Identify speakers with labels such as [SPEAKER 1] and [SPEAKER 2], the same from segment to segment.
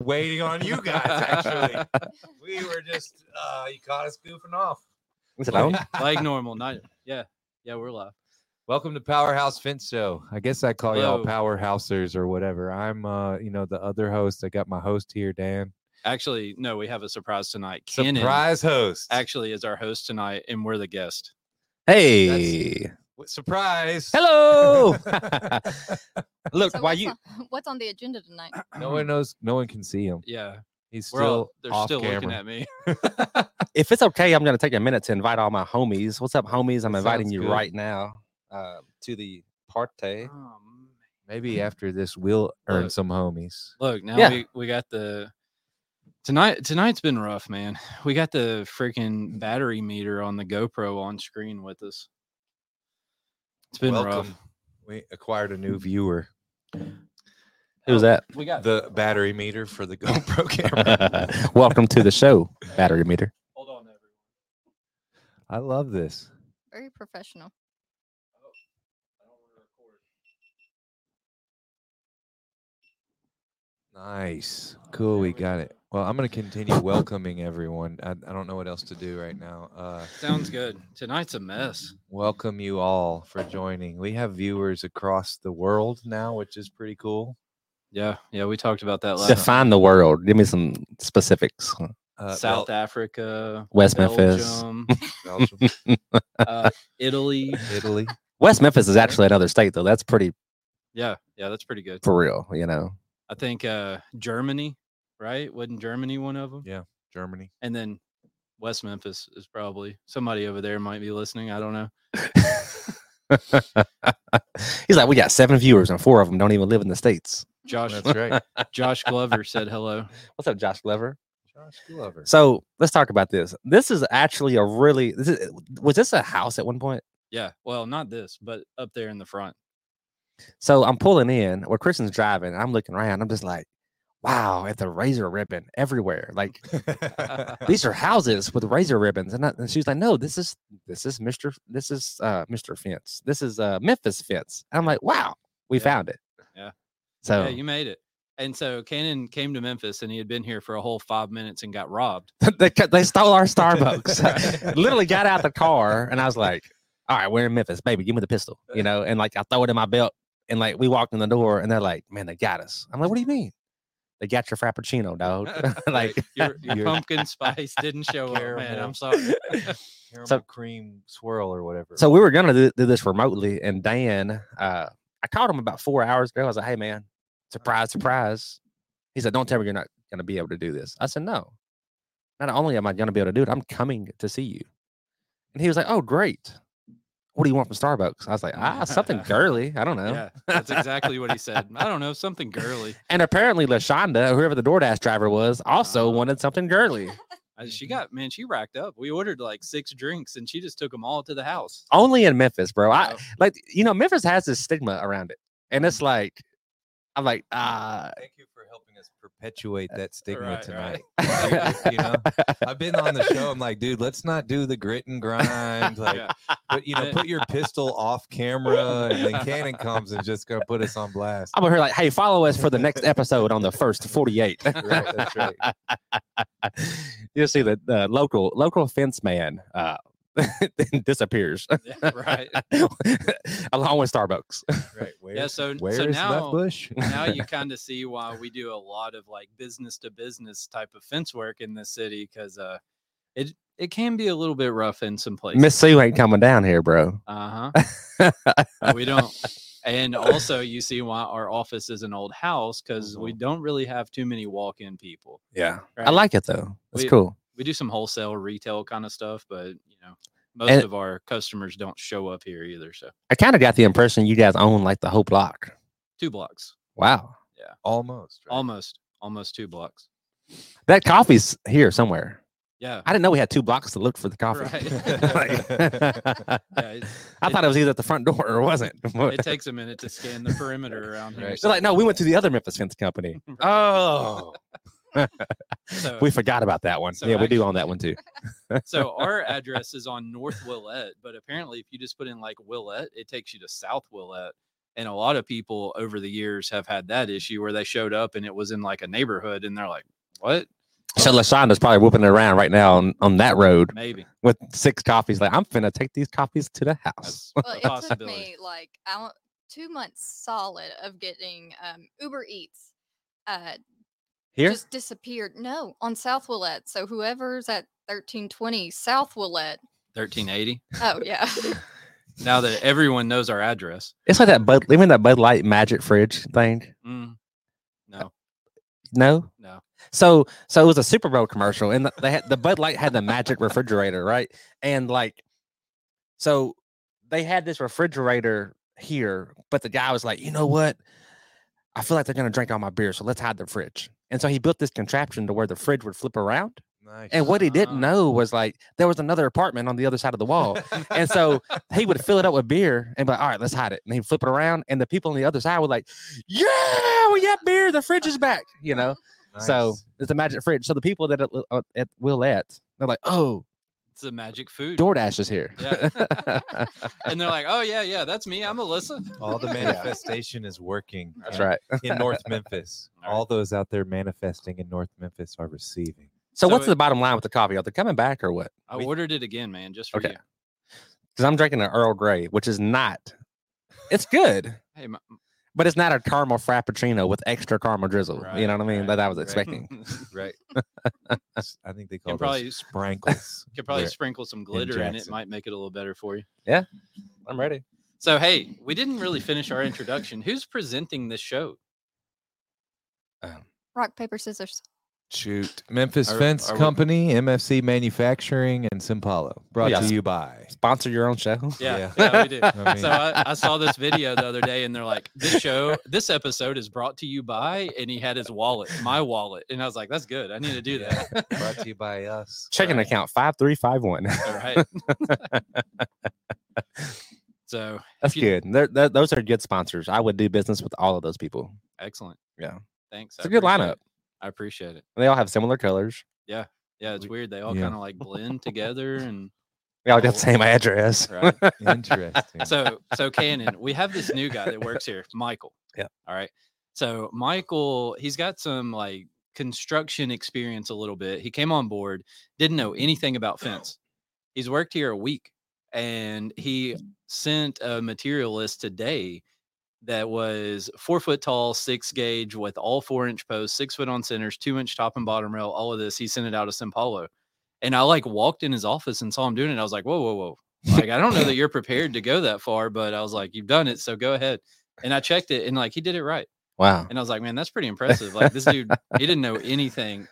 [SPEAKER 1] waiting on you guys. Actually, we were just uh, you caught us goofing off.
[SPEAKER 2] Is it on?
[SPEAKER 3] like normal. Not yeah, yeah. We're live.
[SPEAKER 1] Welcome to Powerhouse Fence Show. I guess I call y'all
[SPEAKER 3] Hello.
[SPEAKER 1] powerhousers or whatever. I'm, uh, you know, the other host. I got my host here, Dan.
[SPEAKER 3] Actually, no, we have a surprise tonight. Kenan
[SPEAKER 1] Surprise host.
[SPEAKER 3] actually is our host tonight, and we're the guest.
[SPEAKER 2] Hey.
[SPEAKER 1] What- surprise.
[SPEAKER 2] Hello. Look,
[SPEAKER 4] So
[SPEAKER 2] why
[SPEAKER 4] what's,
[SPEAKER 2] you
[SPEAKER 4] on, what's on the agenda tonight?
[SPEAKER 1] No one knows. No one can see him.
[SPEAKER 3] Yeah,
[SPEAKER 1] He's
[SPEAKER 3] we're all,
[SPEAKER 1] still
[SPEAKER 3] they're
[SPEAKER 1] off
[SPEAKER 3] still looking
[SPEAKER 1] camera.
[SPEAKER 3] at me.
[SPEAKER 2] if it's okay, I'm gonna take a minute to invite all my homies. What's up, homies? I'm
[SPEAKER 1] That
[SPEAKER 2] inviting
[SPEAKER 1] sounds
[SPEAKER 2] you
[SPEAKER 1] good.
[SPEAKER 2] right now uh, to the party.
[SPEAKER 3] Um,
[SPEAKER 1] Maybe after this, we'll earn
[SPEAKER 3] Look.
[SPEAKER 1] some homies.
[SPEAKER 3] Look, now
[SPEAKER 2] Yeah.
[SPEAKER 3] we, we got the tonight. Tonight's been rough, man. We got the freaking battery meter on the GoPro on screen with us. It's been rough.
[SPEAKER 1] Welcome. We acquired a new viewer.
[SPEAKER 2] Who's that?
[SPEAKER 3] We got
[SPEAKER 1] The battery meter for the GoPro camera.
[SPEAKER 2] Welcome to the show, Battery Meter.
[SPEAKER 3] hold on, everyone.
[SPEAKER 1] I love this.
[SPEAKER 4] Very professional.
[SPEAKER 3] I don't want to record.
[SPEAKER 1] Nice. Cool. We
[SPEAKER 3] there we
[SPEAKER 1] got
[SPEAKER 3] go.
[SPEAKER 1] it. Well, I'm going to continue welcoming everyone. I, I don't know what else to do right now. Uh,
[SPEAKER 3] Sounds good. Tonight's a mess.
[SPEAKER 1] welcome you all for joining. We have viewers across the world now, which is pretty cool.
[SPEAKER 3] Yeah, yeah. We talked about that last
[SPEAKER 2] Define the world. Give me some specifics.
[SPEAKER 1] Uh,
[SPEAKER 3] South
[SPEAKER 1] Bel-
[SPEAKER 3] Africa,
[SPEAKER 2] West Memphis.
[SPEAKER 3] Belgium,
[SPEAKER 1] Belgium,
[SPEAKER 3] uh, Italy.
[SPEAKER 1] Italy.
[SPEAKER 2] West Memphis is actually another state, though. That's pretty
[SPEAKER 3] Yeah, yeah, that's pretty good.
[SPEAKER 2] for real, you know.
[SPEAKER 3] I think uh, Germany, right? Wasn't Germany one of them?
[SPEAKER 1] Yeah. Germany.
[SPEAKER 3] And then West Memphis is probably somebody over there might be listening. I don't know.
[SPEAKER 2] He's like, we got seven viewers, and four of them don't even live in the states.
[SPEAKER 3] Josh
[SPEAKER 1] That's right.
[SPEAKER 3] Josh Glover said hello.
[SPEAKER 2] What's up, Josh Glover?
[SPEAKER 1] Josh Glover.
[SPEAKER 2] So let's talk about this. This is actually a really. This is, was this a house at one point?
[SPEAKER 3] Yeah, well, not this, but up there in the front.
[SPEAKER 2] So I'm pulling in where Kristen's driving. And I'm looking around. I'm just like, wow, at the razor ribbon everywhere. Like these are houses with razor ribbons, and, I, and she's like, no, this is this is Mister this is uh Mister Fence. This is uh Memphis Fence. And I'm like, wow, we
[SPEAKER 3] Yeah.
[SPEAKER 2] found it.
[SPEAKER 3] Yeah.
[SPEAKER 2] So
[SPEAKER 3] Yeah, you made it. And so Cannon came to Memphis and he had been here for a whole five minutes and got robbed.
[SPEAKER 2] they cut- they stole our Starbucks.
[SPEAKER 1] Right.
[SPEAKER 2] Literally got out the car, and I was like, "All right, we're in Memphis, baby. Give me the pistol, you know." And like, I throw it in my belt, and like, we walked in the door, and they're like, "Man, they got us." I'm like, "What do you mean? They got your frappuccino, dog." like,
[SPEAKER 3] your, your
[SPEAKER 1] You're-
[SPEAKER 3] pumpkin spice didn't show up, man.
[SPEAKER 1] Caramel.
[SPEAKER 3] I'm sorry.
[SPEAKER 1] Caramel
[SPEAKER 2] So-
[SPEAKER 1] cream swirl or whatever.
[SPEAKER 2] so we were gonna do, do this remotely, and Dan, uh, I called him about four hours ago. I was like, "Hey, man, surprise, surprise." He said, "Don't tell me you're not gonna be able to do this." I said, "No. Not only am I gonna be able to do it, I'm coming to see you." And he was like, "Oh, great." What do you want from Starbucks? I was like, ah, something girly. I don't know.
[SPEAKER 3] Yeah, that's exactly what he said. I don't know, something girly.
[SPEAKER 2] And apparently, Lashonda, whoever the DoorDash driver was, also
[SPEAKER 3] Ah.
[SPEAKER 2] wanted something girly.
[SPEAKER 3] Uh, She
[SPEAKER 1] Mm-hmm.
[SPEAKER 3] got man, she racked up. We ordered like six drinks and she just took them all to the house.
[SPEAKER 2] Only in Memphis, bro. I,
[SPEAKER 3] So,
[SPEAKER 2] like, you know, Memphis has this stigma around it, and
[SPEAKER 3] Mm-hmm.
[SPEAKER 2] it's like, I'm like, ah,
[SPEAKER 1] Thank you for helping us perpetuate that stigma
[SPEAKER 3] right,
[SPEAKER 1] tonight.
[SPEAKER 3] right.
[SPEAKER 1] You know, I've been on the show. I'm like, dude, let's not do the grit and grind. Like,
[SPEAKER 3] yeah.
[SPEAKER 1] put, you know, put your pistol off camera, and then Cannon comes and just gonna put us on blast.
[SPEAKER 2] I'm over here like, hey, follow us for the next episode on the first 48.
[SPEAKER 1] Right, that's right.
[SPEAKER 2] You'll see that the local local fence man uh, disappears
[SPEAKER 3] yeah, right.
[SPEAKER 2] along with Starbucks.
[SPEAKER 1] Right. Where,
[SPEAKER 3] Yeah, so
[SPEAKER 1] where's
[SPEAKER 3] so
[SPEAKER 1] Nut
[SPEAKER 3] now
[SPEAKER 1] Bush?
[SPEAKER 3] now you kind of see why we do a lot of like business to business type of fence work in this city because uh it it can be a little bit rough in some places.
[SPEAKER 2] Miss Sue ain't coming down here, bro.
[SPEAKER 3] uh huh. we don't. And also, you see why our office is an old house because we
[SPEAKER 1] Mm-hmm.
[SPEAKER 3] don't really have too many walk-in people.
[SPEAKER 2] Yeah, I
[SPEAKER 3] right?
[SPEAKER 2] like it though. It's
[SPEAKER 3] We-
[SPEAKER 2] cool.
[SPEAKER 3] we do some wholesale retail kind of stuff, but you know, most
[SPEAKER 2] And-
[SPEAKER 3] of our customers don't show up here either. So
[SPEAKER 2] I kind of got the impression you guys own like the whole block.
[SPEAKER 3] two blocks,
[SPEAKER 2] Wow,
[SPEAKER 1] Almost. Right?
[SPEAKER 3] almost, almost two blocks.
[SPEAKER 2] that coffee's here somewhere.
[SPEAKER 3] Yeah,
[SPEAKER 2] I didn't know we had two blocks to look for the coffee.
[SPEAKER 1] Right.
[SPEAKER 2] Like-
[SPEAKER 3] Yeah, it-
[SPEAKER 2] I
[SPEAKER 3] it-
[SPEAKER 2] thought it was either at the front door or it wasn't.
[SPEAKER 3] it takes a minute to scan the perimeter around here.
[SPEAKER 1] Right.
[SPEAKER 2] They're like, no, we went to the other Memphis Fence Company. Oh,
[SPEAKER 3] So-
[SPEAKER 2] we forgot about that one.
[SPEAKER 3] so
[SPEAKER 2] yeah, we do own that one too.
[SPEAKER 3] so our address is on North Willette, but apparently, if you just put in like Willette, it takes you to South Willette, And a lot of people over the years have had that issue where they showed up and it was in like a neighborhood and they're like, what?
[SPEAKER 2] So Lasanda's probably whooping it around right now on, on that road
[SPEAKER 3] Maybe.
[SPEAKER 2] with six coffees. Like I'm finna take these coffees to the house.
[SPEAKER 4] Well, it took
[SPEAKER 3] Possibility.
[SPEAKER 4] me like I want two months solid of getting um, Uber Eats. Uh,
[SPEAKER 2] Here,
[SPEAKER 4] just disappeared. No, on South Willette. So whoever's at 1320 South Willette.
[SPEAKER 3] 1380.
[SPEAKER 4] Oh yeah.
[SPEAKER 3] Now that everyone knows our address.
[SPEAKER 2] it's like that Bud, even that Bud Light Magic Fridge thing.
[SPEAKER 1] Uh,
[SPEAKER 3] Mm. No,
[SPEAKER 2] No,
[SPEAKER 3] no.
[SPEAKER 2] so so it was a Super Bowl commercial, and the, they had the Bud Light had the Magic refrigerator, right? And like, so they had this refrigerator here, but the guy was like, you know what? I feel like they're gonna drink all my beer, so let's hide the fridge. And so he built this contraption to where the fridge would flip around.
[SPEAKER 1] Nice.
[SPEAKER 2] And what he didn't
[SPEAKER 3] Ah.
[SPEAKER 2] know was like there was another apartment on the other side of the wall. And so he would fill it up with beer and be like, all right, let's hide it. And he'd flip it around. And the people on the other side were like, yeah, we got beer. The fridge is back, you know? So
[SPEAKER 1] Nice.
[SPEAKER 2] it's a magic fridge. So the people that at, Lil- uh, at Willette, they're like, oh,
[SPEAKER 3] It's the magic food.
[SPEAKER 2] DoorDash is here.
[SPEAKER 3] Yeah. and they're like, oh, yeah, yeah, that's me. I'm Alyssa.
[SPEAKER 1] all the manifestation is working.
[SPEAKER 2] That's
[SPEAKER 1] in-
[SPEAKER 2] right.
[SPEAKER 1] In North Memphis,
[SPEAKER 3] All right.
[SPEAKER 1] all those out there manifesting in North Memphis are receiving.
[SPEAKER 2] So,
[SPEAKER 3] So
[SPEAKER 2] what's
[SPEAKER 3] it-
[SPEAKER 2] the bottom line with the coffee? Are they coming back or what?
[SPEAKER 3] I
[SPEAKER 1] We-
[SPEAKER 3] ordered it again, man, just for
[SPEAKER 2] Okay.
[SPEAKER 3] you.
[SPEAKER 2] Because I'm drinking an Earl Grey, which is not, it's good.
[SPEAKER 3] Hey, my,
[SPEAKER 2] But it's not a caramel frappuccino with extra caramel drizzle. you
[SPEAKER 3] Right,
[SPEAKER 2] know what I mean?
[SPEAKER 3] right,
[SPEAKER 2] that I was
[SPEAKER 1] right.
[SPEAKER 2] expecting.
[SPEAKER 3] right.
[SPEAKER 1] S- I think they call
[SPEAKER 3] probably
[SPEAKER 1] those sprankles.
[SPEAKER 3] Could probably
[SPEAKER 1] They're-
[SPEAKER 3] sprinkle some glitter in it.
[SPEAKER 1] Jackson.
[SPEAKER 3] Might make it a little better for you.
[SPEAKER 2] I'm ready.
[SPEAKER 3] So, hey, we didn't really finish our introduction. Who's presenting this show?
[SPEAKER 4] Rock paper scissors.
[SPEAKER 1] Shoot. Memphis
[SPEAKER 3] Are-
[SPEAKER 1] Fence
[SPEAKER 3] are we-
[SPEAKER 1] Company, MFC Manufacturing, and Simpalo. Brought
[SPEAKER 2] Yeah.
[SPEAKER 1] to you by.
[SPEAKER 2] Sponsor your own show.
[SPEAKER 3] Yeah,
[SPEAKER 1] Yeah.
[SPEAKER 3] yeah, we do.
[SPEAKER 1] I mean,
[SPEAKER 3] So I, I saw this video the other day, and they're like, "This show, this episode is brought to you by," and he had his wallet, my wallet, and I was like, "That's good. I need to do
[SPEAKER 1] Yeah.
[SPEAKER 3] that."
[SPEAKER 1] brought to you by us.
[SPEAKER 2] Checking
[SPEAKER 3] Right.
[SPEAKER 2] account five three five one.
[SPEAKER 3] All right. so
[SPEAKER 2] That's
[SPEAKER 3] you-
[SPEAKER 2] good. They're, they're- those are good sponsors. I would do business with all of those people.
[SPEAKER 3] excellent.
[SPEAKER 2] Yeah.
[SPEAKER 3] Thanks.
[SPEAKER 2] It's a good
[SPEAKER 3] appreciate
[SPEAKER 2] lineup.
[SPEAKER 3] it. I appreciate it.
[SPEAKER 2] They all have similar colors.
[SPEAKER 3] Yeah, it's
[SPEAKER 1] We-
[SPEAKER 3] weird. They all
[SPEAKER 1] yeah.
[SPEAKER 3] kind of like blend together, and
[SPEAKER 2] They all got the same address.
[SPEAKER 3] right.
[SPEAKER 1] Interesting.
[SPEAKER 3] so so canon we have this new guy that works here michael
[SPEAKER 2] Yeah.
[SPEAKER 3] all right so michael he's got some like construction experience a little bit he came on board didn't know anything about fence he's worked here a week and he sent a material list today that was four foot tall six gauge with all four inch posts six foot on centers two inch top and bottom rail all of this he sent it out of São Paulo, and i like walked in his office and saw him doing it i was like whoa whoa whoa like I don't know that you're prepared to go that far, but I was like, you've done it, so go ahead. And I checked it, and like he did it right.
[SPEAKER 2] Wow.
[SPEAKER 3] And I was like, man, that's pretty impressive. Like this dude, he didn't know anything.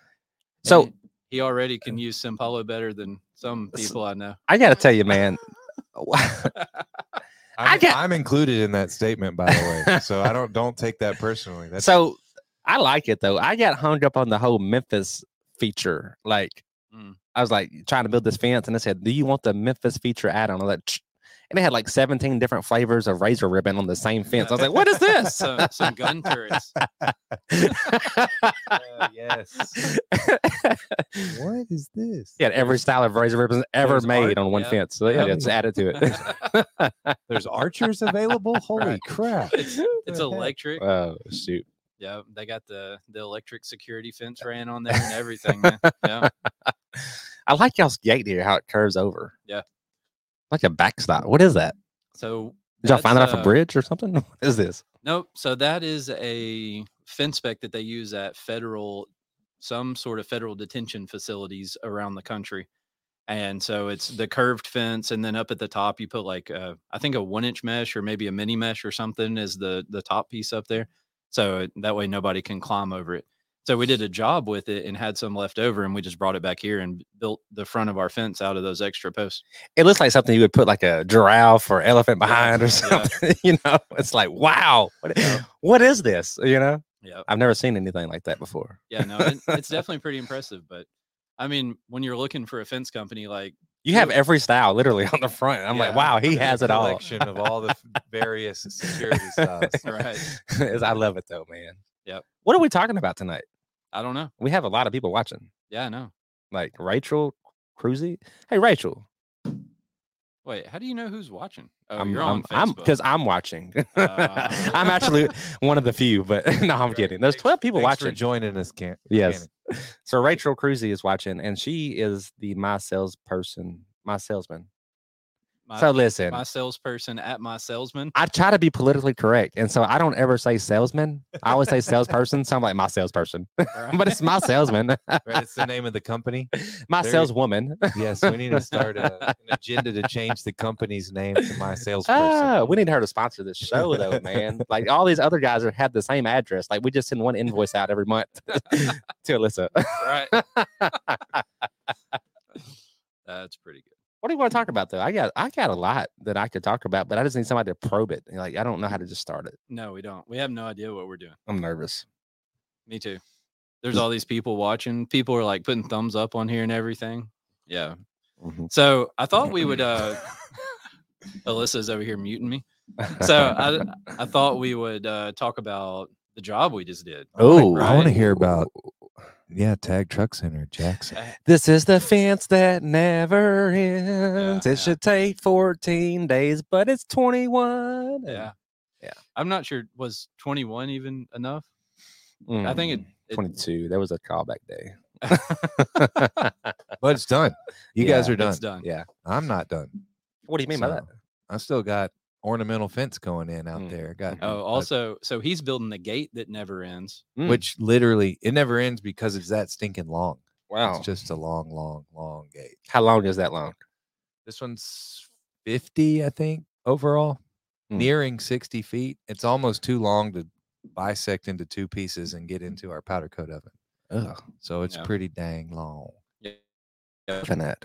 [SPEAKER 2] So
[SPEAKER 3] and he already can use Simpolo better than some people I know.
[SPEAKER 2] I got to tell you, man. I
[SPEAKER 1] I'm,
[SPEAKER 2] get-
[SPEAKER 1] I'm included in that statement, by the way. So I don't don't take that personally. That's
[SPEAKER 2] so I like it though. I got hung up on the whole Memphis feature. Like
[SPEAKER 3] Mm.
[SPEAKER 2] I was like trying to build this fence, and I said, "Do you want the Memphis feature add-on?" I was like, "Tch." and they had like 17 different flavors of razor ribbon on the same fence. I was like, "What is this?"
[SPEAKER 3] So, some gun turrets.
[SPEAKER 1] Uh, yes. What is this?
[SPEAKER 2] Yeah, every style of razor ribbons ever
[SPEAKER 3] There's
[SPEAKER 2] made
[SPEAKER 3] art,
[SPEAKER 2] on one
[SPEAKER 3] yeah.
[SPEAKER 2] fence. So yeah,
[SPEAKER 1] Yeah.
[SPEAKER 2] it's added to it.
[SPEAKER 1] There's archers available. Holy
[SPEAKER 3] Right.
[SPEAKER 1] crap!
[SPEAKER 3] It's- It's
[SPEAKER 1] The heck?
[SPEAKER 3] electric.
[SPEAKER 2] oh shoot!
[SPEAKER 3] Yeah, they got the the electric security fence ran on there and everything. Man. Yeah,
[SPEAKER 2] I like y'all's gate here, how it curves over.
[SPEAKER 3] Yeah.
[SPEAKER 2] like a backstop. What is that?
[SPEAKER 3] so
[SPEAKER 2] Did y'all find it
[SPEAKER 3] That's,
[SPEAKER 2] off a
[SPEAKER 3] uh,
[SPEAKER 2] bridge or something? What is this?
[SPEAKER 3] Nope. So that is a fence spec that they use at federal, some sort of federal detention facilities around the country. And so it's the curved fence, and then up at the top you put like uh, I think a one inch mesh or maybe a mini mesh or something is the the top piece up there. So it- that way nobody can climb over it. So we did a job with it and had some left over, and we just brought it back here and built the front of our fence out of those extra posts.
[SPEAKER 2] It looks like something you would put like a giraffe or elephant behind or
[SPEAKER 3] yeah.
[SPEAKER 2] something. You know, it's like wow, what, what is this? You know,
[SPEAKER 3] Yeah.
[SPEAKER 2] I've never seen anything like that before.
[SPEAKER 3] Yeah. No, it, it's definitely pretty impressive. But I mean, when you're looking for a fence company, like
[SPEAKER 2] You have
[SPEAKER 3] Really?
[SPEAKER 2] every style literally on the front. I'm like,
[SPEAKER 3] Yeah.
[SPEAKER 2] wow, he
[SPEAKER 1] There's a
[SPEAKER 2] has it all.
[SPEAKER 1] Collection of all the f- various security styles.
[SPEAKER 3] Right.
[SPEAKER 2] It's- I love it though, man.
[SPEAKER 3] Yep.
[SPEAKER 2] What are we talking about tonight?
[SPEAKER 3] I don't know.
[SPEAKER 2] We have a lot of people watching.
[SPEAKER 3] Yeah, I know.
[SPEAKER 2] like Rachel Cruzy. Hey, Rachel,
[SPEAKER 3] Wait, how do you know who's watching? Oh,
[SPEAKER 2] I'm
[SPEAKER 3] you're on
[SPEAKER 2] I'm
[SPEAKER 3] Facebook.
[SPEAKER 2] because I'm, watching.
[SPEAKER 3] Uh.
[SPEAKER 2] I'm actually one of the few, but no, I'm kidding. There's 12
[SPEAKER 3] Thanks-
[SPEAKER 2] people
[SPEAKER 1] Thanks for
[SPEAKER 2] watching.
[SPEAKER 1] joining us, Cam.
[SPEAKER 2] Yes. So Rachel Cruzy is watching, and she is the my salesperson, my salesman.
[SPEAKER 3] my,
[SPEAKER 2] so listen,
[SPEAKER 3] my salesperson at my salesman.
[SPEAKER 2] I try to be politically correct, and so I don't ever say salesman. I always say salesperson. So I'm like my salesperson,
[SPEAKER 3] Alright.
[SPEAKER 2] but it's my salesman,
[SPEAKER 1] Right, it's the name of the company.
[SPEAKER 2] my
[SPEAKER 1] There-
[SPEAKER 2] saleswoman.
[SPEAKER 1] Yes, we need to start a, an agenda to change the company's name to my salesperson.
[SPEAKER 2] Ah, we need her to sponsor this show, though, man. like all these other guys are, have the same address. Like we just send one invoice out every month to Alyssa.
[SPEAKER 3] right. That's pretty good.
[SPEAKER 2] What do you want to talk about, though? I got I got a lot that I could talk about, but I just need somebody to probe it. Like I don't know how to just start it.
[SPEAKER 3] No, we don't. We have no idea what we're doing.
[SPEAKER 2] I'm nervous.
[SPEAKER 3] Me too. There's
[SPEAKER 2] Mm.
[SPEAKER 3] all these people watching. People are like putting thumbs up on here and everything. Yeah.
[SPEAKER 2] Mm-hmm.
[SPEAKER 3] So I thought we would. uh Alyssa's over here muting me. So I, I thought we would uh talk about the job we just did.
[SPEAKER 2] oh,
[SPEAKER 1] I want
[SPEAKER 3] Right.
[SPEAKER 1] to hear about. Yeah, Tag Truck Center, Jackson.
[SPEAKER 3] Uh,
[SPEAKER 2] This is the fence that never ends.
[SPEAKER 3] Yeah, yeah.
[SPEAKER 2] it should take 14 days, but it's 21.
[SPEAKER 3] Yeah.
[SPEAKER 2] Yeah.
[SPEAKER 3] I'm not sure. Was 21 even enough?
[SPEAKER 2] Mm.
[SPEAKER 3] I think it.
[SPEAKER 2] Mm-hmm.
[SPEAKER 3] it
[SPEAKER 2] 22. That was a callback day.
[SPEAKER 1] But it's done. You guys
[SPEAKER 2] Yeah,
[SPEAKER 1] are done.
[SPEAKER 3] It's done.
[SPEAKER 2] Yeah.
[SPEAKER 1] I'm not done.
[SPEAKER 2] what do you mean by that?
[SPEAKER 1] So, I still got ornamental fence going in out
[SPEAKER 2] Mm.
[SPEAKER 1] there. Got
[SPEAKER 3] Oh,
[SPEAKER 1] a-
[SPEAKER 3] also, so he's building the gate that never ends.
[SPEAKER 2] Mm.
[SPEAKER 1] which literally it never ends because it's that stinking long.
[SPEAKER 2] wow.
[SPEAKER 1] It's just a long, long, long gate.
[SPEAKER 2] How long is that long?
[SPEAKER 1] This one's 50, I think, overall,
[SPEAKER 2] Hmm.
[SPEAKER 1] nearing 60 feet. It's almost too long to bisect into two pieces and get into our powder coat oven.
[SPEAKER 2] Ugh.
[SPEAKER 1] So it's
[SPEAKER 3] Yeah.
[SPEAKER 1] pretty dang long.
[SPEAKER 2] Even that.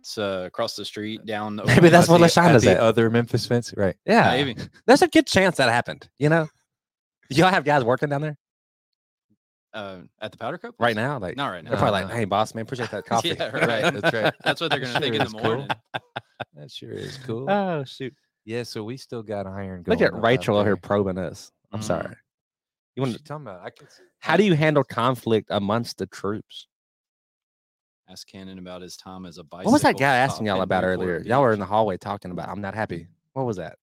[SPEAKER 3] It's uh, across the street down. over
[SPEAKER 2] Maybe
[SPEAKER 3] by
[SPEAKER 2] that's what
[SPEAKER 3] the-
[SPEAKER 1] the,
[SPEAKER 2] Lashonda's
[SPEAKER 1] the
[SPEAKER 2] at.
[SPEAKER 1] other Memphis fence, right?
[SPEAKER 2] Yeah.
[SPEAKER 3] Maybe.
[SPEAKER 2] There's a good chance that happened, you know? Y'all have guys working down there
[SPEAKER 3] Uh, at the powder coat
[SPEAKER 2] right
[SPEAKER 3] place?
[SPEAKER 2] now? Like,
[SPEAKER 3] Not right
[SPEAKER 2] They're
[SPEAKER 3] now.
[SPEAKER 2] probably
[SPEAKER 1] No,
[SPEAKER 2] like,
[SPEAKER 1] no.
[SPEAKER 2] hey, boss, man, appreciate that coffee.
[SPEAKER 3] Yeah, right.
[SPEAKER 1] That's right.
[SPEAKER 3] That's what they're gonna
[SPEAKER 1] Sure
[SPEAKER 3] think in the
[SPEAKER 1] is cool.
[SPEAKER 3] morning.
[SPEAKER 1] That sure is cool.
[SPEAKER 2] Oh, shoot.
[SPEAKER 1] yeah, so we still got iron.
[SPEAKER 2] Look
[SPEAKER 1] going
[SPEAKER 2] at
[SPEAKER 1] on out
[SPEAKER 2] Rachel over here
[SPEAKER 1] there.
[SPEAKER 2] probing us. I'm
[SPEAKER 3] Mm.
[SPEAKER 2] sorry. You
[SPEAKER 1] What's
[SPEAKER 2] want
[SPEAKER 1] she talking about? I can see.
[SPEAKER 2] How do you handle conflict amongst the troops?
[SPEAKER 3] Mm-hmm. Ask Cannon about his time as a bicycle.
[SPEAKER 2] What was that guy asking
[SPEAKER 3] cop
[SPEAKER 2] y'all about
[SPEAKER 3] Newport
[SPEAKER 2] earlier? Y'all were in the
[SPEAKER 3] Beach.
[SPEAKER 2] hallway talking about, I'm not happy. What was that?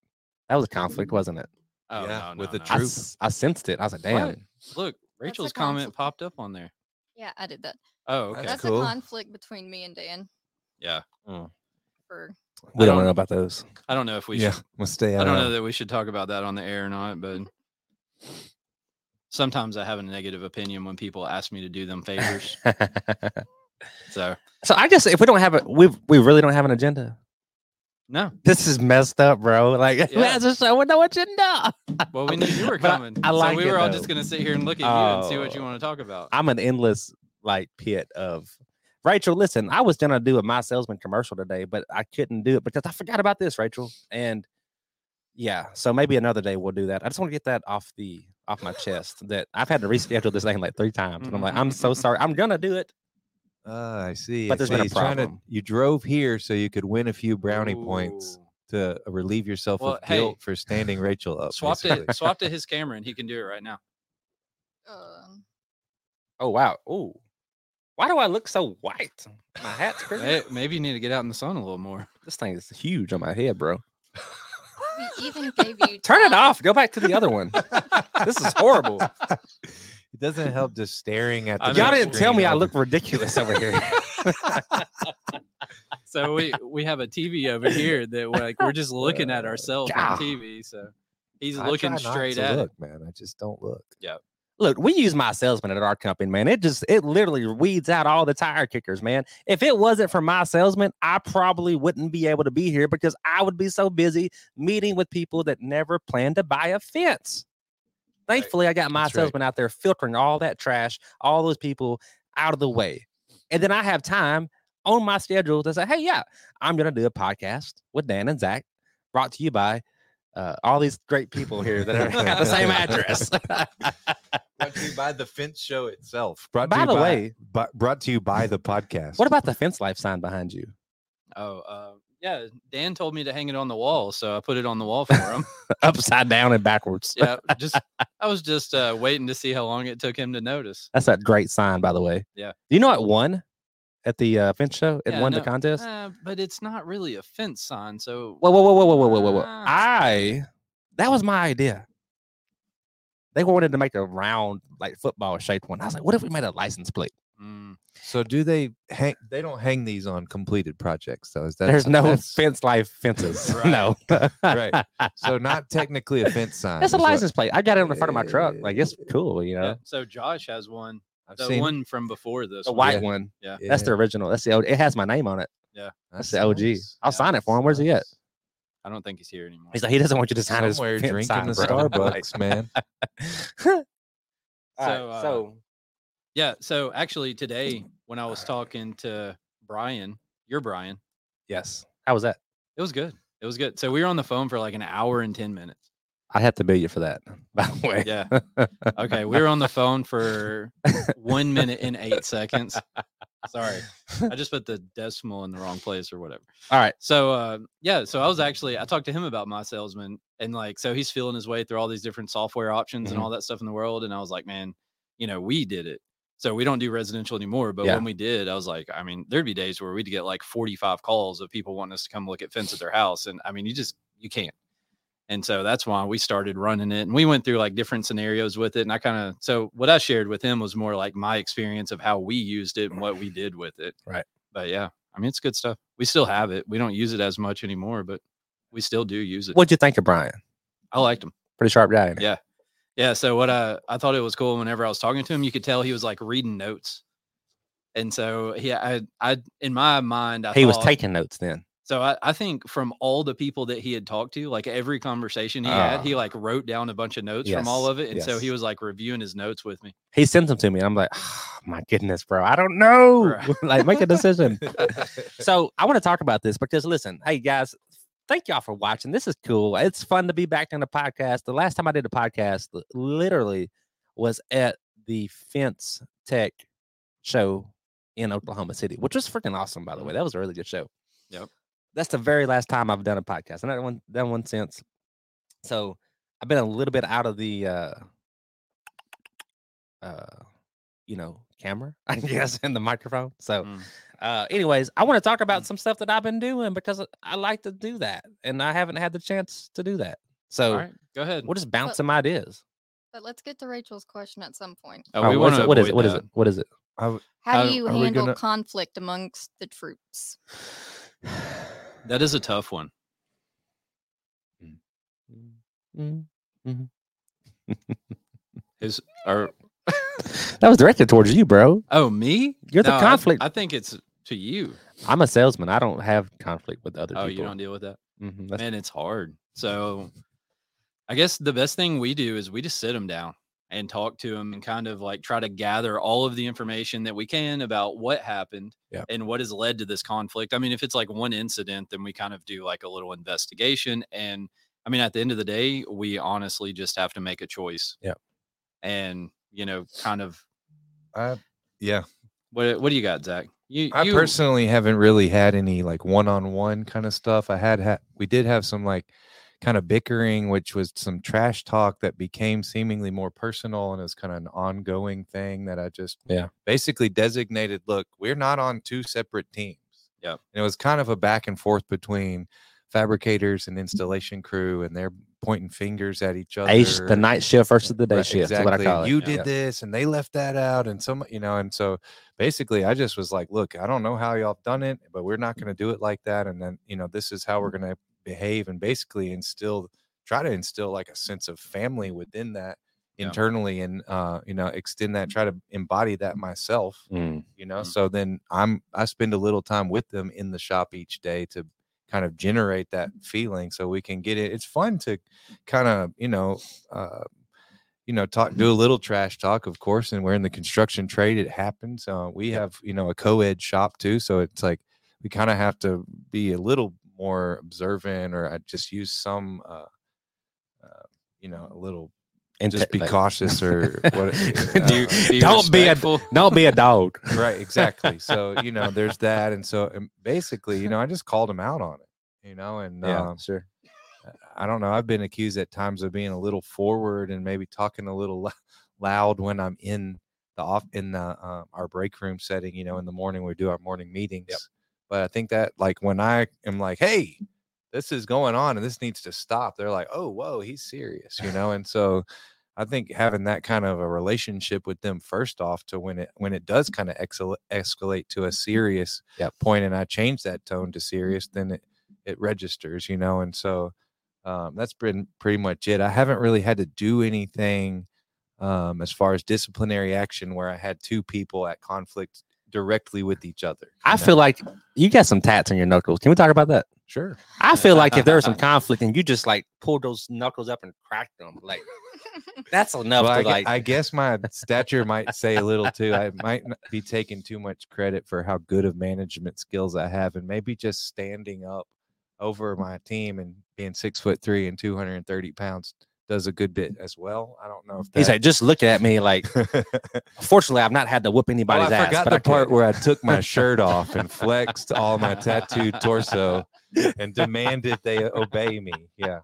[SPEAKER 2] That was a conflict, wasn't it?
[SPEAKER 3] Oh,
[SPEAKER 1] Yeah,
[SPEAKER 3] no, no,
[SPEAKER 1] with the
[SPEAKER 3] no.
[SPEAKER 2] I,
[SPEAKER 1] Troop.
[SPEAKER 2] s- I sensed it. I was like, damn.
[SPEAKER 3] What? Look, Rachel's
[SPEAKER 4] a
[SPEAKER 3] comment
[SPEAKER 4] concept.
[SPEAKER 3] popped up on there.
[SPEAKER 4] Yeah, I did that.
[SPEAKER 3] Oh,
[SPEAKER 1] That's
[SPEAKER 3] okay.
[SPEAKER 4] That's
[SPEAKER 1] cool.
[SPEAKER 4] a conflict between me and Dan
[SPEAKER 3] yeah.
[SPEAKER 4] for
[SPEAKER 2] We
[SPEAKER 3] I
[SPEAKER 2] don't,
[SPEAKER 3] don't-
[SPEAKER 2] know about those.
[SPEAKER 3] I don't know if we
[SPEAKER 1] yeah,
[SPEAKER 3] should.
[SPEAKER 1] we'll stay out.
[SPEAKER 3] I
[SPEAKER 1] of
[SPEAKER 3] don't
[SPEAKER 1] that.
[SPEAKER 3] know that we should talk about that on the air or not, but sometimes I have a negative opinion when people ask me to do them favors. so
[SPEAKER 2] so I guess if we don't have a, we we really don't have an agenda.
[SPEAKER 3] no.
[SPEAKER 2] This is messed up, bro. Like,
[SPEAKER 3] Yeah.
[SPEAKER 2] as a show with no agenda.
[SPEAKER 3] Well, we knew you were
[SPEAKER 2] But I-
[SPEAKER 3] coming.
[SPEAKER 2] I like
[SPEAKER 3] so we
[SPEAKER 2] it,
[SPEAKER 3] were all
[SPEAKER 2] though.
[SPEAKER 3] just gonna sit here and look at you and see what you
[SPEAKER 2] Oh.
[SPEAKER 3] want to talk about.
[SPEAKER 2] I'm an endless like pit of. Rachel, listen, I was gonna do a my salesman commercial today, but I couldn't do it because I forgot about this, Rachel. And yeah, so maybe another day we'll do that. I just want to get that off the off my chest that I've had to reschedule this thing like three times, and I'm like, I'm
[SPEAKER 1] Mm-hmm.
[SPEAKER 2] so sorry. I'm gonna do it.
[SPEAKER 1] Ah, I see.
[SPEAKER 2] But
[SPEAKER 1] I
[SPEAKER 2] there's
[SPEAKER 1] see.
[SPEAKER 2] been a
[SPEAKER 1] He's trying to-
[SPEAKER 2] problem.
[SPEAKER 1] you drove here so you could win a few brownie points
[SPEAKER 3] Ooh.
[SPEAKER 1] to relieve yourself
[SPEAKER 3] Well,
[SPEAKER 1] of guilt
[SPEAKER 3] hey,
[SPEAKER 1] for standing Rachel up.
[SPEAKER 3] Swap
[SPEAKER 1] basically.
[SPEAKER 3] to swap to his camera and he can do it right now.
[SPEAKER 4] um,
[SPEAKER 2] Oh wow. Ooh. Why do I look so white? My hat's crazy.
[SPEAKER 3] May- Maybe you need to get out in the sun a little more.
[SPEAKER 2] This thing is huge on my head, bro.
[SPEAKER 4] we even gave you
[SPEAKER 2] Turn it
[SPEAKER 4] time-
[SPEAKER 2] off. Go back to the other one. this is horrible.
[SPEAKER 1] It doesn't help just staring at.
[SPEAKER 3] I
[SPEAKER 1] The
[SPEAKER 3] mean,
[SPEAKER 2] Y'all
[SPEAKER 1] big
[SPEAKER 2] didn't tell
[SPEAKER 1] screen
[SPEAKER 2] me I
[SPEAKER 1] all
[SPEAKER 2] look ridiculous over here.
[SPEAKER 3] So we we have a TV over here that we're, like we're just looking at ourselves
[SPEAKER 2] God.
[SPEAKER 3] on TV. So he's
[SPEAKER 1] I try
[SPEAKER 3] looking
[SPEAKER 1] not
[SPEAKER 3] straight
[SPEAKER 1] to
[SPEAKER 3] at
[SPEAKER 1] look, man. I just don't look.
[SPEAKER 2] Look, we use my salesman at our company, man. It just it literally weeds out all the tire kickers, man. If it wasn't for my salesman, I probably wouldn't be able to be here because I would be so busy meeting with people that never plan to buy a fence.
[SPEAKER 3] Right.
[SPEAKER 2] Thankfully, I got my
[SPEAKER 1] That's right.
[SPEAKER 2] salesman out there filtering all that trash, all those people out of the way. And then I have time on my schedule to say, hey, yeah, I'm gonna do a podcast with Dan and Zach, brought to you by uh, all these great people here that are at the same address.
[SPEAKER 1] Brought to you by the fence show itself. Brought
[SPEAKER 2] By
[SPEAKER 1] to you
[SPEAKER 2] the way-
[SPEAKER 1] by, brought to you by the podcast.
[SPEAKER 2] What about the fence life sign behind you?
[SPEAKER 3] it. Oh, uh, yeah. Dan told me to hang it on the wall, so I put it on the wall for him.
[SPEAKER 2] Upside down and backwards.
[SPEAKER 3] yeah, just I was just uh, waiting to see how long it took him to notice.
[SPEAKER 2] That's a great sign, by the way.
[SPEAKER 3] Yeah.
[SPEAKER 2] Do you know it won at the uh, fence show? It
[SPEAKER 3] Yeah,
[SPEAKER 2] won the
[SPEAKER 3] no,
[SPEAKER 2] contest.
[SPEAKER 3] Uh, but it's not really a fence sign. So
[SPEAKER 2] Whoa, whoa, whoa, whoa, whoa, whoa, whoa, whoa, whoa!
[SPEAKER 3] Ah.
[SPEAKER 2] I that was my idea. They wanted to make a round, like football shaped one. I was like, what if we made a license plate?
[SPEAKER 3] Mm,
[SPEAKER 1] So do they hang? They don't hang these on completed projects, though. Is that
[SPEAKER 2] There's no
[SPEAKER 1] that's-
[SPEAKER 2] fence life fences.
[SPEAKER 3] Right.
[SPEAKER 2] No,
[SPEAKER 1] Right. So not technically a fence sign.
[SPEAKER 2] That's a
[SPEAKER 1] is what-
[SPEAKER 2] license plate. I got it on the front of my truck. Like it's cool, you know.
[SPEAKER 3] yeah. So Josh has one.
[SPEAKER 1] I've
[SPEAKER 3] The
[SPEAKER 1] seen-
[SPEAKER 3] one from before this.
[SPEAKER 2] The
[SPEAKER 3] one.
[SPEAKER 2] white
[SPEAKER 1] Yeah.
[SPEAKER 2] one.
[SPEAKER 1] yeah,
[SPEAKER 2] That's the original. That's the old. It has my name on it. That's
[SPEAKER 1] Oh,
[SPEAKER 2] the OG. I'll sign it for him. Where's he at?
[SPEAKER 3] I don't think he's here anymore.
[SPEAKER 2] He's like, he doesn't want you to sign
[SPEAKER 1] Somewhere
[SPEAKER 2] his fence
[SPEAKER 1] drinking
[SPEAKER 2] sign,
[SPEAKER 1] the
[SPEAKER 2] bro.
[SPEAKER 1] Starbucks, man.
[SPEAKER 2] so,
[SPEAKER 3] So, uh, yeah. So actually, today when I was talking to Brian, you're Brian.
[SPEAKER 2] yes, how was that?
[SPEAKER 3] It was good. It was good. So we were on the phone for like an hour and ten minutes.
[SPEAKER 2] I had to bill you for that. By the way,
[SPEAKER 3] Yeah. Okay, we were on the phone for one minute and eight seconds. Sorry, I just put the decimal in the wrong place or whatever.
[SPEAKER 2] All right.
[SPEAKER 3] So uh, yeah, so I was actually I talked to him about my salesman and like so he's feeling his way through all these different software options
[SPEAKER 2] Mhm.
[SPEAKER 3] and all that stuff in the world, and I was like, man, you know, we did it. So we don't do residential anymore, but
[SPEAKER 2] Yeah.
[SPEAKER 3] when we did, I was like, I mean, there'd be days where we'd get like 45 calls of people wanting us to come look at fence at their house, and I mean, you just you can't. And so that's why we started running it. And we went through like different scenarios with it. And I kind of, so what I shared with him was more like my experience of how we used it and what we did with it.
[SPEAKER 2] Right.
[SPEAKER 3] But yeah, I mean, it's good stuff. We still have it. We don't use it as much anymore, but we still do use it.
[SPEAKER 2] What'd you think of Brian?
[SPEAKER 3] I liked him.
[SPEAKER 2] Pretty sharp guy. ain't he?
[SPEAKER 3] Yeah. Yeah. So what I, I thought it was cool whenever I was talking to him, you could tell he was like reading notes. And so, yeah, I, I, in my mind, I
[SPEAKER 2] he was
[SPEAKER 3] thought-
[SPEAKER 2] taking notes then.
[SPEAKER 3] so I, I think from all the people that he had talked to, like every conversation he had, he
[SPEAKER 2] Ah.
[SPEAKER 3] like wrote down a bunch of notes from all
[SPEAKER 2] Yes,
[SPEAKER 3] of it. And so he
[SPEAKER 2] yes.
[SPEAKER 3] was like reviewing his notes with me.
[SPEAKER 2] He sends them to me, and I'm like, "Ah, my goodness, bro, I don't know.
[SPEAKER 3] Right.
[SPEAKER 2] like, make a decision. so I want to talk about this because listen, hey guys, thank y'all for watching. This is cool. It's fun to be back on the podcast. The last time I did a podcast, li- literally, was at the Fence Tech show
[SPEAKER 3] Mm-hmm.
[SPEAKER 2] in Oklahoma City, which was freaking awesome, by the way. That was a really good show.
[SPEAKER 3] Yep.
[SPEAKER 2] That's the very last time I've done a podcast. and I haven't one done one since. So I've been a little bit out of the uh uh you know camera, I guess, and the microphone. So
[SPEAKER 3] Mm.
[SPEAKER 2] uh anyways, I want to talk about some stuff that I've been doing because I like to do that and I haven't had the chance to do that. So
[SPEAKER 3] All right, go ahead.
[SPEAKER 2] we'll just bounce some ideas.
[SPEAKER 4] But let's get to Rachel's question at some point.
[SPEAKER 3] Uh,
[SPEAKER 2] All right,
[SPEAKER 3] we
[SPEAKER 2] what is
[SPEAKER 3] wanna
[SPEAKER 2] it? What is it?
[SPEAKER 3] avoid
[SPEAKER 2] What is
[SPEAKER 3] that.
[SPEAKER 2] it? What is it?
[SPEAKER 4] How do
[SPEAKER 3] How-
[SPEAKER 4] you
[SPEAKER 1] are we
[SPEAKER 4] handle
[SPEAKER 1] gonna-
[SPEAKER 4] conflict amongst the troops?
[SPEAKER 3] That is a tough one.
[SPEAKER 2] Mm-hmm.
[SPEAKER 3] Is or
[SPEAKER 2] Mm-hmm. that was directed towards you, bro.
[SPEAKER 3] oh me?
[SPEAKER 2] You're the
[SPEAKER 3] No, I-
[SPEAKER 2] conflict.
[SPEAKER 3] I,
[SPEAKER 2] I,
[SPEAKER 3] think it's to you.
[SPEAKER 2] am a salesman. I don't have conflict with other
[SPEAKER 3] Oh,
[SPEAKER 2] people.
[SPEAKER 3] you don't deal with that.
[SPEAKER 2] Mhm, that's-
[SPEAKER 3] Man, it's hard. So I guess the best thing we do is we just sit them down and talk to them and kind of like try to gather all of the information that we can about what happened
[SPEAKER 2] Yep.
[SPEAKER 3] and what has led to this conflict. I mean, if it's like one incident, then we kind of do like a little investigation. And I mean, at the end of the day, we honestly just have to make a choice.
[SPEAKER 2] Yep.
[SPEAKER 3] And, you know, kind of
[SPEAKER 1] I, yeah,
[SPEAKER 3] what what do you got, Zach? You,
[SPEAKER 1] I
[SPEAKER 3] you
[SPEAKER 1] personally haven't really had any like one-on-one kind of stuff. I had ha- we did have some like kind of bickering, which was some trash talk that became seemingly more personal, and it was kind of an ongoing thing that I just
[SPEAKER 2] Yeah.
[SPEAKER 1] basically designated. Look, we're not on two separate teams.
[SPEAKER 3] Yep.
[SPEAKER 1] and it was kind of a back and forth between fabricators
[SPEAKER 3] Mm-hmm.
[SPEAKER 1] and installation crew, and they're pointing fingers at each other.
[SPEAKER 2] Age, the night shift versus the day
[SPEAKER 1] Right,
[SPEAKER 2] shift. That's
[SPEAKER 1] Exactly.
[SPEAKER 2] what I call it.
[SPEAKER 1] you
[SPEAKER 3] Yeah.
[SPEAKER 1] did this and they left that out and some you know, and so basically I just was like, look, I don't know how y'all done it, but we're not gonna do it like that. And then, you know, this is how we're
[SPEAKER 2] Mm-hmm.
[SPEAKER 1] gonna behave and basically instill try to instill like a sense of family within that
[SPEAKER 3] Yeah.
[SPEAKER 1] internally and uh, you know, extend that, try to embody that myself
[SPEAKER 2] Mm.
[SPEAKER 1] you know
[SPEAKER 3] Mm.
[SPEAKER 1] so then i'm i spend a little time with them in the shop each day to kind of generate that
[SPEAKER 2] Mm.
[SPEAKER 1] feeling so we can get it it's fun to kind of you know uh you know talk
[SPEAKER 2] Mm.
[SPEAKER 1] do a little trash talk of course and we're in the construction trade it happens uh, we have you know a co-ed shop too so it's like we kind of have to be a little more observant or i just use some uh, uh you know a little
[SPEAKER 2] And
[SPEAKER 1] just
[SPEAKER 2] t-
[SPEAKER 1] be
[SPEAKER 2] Mm. like-
[SPEAKER 1] cautious or what
[SPEAKER 2] Do you-
[SPEAKER 1] uh,
[SPEAKER 2] Don't be a-
[SPEAKER 3] respectful?
[SPEAKER 2] Don't be a dog.
[SPEAKER 1] right exactly so you know there's that and so um, basically you know i just called him out on it you know and
[SPEAKER 2] Yeah,
[SPEAKER 1] um,
[SPEAKER 2] sure.
[SPEAKER 1] i don't know i've been accused at times of being a little forward and maybe talking a little lou- loud when i'm in the off in the uh, our break room setting. You know, in the morning we do our morning meetings. But I think that like when I am like, hey, this is going on and this needs to stop, they're like, oh, whoa, he's serious. You know, and so. I think having that kind of a relationship with them first off to when it when it does kind of excel- escalate to a serious
[SPEAKER 2] Yep. Mm-hmm.
[SPEAKER 1] point and I change that tone to serious, then it it registers, you know. And so um, that's been pretty much it. I haven't really had to do anything um, as far as disciplinary action where I had two people at conflict directly with each other.
[SPEAKER 2] I
[SPEAKER 1] you know?
[SPEAKER 2] feel like you got some tats on your knuckles. Can we talk about that?
[SPEAKER 1] sure.
[SPEAKER 2] I feel like if there was some conflict and you just like pulled those knuckles up and cracked them, like that's enough
[SPEAKER 1] Well, I,
[SPEAKER 2] to
[SPEAKER 1] gue-
[SPEAKER 2] like.
[SPEAKER 1] I guess my stature might say a little too. I might not be taking too much credit for how good of management skills I have, and maybe just standing up over my team and being six foot three and two hundred and thirty pounds does a good bit as well. I don't know if
[SPEAKER 2] he's like
[SPEAKER 1] that.
[SPEAKER 2] just looking at me like. Fortunately, I've not had to whoop
[SPEAKER 1] Oh,
[SPEAKER 2] anybody's
[SPEAKER 1] I
[SPEAKER 2] ass.
[SPEAKER 1] forgot
[SPEAKER 2] but
[SPEAKER 1] the
[SPEAKER 2] I could.
[SPEAKER 1] part where I took my shirt off and flexed all my tattooed torso and demanded they obey me. Yeah,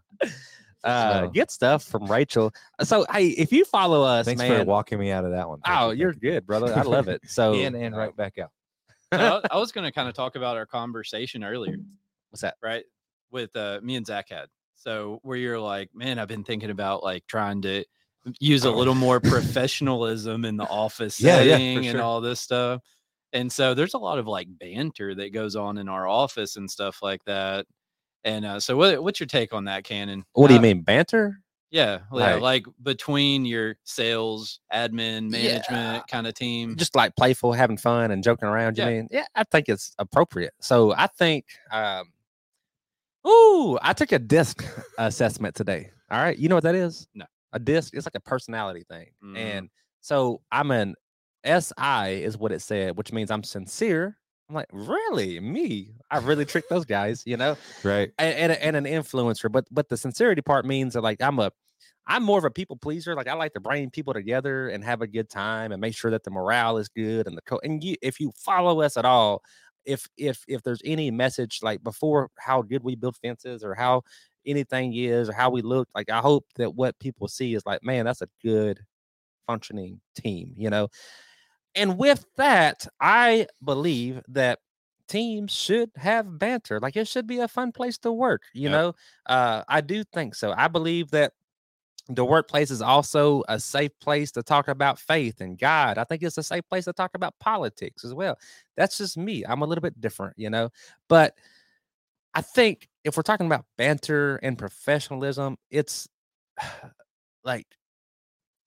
[SPEAKER 2] uh,
[SPEAKER 1] So-
[SPEAKER 2] get stuff from Rachel. So hey, if you follow us,
[SPEAKER 1] thanks for
[SPEAKER 2] man.
[SPEAKER 1] walking me out of that one. Thank
[SPEAKER 2] oh,
[SPEAKER 1] you, Oh,
[SPEAKER 2] you're
[SPEAKER 1] thank
[SPEAKER 2] good, brother. I love it. So
[SPEAKER 1] you. in and
[SPEAKER 2] uh,
[SPEAKER 1] right back out.
[SPEAKER 3] So I I was going to kind of talk about our conversation earlier,
[SPEAKER 2] What's that?
[SPEAKER 3] right? With uh, me and Zach had. So where you're like, man, I've been thinking about like trying to use a
[SPEAKER 1] Oh.
[SPEAKER 3] little more professionalism in the office
[SPEAKER 1] Yeah, yeah, for
[SPEAKER 3] setting and
[SPEAKER 1] sure.
[SPEAKER 3] all this stuff. And so there's a lot of like banter that goes on in our office and stuff like that. And uh, so what, what's your take on that, Cannon?
[SPEAKER 2] What do you
[SPEAKER 1] uh,
[SPEAKER 3] How-
[SPEAKER 2] mean banter?
[SPEAKER 3] Yeah, yeah,
[SPEAKER 2] Like-
[SPEAKER 3] like between your sales, admin, management
[SPEAKER 2] Yeah.
[SPEAKER 3] kind of team.
[SPEAKER 2] Just like playful, having fun, and joking around. You
[SPEAKER 3] Yeah.
[SPEAKER 2] mean? Yeah, I think it's appropriate. So I think. um Ooh, I took a disc assessment today. All right, you know what that is?
[SPEAKER 3] No.
[SPEAKER 2] a disc. It's like a personality thing,
[SPEAKER 3] Mm.
[SPEAKER 2] and so I'm an SI is what it said, which means I'm sincere. I'm like, really, me? I really tricked those guys, you know.
[SPEAKER 1] Right.
[SPEAKER 2] a- and, a- and, an influencer. But but the sincerity part means that like I'm a I'm more of a people pleaser. Like I like to bring people together and have a good time and make sure that the morale is good and the co- and you if you follow us at all, if if if there's any message like before how good we build fences or how anything is or how we look, like I hope that what people see is like, man, that's a good functioning team, you know. And with that, I believe that teams should have banter. Like it should be a fun place to work. You
[SPEAKER 1] Yep.
[SPEAKER 2] know, uh, I do think so. I believe that the workplace is also a safe place to talk about faith and God. I think it's a safe place to talk about politics as well. That's just me. I'm a little bit different, you know, but I think if we're talking about banter and professionalism, it's like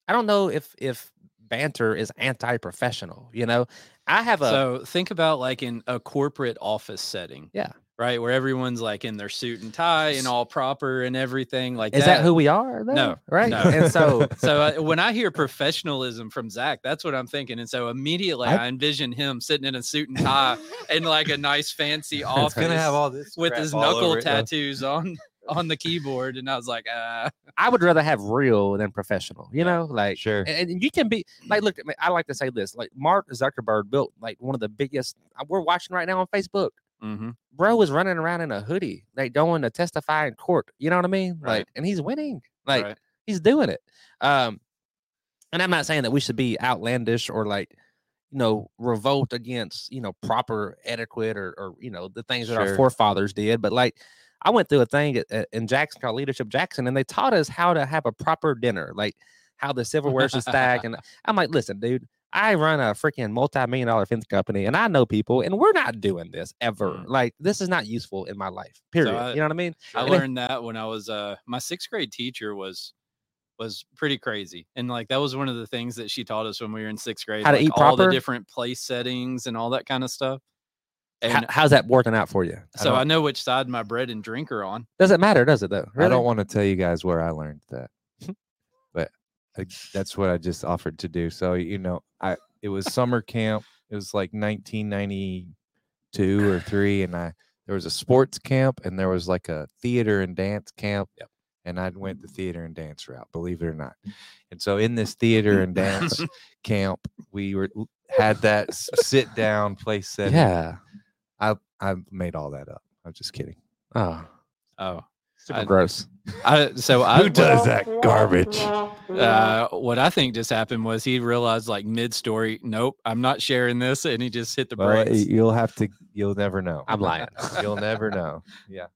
[SPEAKER 2] I don't know if if banter is anti-professional. You know, I have a
[SPEAKER 3] So think about like in a corporate office setting.
[SPEAKER 2] Yeah.
[SPEAKER 3] Right. Where everyone's like in their suit and tie and all proper and everything. Like
[SPEAKER 2] is that who we are? Though?
[SPEAKER 3] No,
[SPEAKER 2] right?
[SPEAKER 3] no.
[SPEAKER 2] And so
[SPEAKER 3] So uh, when I hear professionalism from Zach, that's what I'm thinking. And so immediately I, envision him sitting in a suit and tie in like a nice fancy
[SPEAKER 1] It's
[SPEAKER 3] office
[SPEAKER 1] gonna have all this
[SPEAKER 3] with
[SPEAKER 1] crap
[SPEAKER 3] his
[SPEAKER 1] all
[SPEAKER 3] knuckle
[SPEAKER 1] over it, though.
[SPEAKER 3] tattoos on on the keyboard. And I was like, uh,
[SPEAKER 2] I would rather have real than professional. You know, like
[SPEAKER 1] Sure.
[SPEAKER 2] And, and you can be like, look, I I like to say this: like Mark Zuckerberg built like one of the biggest. uh, We're watching right now on Facebook.
[SPEAKER 1] Mm-hmm.
[SPEAKER 3] mhm.
[SPEAKER 2] Bro is running around in a hoodie, like going to testify in court. You know what I mean?
[SPEAKER 3] Right.
[SPEAKER 2] Like, and he's winning. Like,
[SPEAKER 3] Right.
[SPEAKER 2] he's doing it. Um, and I'm not saying that we should be outlandish or like, you know, revolt against you know proper etiquette or or you know the things that our
[SPEAKER 1] Sure.
[SPEAKER 2] forefathers did. But like, I went through a thing at, at- in Jackson called Leadership Jackson, and they taught us how to have a proper dinner, like how the silverware should stack. And I'm like, listen, dude. I run a freaking multi-million dollar fence company and I know people and we're not doing this ever.
[SPEAKER 3] Mm.
[SPEAKER 2] Like this is not useful in my life. Period.
[SPEAKER 3] I-
[SPEAKER 2] you know what I mean?
[SPEAKER 3] I
[SPEAKER 2] And it-
[SPEAKER 3] learned that when I was uh my sixth grade teacher was was pretty crazy. And like that was one of the things that she taught us when we were in sixth grade.
[SPEAKER 2] How to
[SPEAKER 3] like,
[SPEAKER 2] eat
[SPEAKER 3] all the
[SPEAKER 2] proper?
[SPEAKER 3] different place settings and all that kind of stuff.
[SPEAKER 2] How-
[SPEAKER 3] And
[SPEAKER 2] how's that working out for you?
[SPEAKER 3] so I
[SPEAKER 1] don't-
[SPEAKER 3] know which side my bread and drink are on.
[SPEAKER 2] Doesn't matter, does it though?
[SPEAKER 1] I
[SPEAKER 2] Really?
[SPEAKER 1] don't want to tell you guys where I learned that, but I, that's what I just offered to do. So you know, I it was summer camp. It was like 1992 or three, and I there was a sports camp and there was like a theater and dance camp. Yep. And I went the theater and dance route, believe it or not. And so in this theater and dance camp, we were had that sit down place setting.
[SPEAKER 2] Yeah.
[SPEAKER 1] I I made all that up. I'm just kidding.
[SPEAKER 2] Oh.
[SPEAKER 3] Oh.
[SPEAKER 2] Super
[SPEAKER 3] I-
[SPEAKER 2] gross.
[SPEAKER 3] I, so I
[SPEAKER 1] Who does that garbage?
[SPEAKER 3] Uh, what I think just happened was he realized like mid-story, nope, I'm not sharing this, and he just hit the
[SPEAKER 1] Well,
[SPEAKER 3] brakes.
[SPEAKER 1] you'll have to. You'll never know.
[SPEAKER 2] I'm lying.
[SPEAKER 1] You'll never know. Yeah.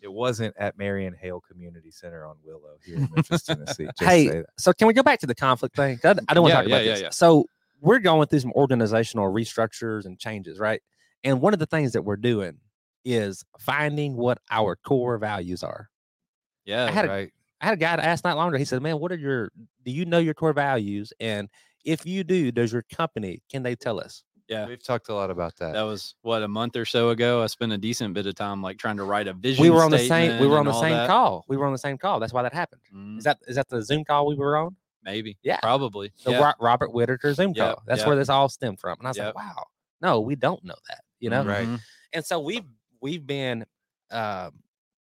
[SPEAKER 1] It wasn't at Marion Hale Community Center on Willow here in Memphis, Tennessee. Just
[SPEAKER 2] Hey,
[SPEAKER 1] say that.
[SPEAKER 2] So can we go back to the conflict thing? 'Cause I, I don't want to
[SPEAKER 3] Yeah,
[SPEAKER 2] talk about
[SPEAKER 3] yeah, yeah,
[SPEAKER 2] this.
[SPEAKER 3] yeah.
[SPEAKER 2] So we're going through some organizational restructures and changes, right? And one of the things that we're doing is finding what our core values are.
[SPEAKER 3] yeah,
[SPEAKER 2] I had a-
[SPEAKER 3] right.
[SPEAKER 2] I had a guy ask not long ago. He said, "Man, what are your? Do you know your core values? And if you do, does your company can they tell us?"
[SPEAKER 3] yeah.
[SPEAKER 1] We've talked a lot about that.
[SPEAKER 3] That was what a month or so ago. I spent a decent bit of time like trying to write a vision.
[SPEAKER 2] we were on the same. We
[SPEAKER 3] statement
[SPEAKER 2] were on
[SPEAKER 3] and
[SPEAKER 2] the
[SPEAKER 3] all
[SPEAKER 2] same
[SPEAKER 3] that.
[SPEAKER 2] call. We were on the same call. That's why that happened.
[SPEAKER 3] Mm,
[SPEAKER 2] Is that is that the Zoom call we were on?
[SPEAKER 3] maybe?
[SPEAKER 2] Yeah.
[SPEAKER 3] probably.
[SPEAKER 2] The
[SPEAKER 3] yeah.
[SPEAKER 2] Ro- Robert Whitaker Zoom
[SPEAKER 3] Yep,
[SPEAKER 2] call. That's
[SPEAKER 3] yep.
[SPEAKER 2] where this all stemmed from. And I was
[SPEAKER 3] Yep.
[SPEAKER 2] like, "Wow, no, we don't know that." You know.
[SPEAKER 1] Right.
[SPEAKER 3] Mhm.
[SPEAKER 2] and so we've we've been um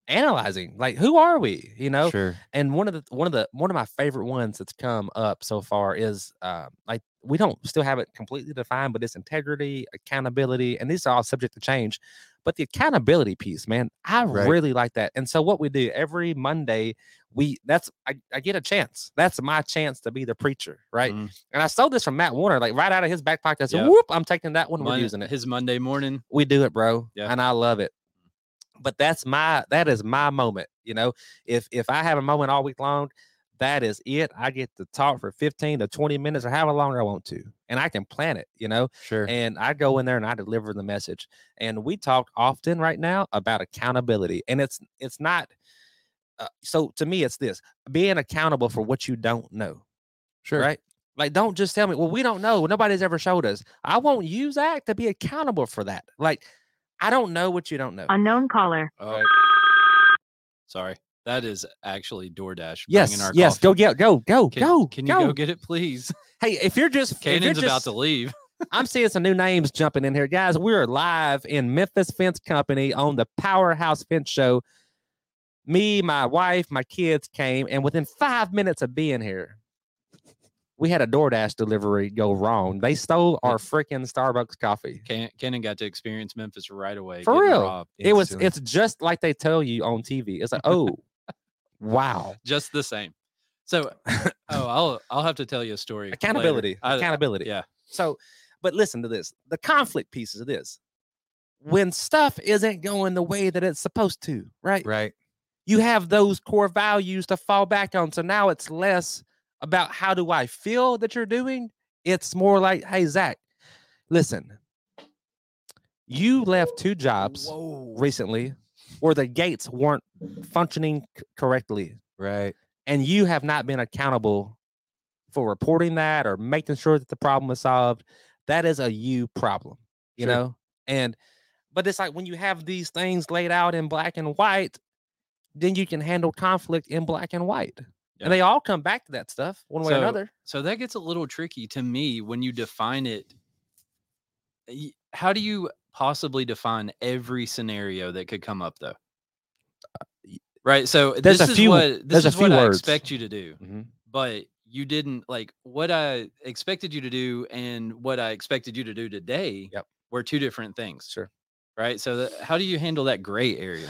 [SPEAKER 2] analyzing like who are we you know
[SPEAKER 1] Sure.
[SPEAKER 2] and one of the one of the one of my favorite ones that's come up so far is um like we don't still have it completely defined but it's integrity accountability and these are all subject to change but the accountability piece man i
[SPEAKER 1] Right.
[SPEAKER 2] really like that and so what we do every monday we that's I, I get a chance that's my chance to be the preacher right
[SPEAKER 3] Mm.
[SPEAKER 2] and i stole this from matt warner like right out of his back pocket I said,
[SPEAKER 3] Yeah.
[SPEAKER 2] whoop i'm taking that one
[SPEAKER 3] Mon-
[SPEAKER 2] we're using it
[SPEAKER 3] His Monday morning.
[SPEAKER 2] we do it, bro.
[SPEAKER 3] Yeah.
[SPEAKER 2] And I love it. But that's my that is my moment. You know, if if I have a moment all week long, that is it. I get to talk for 15 to 20 minutes or however long I want to. And I can plan it, you know.
[SPEAKER 1] Sure.
[SPEAKER 2] And I go in there and I deliver the message. And we talk often right now about accountability. And it's it's not uh, so to me it's this being accountable for what you don't know
[SPEAKER 1] sure.
[SPEAKER 2] right? Like, don't just tell me, well, we don't know. Nobody's ever showed us. I won't use Zach to be accountable for that. Like, I don't know what you don't know.
[SPEAKER 5] Unknown caller.
[SPEAKER 3] Oh, sorry. That is actually DoorDash. bringing
[SPEAKER 2] Yes,
[SPEAKER 3] our
[SPEAKER 2] yes, go
[SPEAKER 3] coffee.
[SPEAKER 2] get, go, go,
[SPEAKER 3] Can,
[SPEAKER 2] go,
[SPEAKER 3] Can you
[SPEAKER 2] go.
[SPEAKER 3] go get it, please?
[SPEAKER 2] Hey, if you're just, if you're
[SPEAKER 3] Kanan's about
[SPEAKER 2] just-
[SPEAKER 3] to leave.
[SPEAKER 2] I'm seeing some new names jumping in here, guys. We're live in Memphis Fence Company on the Powerhouse Fence Show. Me, my wife, my kids came, and within five minutes of being here, we had a DoorDash delivery go wrong. They stole our freaking Starbucks coffee.
[SPEAKER 3] Can- Kanan got to experience Memphis right away.
[SPEAKER 2] For
[SPEAKER 3] getting
[SPEAKER 2] real.
[SPEAKER 3] robbed.
[SPEAKER 2] it was
[SPEAKER 1] Instantly.
[SPEAKER 2] it's just like they tell you on TV. It's like, oh wow.
[SPEAKER 3] just the same. So, oh, I'll I'll have to tell you a story. later.
[SPEAKER 2] Accountability.
[SPEAKER 3] I-
[SPEAKER 2] accountability.
[SPEAKER 3] yeah.
[SPEAKER 2] So, but listen to this. The conflict piece is this. When stuff isn't going the way that it's supposed to, right?
[SPEAKER 1] Right.
[SPEAKER 2] You have those core values to fall back on. So now it's less about how do I feel that you're doing? It's more like, hey, Zach, listen, you left two jobs recently where the gates weren't functioning c- correctly
[SPEAKER 1] Right.
[SPEAKER 2] and you have not been accountable for reporting that or making sure that the problem is solved, that is a you problem, you
[SPEAKER 1] Sure.
[SPEAKER 2] know? And but it's like when you have these things laid out in black and white, then you can handle conflict in black and white.
[SPEAKER 3] Yeah.
[SPEAKER 2] And they all come back to that stuff one way or
[SPEAKER 3] So-
[SPEAKER 2] another.
[SPEAKER 3] so that gets a little tricky to me when you define it. Y- How do you possibly define every scenario that could come up though?
[SPEAKER 2] Uh, y-
[SPEAKER 3] Right. So
[SPEAKER 2] There's
[SPEAKER 3] this
[SPEAKER 2] a
[SPEAKER 3] is
[SPEAKER 2] few-
[SPEAKER 3] what
[SPEAKER 2] there's
[SPEAKER 3] this
[SPEAKER 2] a
[SPEAKER 3] is what
[SPEAKER 2] few
[SPEAKER 3] I
[SPEAKER 2] words. Mm-hmm.
[SPEAKER 3] expect you to do. but you didn't like what I expected you to do and what I expected you to do today
[SPEAKER 2] Yep.
[SPEAKER 3] were two different things.
[SPEAKER 2] Sure.
[SPEAKER 3] Right. So, that, how do you handle that gray area?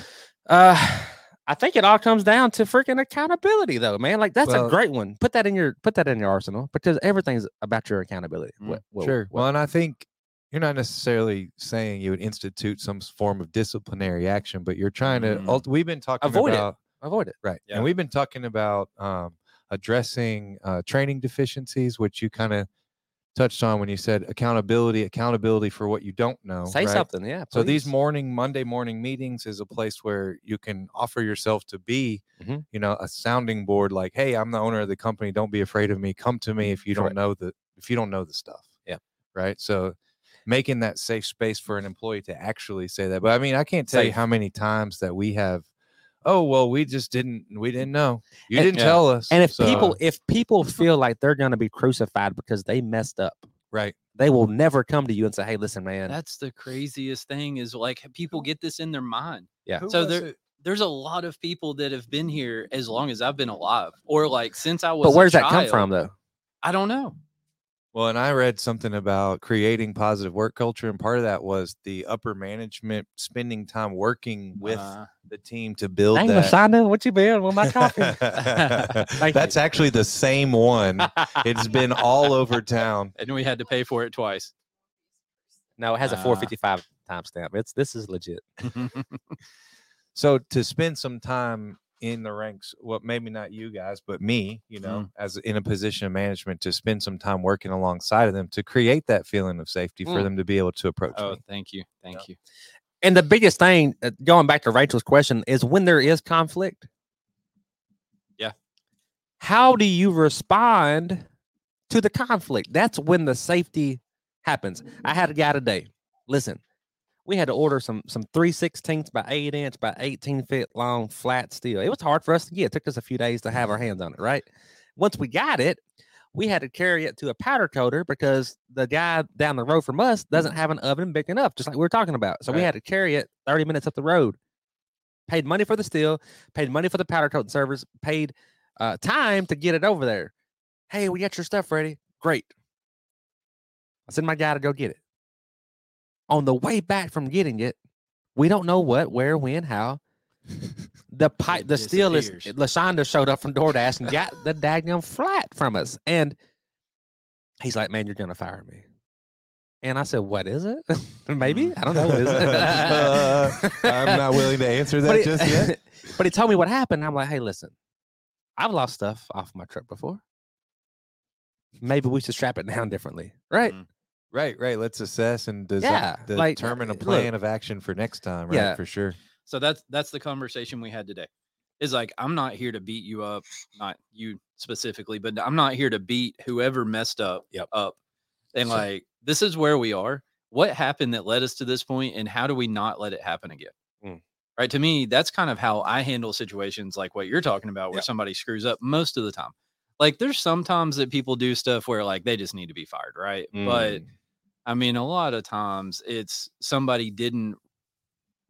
[SPEAKER 2] Uh I think it all comes down to freaking accountability though, man. Like that's
[SPEAKER 1] Well-
[SPEAKER 2] a great one. Put that in your put that in your arsenal because everything's about your accountability.
[SPEAKER 3] Mm,
[SPEAKER 2] What- what-
[SPEAKER 1] sure.
[SPEAKER 2] what-
[SPEAKER 1] Well, and I think you're not necessarily saying you would institute some s- form of disciplinary action, but you're trying to.
[SPEAKER 3] Mm.
[SPEAKER 1] ult- we've been talking
[SPEAKER 2] Avoid it.
[SPEAKER 1] about
[SPEAKER 2] avoid it.
[SPEAKER 1] right,
[SPEAKER 3] Yeah.
[SPEAKER 1] and we've been talking about um, addressing uh, training deficiencies, which you kind of touched on when you said accountability, accountability for what you don't know.
[SPEAKER 2] Say
[SPEAKER 1] right?
[SPEAKER 2] something, yeah.
[SPEAKER 1] So these
[SPEAKER 2] please.
[SPEAKER 1] morning Monday morning meetings is a place where you can offer yourself to be,
[SPEAKER 2] Mhm.
[SPEAKER 1] you know, a sounding board. Like, hey, I'm the owner of the company. Don't be afraid of me. Come to me if you don't
[SPEAKER 2] Correct.
[SPEAKER 1] know the if you don't know the stuff.
[SPEAKER 2] Yeah.
[SPEAKER 1] Right. So making that safe space for an employee to actually say that. But I mean, I can't tell you
[SPEAKER 2] Safe.
[SPEAKER 1] how many times that we have. Oh well, we just didn't. We didn't know. You
[SPEAKER 2] And-
[SPEAKER 1] didn't
[SPEAKER 3] yeah.
[SPEAKER 1] tell us.
[SPEAKER 2] And if
[SPEAKER 1] so-
[SPEAKER 2] people if people feel like they're gonna be crucified because they messed up,
[SPEAKER 1] right,
[SPEAKER 2] they will never come to you and say, "Hey, listen, man."
[SPEAKER 3] That's the craziest thing is like people get this in their mind.
[SPEAKER 2] Yeah.
[SPEAKER 1] Who
[SPEAKER 3] So
[SPEAKER 1] was
[SPEAKER 3] there-
[SPEAKER 1] it?
[SPEAKER 3] There's a lot of people that have been here as long as I've been alive or like since I was.
[SPEAKER 2] but
[SPEAKER 3] a
[SPEAKER 2] where's that come
[SPEAKER 3] child.
[SPEAKER 2] from, though?
[SPEAKER 3] I don't know.
[SPEAKER 1] Well, and I read something about creating positive work culture, and part of that was the upper management spending time working with
[SPEAKER 3] Uh,
[SPEAKER 1] the team to build
[SPEAKER 2] Uh-huh. Dang,
[SPEAKER 1] that.
[SPEAKER 2] Lasagna, what you been with my coffee? Thank
[SPEAKER 1] That's
[SPEAKER 2] you.
[SPEAKER 1] actually the same one. It's been all over town.
[SPEAKER 3] and we had to pay for it twice.
[SPEAKER 2] no, it has a
[SPEAKER 3] Ah.
[SPEAKER 2] 455 timestamp. It's this is legit.
[SPEAKER 1] So to spend some time in the ranks, well, maybe not you guys, but me, you know,
[SPEAKER 2] Mm-hmm.
[SPEAKER 1] as in a position of management, to spend some time working alongside of them to create that feeling of safety for
[SPEAKER 2] Mm.
[SPEAKER 1] them to be able to approach
[SPEAKER 3] oh,
[SPEAKER 1] me.
[SPEAKER 3] thank you, thank you.
[SPEAKER 2] And the biggest thing, uh, going back to Rachel's question, is when there is conflict.
[SPEAKER 3] Yeah.
[SPEAKER 2] How do you respond to the conflict? That's when the safety happens. I had a guy today. Listen, we had to order some some three sixteenths by eight inch by eighteen feet long flat steel. It was hard for us to get. It took us a few days to have our hands on it. Right. Once we got it, we had to carry it to a powder coater because the guy down the road from us doesn't have an oven big enough, just like we were talking about. So we
[SPEAKER 1] Right.
[SPEAKER 2] had to carry it 30 minutes up the road. Paid money for the steel, paid money for the powder coating service, paid uh, time to get it over there. Hey, we got your stuff ready. Great. I sent my guy to go get it. On the way back from getting it, we don't know what, where, when, how. The pipe, the steel is.
[SPEAKER 3] disappears.
[SPEAKER 2] Lashonda showed up from DoorDash and got the daggum flat from us. And he's like, "Man, you're gonna fire me." And I said, "What is it? Maybe I don't know. What is
[SPEAKER 1] Uh,
[SPEAKER 2] it?
[SPEAKER 1] I'm not willing to answer
[SPEAKER 2] But
[SPEAKER 1] that
[SPEAKER 2] he-
[SPEAKER 1] just yet.
[SPEAKER 2] but he told me what happened. I'm like, hey, listen, I've lost stuff off my truck before. Maybe we should strap it down differently, right?
[SPEAKER 1] Mm,
[SPEAKER 3] Mhm.
[SPEAKER 1] Right, right. Let's assess and desi-
[SPEAKER 2] Yeah, like,
[SPEAKER 1] determine
[SPEAKER 2] uh,
[SPEAKER 1] a
[SPEAKER 2] look.
[SPEAKER 1] plan of action for next time. Right,
[SPEAKER 2] Yeah.
[SPEAKER 1] for sure.
[SPEAKER 3] So that's that's the conversation we had today. Is like I'm not here to beat you up, not you specifically, but I'm not here to beat whoever messed up
[SPEAKER 2] Yep.
[SPEAKER 3] up. And
[SPEAKER 2] So-
[SPEAKER 3] like this is where we are. What happened that led us to this point, and how do we not let it happen again?
[SPEAKER 2] Mm.
[SPEAKER 3] Right. To me, that's kind of how I handle situations like what you're talking about, where
[SPEAKER 2] Yep.
[SPEAKER 3] somebody screws up most of the time. Like there's sometimes that people do stuff where like they just need to be fired, right? But
[SPEAKER 2] Mm.
[SPEAKER 3] I mean, a lot of times it's somebody didn't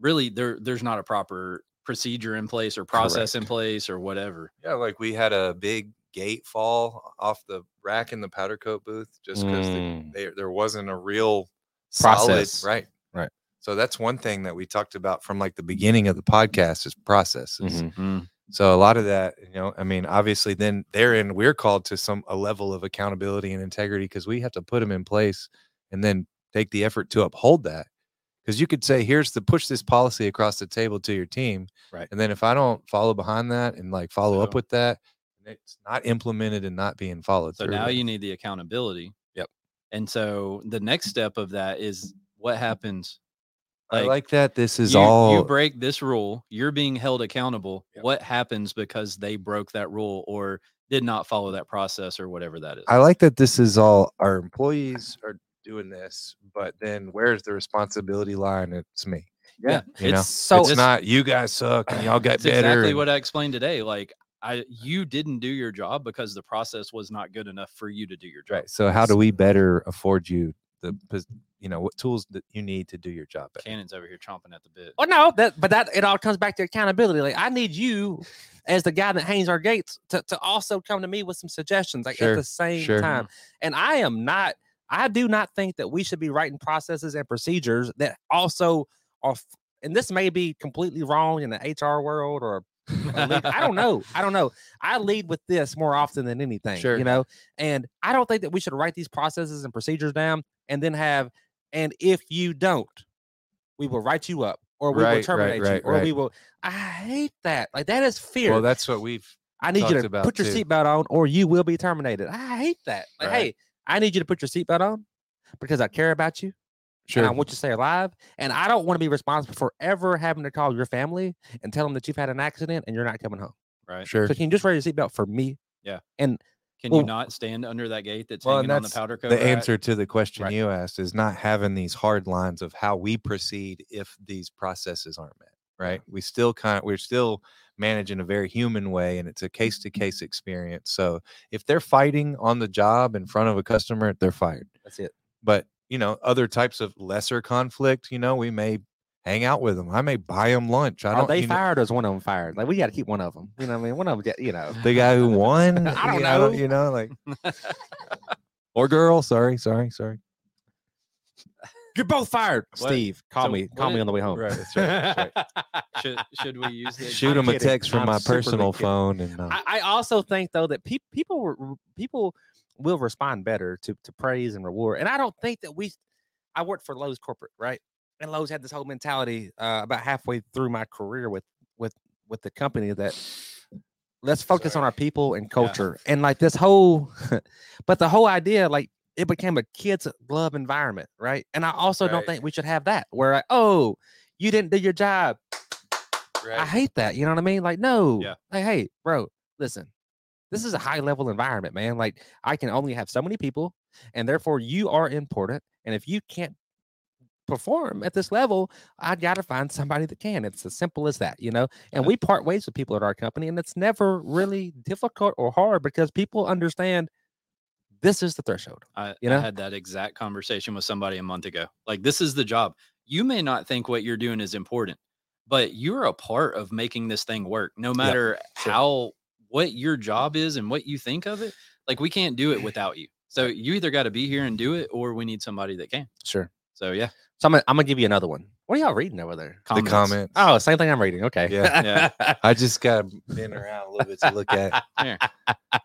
[SPEAKER 3] really there. There's not a proper procedure in place or process in
[SPEAKER 2] Correct.
[SPEAKER 3] place or whatever.
[SPEAKER 1] Yeah, like we had a big gate fall off the rack in the powder coat booth just because
[SPEAKER 2] Mm.
[SPEAKER 1] there there wasn't a real
[SPEAKER 2] Process.
[SPEAKER 1] solid right.
[SPEAKER 2] Right.
[SPEAKER 1] So that's one thing that we talked about from like the beginning of the podcast is processes.
[SPEAKER 2] Mhm.
[SPEAKER 1] So a lot of that, you know, I mean, obviously, then therein we're called to some a level of accountability and integrity because we have to put them in place and then take the effort to uphold that. Because you could say, "Here's the push this policy across the table to your team,"
[SPEAKER 2] Right.
[SPEAKER 1] And then if I don't follow behind that and like follow up
[SPEAKER 3] So-
[SPEAKER 1] with that, and it's not implemented and not being followed
[SPEAKER 3] So
[SPEAKER 1] through.
[SPEAKER 3] now
[SPEAKER 1] with.
[SPEAKER 3] you need the accountability.
[SPEAKER 2] Yep.
[SPEAKER 3] And so the next step of that is what happens.
[SPEAKER 1] I like that. This is
[SPEAKER 3] you,
[SPEAKER 1] all
[SPEAKER 3] you break this rule, you're being held accountable.
[SPEAKER 2] Yep.
[SPEAKER 3] What happens because they broke that rule or did not follow that process or whatever that is.
[SPEAKER 1] I like that this is all our employees are doing this, but then where's the responsibility line? It's me.
[SPEAKER 2] Yeah,
[SPEAKER 1] You know,
[SPEAKER 2] it's so
[SPEAKER 1] it's not you guys suck and y'all got
[SPEAKER 3] That's
[SPEAKER 1] better.
[SPEAKER 3] exactly
[SPEAKER 1] and-
[SPEAKER 3] what I explained today. Like I you didn't do your job because the process was not good enough for you to do your job.
[SPEAKER 1] right. So how do we better afford you the pos- you know what tools that you need to do your job? better?
[SPEAKER 3] Cannon's over here chomping at the bit.
[SPEAKER 1] Oh,
[SPEAKER 2] Well, Oh, no, that but that it all comes back to accountability. Like I need you as the guy that hangs our gates to, to also come to me with some suggestions, like
[SPEAKER 1] Sure,
[SPEAKER 2] at the same
[SPEAKER 1] sure.
[SPEAKER 2] time. And I am not, I do not think that we should be writing processes and procedures that also are. f- And this may be completely wrong in the HR world or a lead- I don't know. I don't know. I lead with this more often than anything,
[SPEAKER 1] Sure.
[SPEAKER 2] you know. And I don't think that we should write these processes and procedures down and then have and if you don't, we will write you up or we
[SPEAKER 1] Right,
[SPEAKER 2] will
[SPEAKER 1] right,
[SPEAKER 2] terminate you
[SPEAKER 1] right,
[SPEAKER 2] or we
[SPEAKER 1] right.
[SPEAKER 2] will I hate that. Like that is fear.
[SPEAKER 1] Well, that's what we've
[SPEAKER 2] I need you
[SPEAKER 1] talked
[SPEAKER 2] to
[SPEAKER 1] about
[SPEAKER 2] put your
[SPEAKER 1] too.
[SPEAKER 2] seatbelt on or you will be terminated. I hate that. Like
[SPEAKER 1] Right.
[SPEAKER 2] hey, I need you to put your seatbelt on because I care about you
[SPEAKER 1] sure.
[SPEAKER 2] and I want you to stay alive. And I don't want to be responsible for ever having to call your family and tell them that you've had an accident and you're not coming home.
[SPEAKER 3] Right.
[SPEAKER 1] sure.
[SPEAKER 2] So can you just wear your seatbelt for me?
[SPEAKER 3] Can
[SPEAKER 2] Well-
[SPEAKER 3] you not stand under that gate that's
[SPEAKER 1] oh. Well, and
[SPEAKER 3] hanging on the
[SPEAKER 1] that's
[SPEAKER 3] powder coat?
[SPEAKER 1] The
[SPEAKER 3] rack?
[SPEAKER 1] answer to the question
[SPEAKER 2] Right.
[SPEAKER 1] you asked is not having these hard lines of how we proceed if these processes aren't met. Right. We still kind of, we're still managed in a very human way and it's a case to case experience. So if they're fighting on the job in front of a customer, they're fired.
[SPEAKER 2] That's it.
[SPEAKER 1] But, you know, other types of lesser conflict, you know, we may hang out with them. I may buy them lunch. I
[SPEAKER 2] Are
[SPEAKER 1] don't
[SPEAKER 2] they
[SPEAKER 1] you know,
[SPEAKER 2] fired or is one of them fired? Like we got to keep one of them. You know what I mean? One of them, you know.
[SPEAKER 1] the guy who won.
[SPEAKER 2] I don't
[SPEAKER 1] you
[SPEAKER 2] know.
[SPEAKER 1] You know, like or girl. Sorry, sorry, sorry.
[SPEAKER 2] You're both fired.
[SPEAKER 3] What-
[SPEAKER 2] Steve, call
[SPEAKER 3] so
[SPEAKER 2] me.
[SPEAKER 3] what
[SPEAKER 2] Call me
[SPEAKER 3] is-
[SPEAKER 2] on the way home.
[SPEAKER 1] Right, that's right, that's
[SPEAKER 3] Should should we use the
[SPEAKER 1] Shoot
[SPEAKER 2] I'm
[SPEAKER 1] him a
[SPEAKER 2] kidding.
[SPEAKER 1] text from
[SPEAKER 2] I'm
[SPEAKER 1] my
[SPEAKER 2] super
[SPEAKER 1] personal
[SPEAKER 2] kidding.
[SPEAKER 1] phone and uh,
[SPEAKER 2] I, I also think though that pe- people were- people will respond better to to praise and reward. And I don't think that we. I worked for Lowe's corporate, right? And Lowe's had this whole mentality uh, about halfway through my career with with with the company that let's focus on our people and culture and like this whole, but the whole idea like it became a kids glove environment, right? And I also don't
[SPEAKER 1] Right.
[SPEAKER 2] think we should have that where like, oh you didn't do your job, I hate that. You know what I mean? Like, no.
[SPEAKER 3] Yeah.
[SPEAKER 2] Like, hey, bro, listen. This is a high level environment, man. Like, I can only have so many people, and therefore you are important. And if you can't perform at this level, I gotta find somebody that can. It's as simple as that, you know. And we part ways with people at our company, and it's never really difficult or hard because people understand this is the threshold.
[SPEAKER 3] I,
[SPEAKER 2] you
[SPEAKER 3] I
[SPEAKER 2] know?
[SPEAKER 3] had that exact conversation with somebody a month ago. Like, this is the job. You may not think what you're doing is important, but you're a part of making this thing work, no matter
[SPEAKER 2] sure.
[SPEAKER 3] how what your job is and what you think of it. Like, we can't do it without you. So you either got to be here and do it, or we need somebody that can.
[SPEAKER 2] Sure.
[SPEAKER 3] So yeah,
[SPEAKER 2] So I'm gonna, I'm gonna give you another one. What are y'all reading over there?
[SPEAKER 1] the
[SPEAKER 3] comments.
[SPEAKER 1] comment.
[SPEAKER 2] Oh, same thing I'm reading. Okay.
[SPEAKER 3] Yeah.
[SPEAKER 1] I just got been around a little bit to look at.
[SPEAKER 3] There.
[SPEAKER 2] All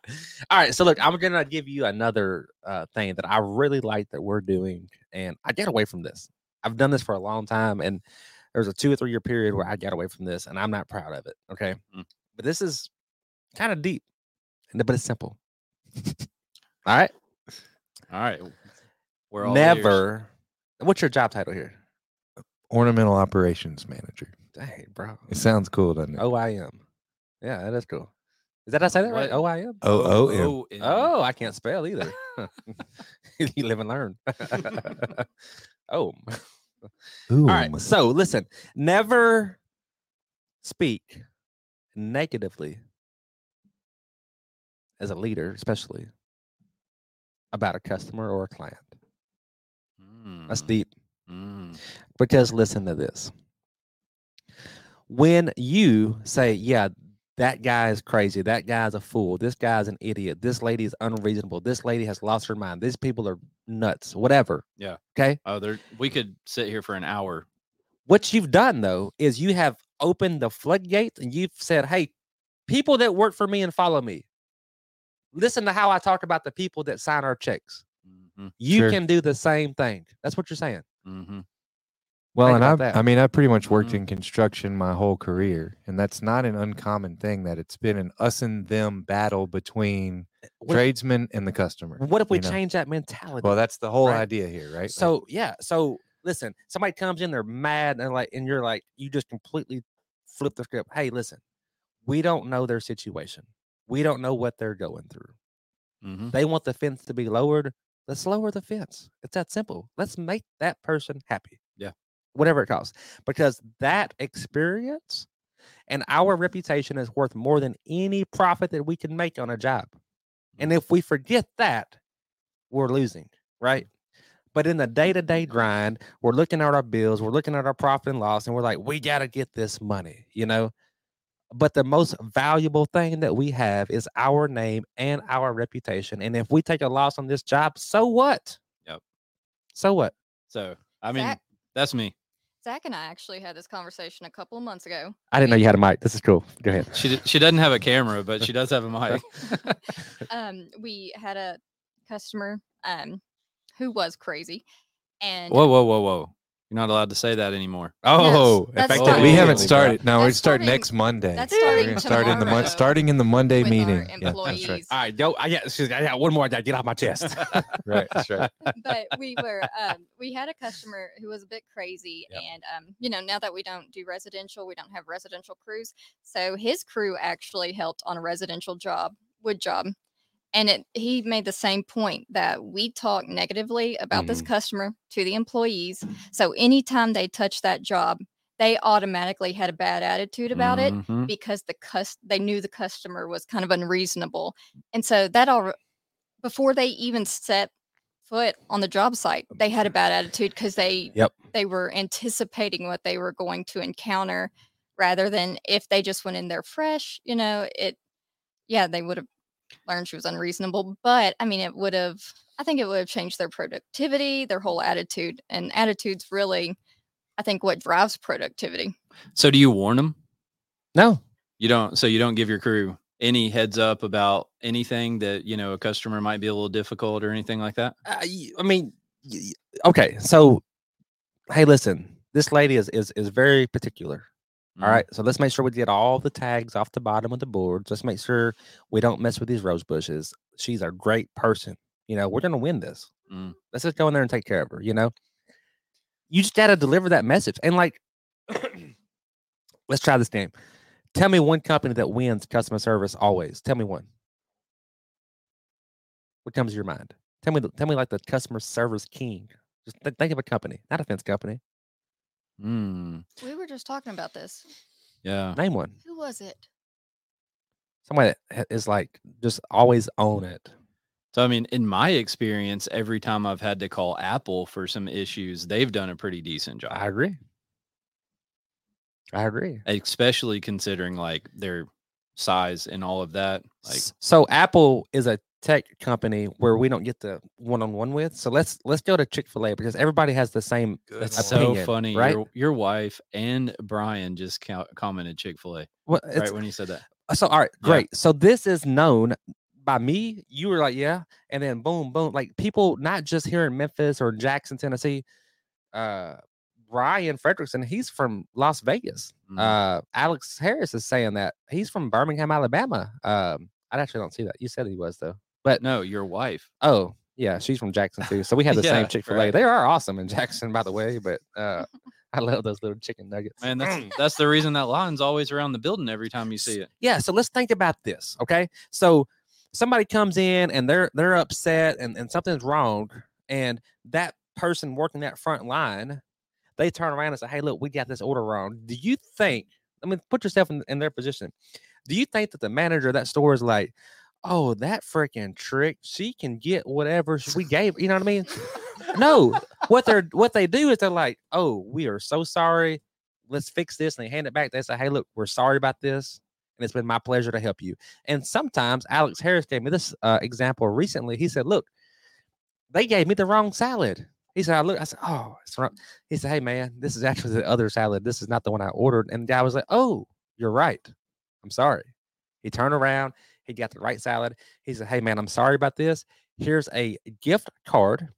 [SPEAKER 2] right, so look, I'm gonna give you another uh, thing that I really like that we're doing, and I get away from this. I've done this for a long time, and there was a two or three year period where I got away from this, and I'm not proud of it. Okay,
[SPEAKER 3] Mm.
[SPEAKER 2] but this is kind of deep, and but it's simple. all right,
[SPEAKER 3] All right, we're all ears.
[SPEAKER 2] never. What's your job title here?
[SPEAKER 1] Ornamental operations manager.
[SPEAKER 2] Dang, bro.
[SPEAKER 1] It sounds cool, doesn't it?
[SPEAKER 2] Oh, OIM. Yeah, that is cool. Is that I say that right? OIM.
[SPEAKER 1] O O M.
[SPEAKER 3] O-O-M.
[SPEAKER 2] Oh, I can't spell either. you live and learn. oh. All right. So listen, never speak negatively as a leader, especially about a customer or a client. That's
[SPEAKER 3] Mm,
[SPEAKER 2] deep.
[SPEAKER 3] mm.
[SPEAKER 2] Because listen to this. When you say, yeah, that guy is crazy, that guy's a fool, this guy's an idiot, this lady is unreasonable, this lady has lost her mind, these people are nuts, whatever.
[SPEAKER 3] Yeah.
[SPEAKER 2] Okay.
[SPEAKER 3] Oh, there. We could sit here for an hour.
[SPEAKER 2] What you've done though is you have opened the floodgates and you've said, hey, people that work for me and follow me, listen to how I talk about the people that sign our checks.
[SPEAKER 3] Mm-hmm,
[SPEAKER 2] You
[SPEAKER 1] Sure.
[SPEAKER 2] can do the same thing. That's what you're saying.
[SPEAKER 3] mm-hmm.
[SPEAKER 1] Well,
[SPEAKER 2] Think
[SPEAKER 1] and
[SPEAKER 2] about
[SPEAKER 1] I,
[SPEAKER 2] that.
[SPEAKER 1] I mean, I pretty much worked
[SPEAKER 3] Mhm.
[SPEAKER 1] in construction my whole career, and that's not an uncommon thing. That it's been an us and them battle between
[SPEAKER 2] What,
[SPEAKER 1] tradesmen and the customer.
[SPEAKER 2] what if we
[SPEAKER 1] you know?
[SPEAKER 2] change that mentality?
[SPEAKER 1] Well, that's the whole
[SPEAKER 2] Right.
[SPEAKER 1] idea here, right? Like,
[SPEAKER 2] So yeah, so listen, somebody comes in, they're mad, and like, and you're like, you just completely flip the script. Hey, listen, we don't know their situation. We don't know what they're going through.
[SPEAKER 3] Mm-hmm.
[SPEAKER 2] They want the fence to be lowered. Let's lower the fence. It's that simple. Let's make that person happy.
[SPEAKER 3] Yeah.
[SPEAKER 2] Whatever it costs. Because that experience and
[SPEAKER 3] Mm-hmm.
[SPEAKER 2] our reputation is worth more than any profit that we can make on a job. And
[SPEAKER 3] Mm-hmm.
[SPEAKER 2] if we forget that, we're losing, right? But in the day to day grind, we're looking at our bills, we're looking at our profit and loss, and we're like, we got to get this money, you know? But the most valuable thing that we have is our name and our reputation. And if we take a loss on this job, so what?
[SPEAKER 3] Yep.
[SPEAKER 2] So what?
[SPEAKER 3] So I mean,
[SPEAKER 4] Zach-
[SPEAKER 3] that's me.
[SPEAKER 4] Zach and I actually had this conversation a couple of months ago.
[SPEAKER 2] I didn't know you had a mic. This is cool. Go ahead.
[SPEAKER 3] She d- she doesn't have a camera, but she does have a mic.
[SPEAKER 4] Um, we had a customer um, who was crazy, and
[SPEAKER 3] whoa, whoa, whoa, whoa! You're not allowed to say that anymore.
[SPEAKER 2] Oh,
[SPEAKER 4] that's
[SPEAKER 2] effective
[SPEAKER 1] Oh, we haven't
[SPEAKER 2] immediately, bro.
[SPEAKER 1] started. No, we
[SPEAKER 4] That's
[SPEAKER 1] start
[SPEAKER 4] starting-
[SPEAKER 1] next Monday.
[SPEAKER 4] that's
[SPEAKER 1] We're
[SPEAKER 4] starting
[SPEAKER 1] gonna start in the
[SPEAKER 4] tomorrow
[SPEAKER 1] month, starting in the Monday
[SPEAKER 4] with
[SPEAKER 1] meeting.
[SPEAKER 4] our
[SPEAKER 1] Yeah, that's
[SPEAKER 4] employees.
[SPEAKER 1] right.
[SPEAKER 2] All right, yo, I got, she's got, I got one more. I got to get off my chest.
[SPEAKER 1] Right, that's right.
[SPEAKER 4] but we were um, we had a customer who was a bit crazy
[SPEAKER 2] Yep.
[SPEAKER 4] and um, you know now that we don't do residential we don't have residential crews so his crew actually helped on a residential job wood job and it, he made the same point that we talk negatively about this customer to the employees so anytime they touch that job they automatically had a bad attitude about it
[SPEAKER 3] Mhm.
[SPEAKER 4] because the cus- they knew the customer was kind of unreasonable and so that all before they even set foot on the job site they had a bad attitude because they
[SPEAKER 2] Yep.
[SPEAKER 4] they were anticipating what they were going to encounter rather than if they just went in there fresh you know it yeah they would have learned she was unreasonable but i mean it would have I think it would have changed their productivity, their whole attitude, and attitudes really, I think, what drives productivity.
[SPEAKER 3] So do you warn them?
[SPEAKER 2] No,
[SPEAKER 3] You don't. So you don't give your crew any heads up about anything that you know a customer might be a little difficult or anything like that.
[SPEAKER 2] uh, y- I mean, y- y- okay. So, hey, listen, this lady is is is very particular. All
[SPEAKER 3] Mhm.
[SPEAKER 2] right, so let's make sure we get all the tags off the bottom of the boards. Let's make sure we don't mess with these rose bushes. She's a great person. You know, we're gonna win this.
[SPEAKER 3] Mm.
[SPEAKER 2] Let's just go in there and take care of her. You know, you just gotta deliver that message. And like, let's try this game. Tell me one company that wins customer service always. Tell me one. What comes to your mind? Tell me, the, tell me like the customer service king. Just th- think of a company, not a fence company.
[SPEAKER 3] Mm,
[SPEAKER 4] We were just talking about this.
[SPEAKER 3] yeah.
[SPEAKER 2] Name one.
[SPEAKER 4] Who was it?
[SPEAKER 2] Somebody that ha- is like just always own it.
[SPEAKER 3] So I mean, in my experience, every time I've had to call Apple for some issues, they've done a pretty decent job.
[SPEAKER 2] I agree. I agree.
[SPEAKER 3] especially considering like their size and all of that. Like,
[SPEAKER 2] S- so Apple is a tech company where we don't get the one-on-one with. So let's let's go to Chick Fil A because everybody has the same.
[SPEAKER 1] Good
[SPEAKER 2] That's
[SPEAKER 1] lord.
[SPEAKER 3] so
[SPEAKER 2] opinion,
[SPEAKER 3] funny.
[SPEAKER 2] right?
[SPEAKER 3] Your, your wife and Brian just co- commented Chick Fil A
[SPEAKER 2] Well, it's,
[SPEAKER 3] right when you said that.
[SPEAKER 2] So all right,
[SPEAKER 3] Yeah.
[SPEAKER 2] great. So this is known by me. You were like, yeah, and then boom, boom. Like people not just here in Memphis or Jackson, Tennessee. Uh Brian Fredrickson, he's from Las Vegas.
[SPEAKER 3] Mhm.
[SPEAKER 2] Uh Alex Harris is saying that he's from Birmingham, Alabama. Um, I actually don't see that. You said he was though.
[SPEAKER 3] No, your wife.
[SPEAKER 2] Oh, yeah, she's from Jackson too. So we had the
[SPEAKER 3] Yeah,
[SPEAKER 2] same Chick-fil-A.
[SPEAKER 3] right.
[SPEAKER 2] They are awesome in Jackson, by the way, but uh I love those little chicken nuggets.
[SPEAKER 3] Man, that's that's the reason that line's always around the building every time you see it.
[SPEAKER 2] yeah so let's think about this okay so somebody comes in and they're they're upset and, and something's wrong and that person working that front line they turn around and say hey look we got this order wrong do you think i mean put yourself in, in their position do you think that the manager of that store is like oh that freaking trick she can get whatever sh- we gave you know what i mean no what they're what they do is they're like oh we are so sorry let's fix this and they hand it back they say hey look we're sorry about this and it's been my pleasure to help you. And sometimes Alex Harris gave me this uh, example recently. He said, "Look, they gave me the wrong salad." He said, "I look." I said, "Oh, it's wrong." He said, "Hey, man, this is actually the other salad. This is not the one I ordered." And the guy was like, "Oh, you're right. I'm sorry." He turned around. He got the right salad. He said, "Hey, man, I'm sorry about this. Here's a gift card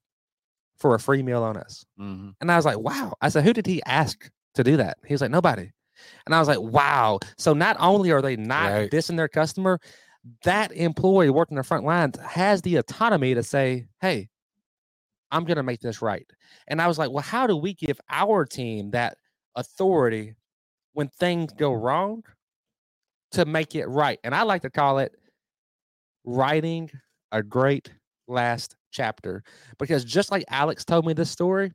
[SPEAKER 2] for a free meal on us."
[SPEAKER 3] hmm
[SPEAKER 2] And I was like, wow. I said, who did he ask to do that? He was like, nobody. And I was like, wow. So not only are they not
[SPEAKER 1] Right.
[SPEAKER 2] dissing their customer, that employee working the front lines has the autonomy to say, hey, I'm going to make this right. And I was like, well, how do we give our team that authority when things go wrong to make it right? And I like to call it writing a great last chapter because just like Alex told me this story,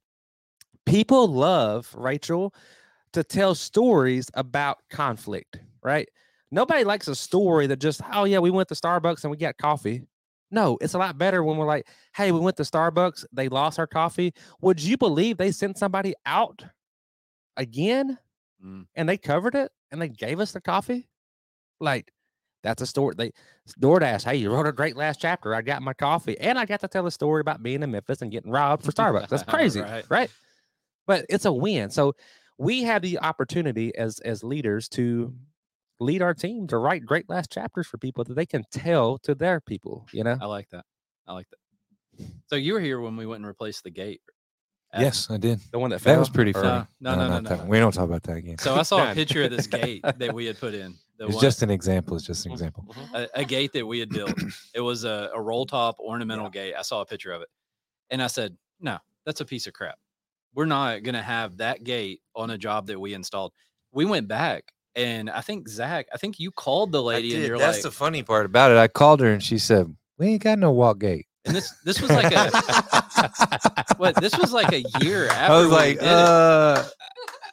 [SPEAKER 2] people love Rachel to tell stories about conflict, right? Nobody likes a story that just, oh yeah, we went to Starbucks and we got coffee. No, it's a lot better when we're like, hey, we went to Starbucks, they lost our coffee. Would you believe they sent somebody out again
[SPEAKER 3] Mm.
[SPEAKER 2] and they covered it and they gave us the coffee? Like, that's a story. They DoorDash, hey, you wrote a great last chapter. I got my coffee and I got to tell a story about being in Memphis and getting robbed for Starbucks. That's crazy,
[SPEAKER 3] Right.
[SPEAKER 2] right? but it's a win. So we have the opportunity as as leaders to lead our team to write great last chapters for people that they can tell to their people. You know,
[SPEAKER 3] I like that. I like that. So you were here when we went and replaced the gate. at-
[SPEAKER 1] Yes, I did.
[SPEAKER 2] the one that
[SPEAKER 1] That was
[SPEAKER 2] fell,
[SPEAKER 1] pretty
[SPEAKER 2] or-
[SPEAKER 1] funny.
[SPEAKER 3] No, no, no,
[SPEAKER 1] not
[SPEAKER 3] no,
[SPEAKER 1] that-
[SPEAKER 3] no.
[SPEAKER 1] We don't talk about that again.
[SPEAKER 3] So I saw a
[SPEAKER 2] Done.
[SPEAKER 3] picture of this gate that we had put in. The
[SPEAKER 1] It's
[SPEAKER 3] one-
[SPEAKER 1] just an example. It's
[SPEAKER 2] Mm-hmm,
[SPEAKER 1] just an example.
[SPEAKER 3] a, a gate that we had built. It was a, a roll top ornamental gate. I saw a picture of it. And I said, no, that's a piece of crap. We're not going to have that gate on a job that we installed. We went back and I think Zach, I think you called the lady and you're
[SPEAKER 1] That's
[SPEAKER 3] like,
[SPEAKER 1] the funny part about it. I called her and she said, "We ain't got no walk gate."
[SPEAKER 3] and this, this was like a, what, this was like a year after.
[SPEAKER 1] I was
[SPEAKER 3] we
[SPEAKER 1] like,
[SPEAKER 3] did it.
[SPEAKER 1] uh,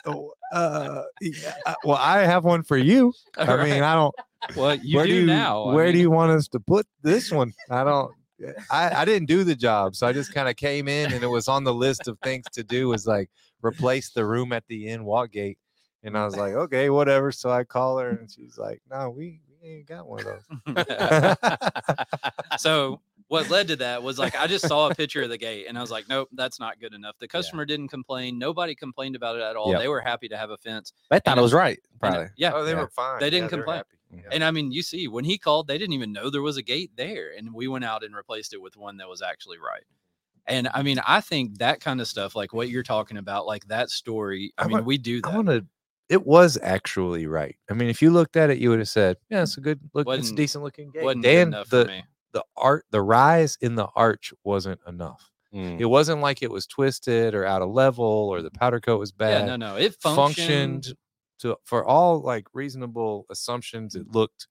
[SPEAKER 1] oh, uh, yeah, I- well, I have one for you. I mean, I don't.
[SPEAKER 3] well, you
[SPEAKER 1] where
[SPEAKER 3] do,
[SPEAKER 1] you
[SPEAKER 3] now. I
[SPEAKER 1] Where do
[SPEAKER 3] mean,
[SPEAKER 1] you want us to put this one? I don't. I, I didn't do the job, so I just kind of came in, and it was on the list of things to do. Was like replace the room at the end walk gate, and I was like, okay, whatever. So I call her, and she's like, no, we, we ain't got one of those.
[SPEAKER 3] so what led to that was like I just saw a picture of the gate and I was like, nope, that's not good enough. The customer didn't complain. Nobody complained about it at all.
[SPEAKER 2] Yep.
[SPEAKER 3] They were happy to have a fence.
[SPEAKER 2] They thought
[SPEAKER 3] And
[SPEAKER 2] it
[SPEAKER 3] I-
[SPEAKER 2] was right,
[SPEAKER 3] And,
[SPEAKER 2] probably.
[SPEAKER 3] yeah.
[SPEAKER 1] Oh, they
[SPEAKER 2] Yeah.
[SPEAKER 1] were fine.
[SPEAKER 3] They didn't
[SPEAKER 1] Yeah, were
[SPEAKER 3] complain.
[SPEAKER 1] happy. Yeah.
[SPEAKER 3] And I mean, you see, when he called, they didn't even know there was a gate there. And we went out and replaced it with one that was actually right. And I mean, I think that kind of stuff, like what you're talking about, like that story. I,
[SPEAKER 1] I
[SPEAKER 3] mean,
[SPEAKER 1] want-
[SPEAKER 3] we do that.
[SPEAKER 1] I want to. It was actually right. I mean, if you looked at it, you would have said, "Yeah, it's a good look. it's a
[SPEAKER 3] Wasn't-
[SPEAKER 1] decent looking gate."
[SPEAKER 3] Wasn't good
[SPEAKER 1] Dan,
[SPEAKER 3] enough
[SPEAKER 1] the
[SPEAKER 3] for me.
[SPEAKER 1] the art, the rise in the arch wasn't enough.
[SPEAKER 2] Mm.
[SPEAKER 1] It wasn't like it was twisted or out of level or the powder coat was bad.
[SPEAKER 3] Mm. Yeah, no, no. It
[SPEAKER 1] functioned.
[SPEAKER 3] functioned.
[SPEAKER 1] to for all like reasonable assumptions. It looked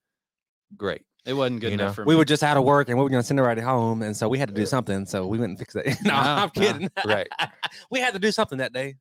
[SPEAKER 1] great.
[SPEAKER 3] It wasn't good
[SPEAKER 1] you
[SPEAKER 3] enough
[SPEAKER 1] know.
[SPEAKER 3] for me.
[SPEAKER 2] We were just out of work and we were going to send her right home. And so we had to do something. So we went and fixed it. no,
[SPEAKER 3] No,
[SPEAKER 2] I'm
[SPEAKER 3] no.
[SPEAKER 2] kidding.
[SPEAKER 1] Right.
[SPEAKER 2] we had to do something that day.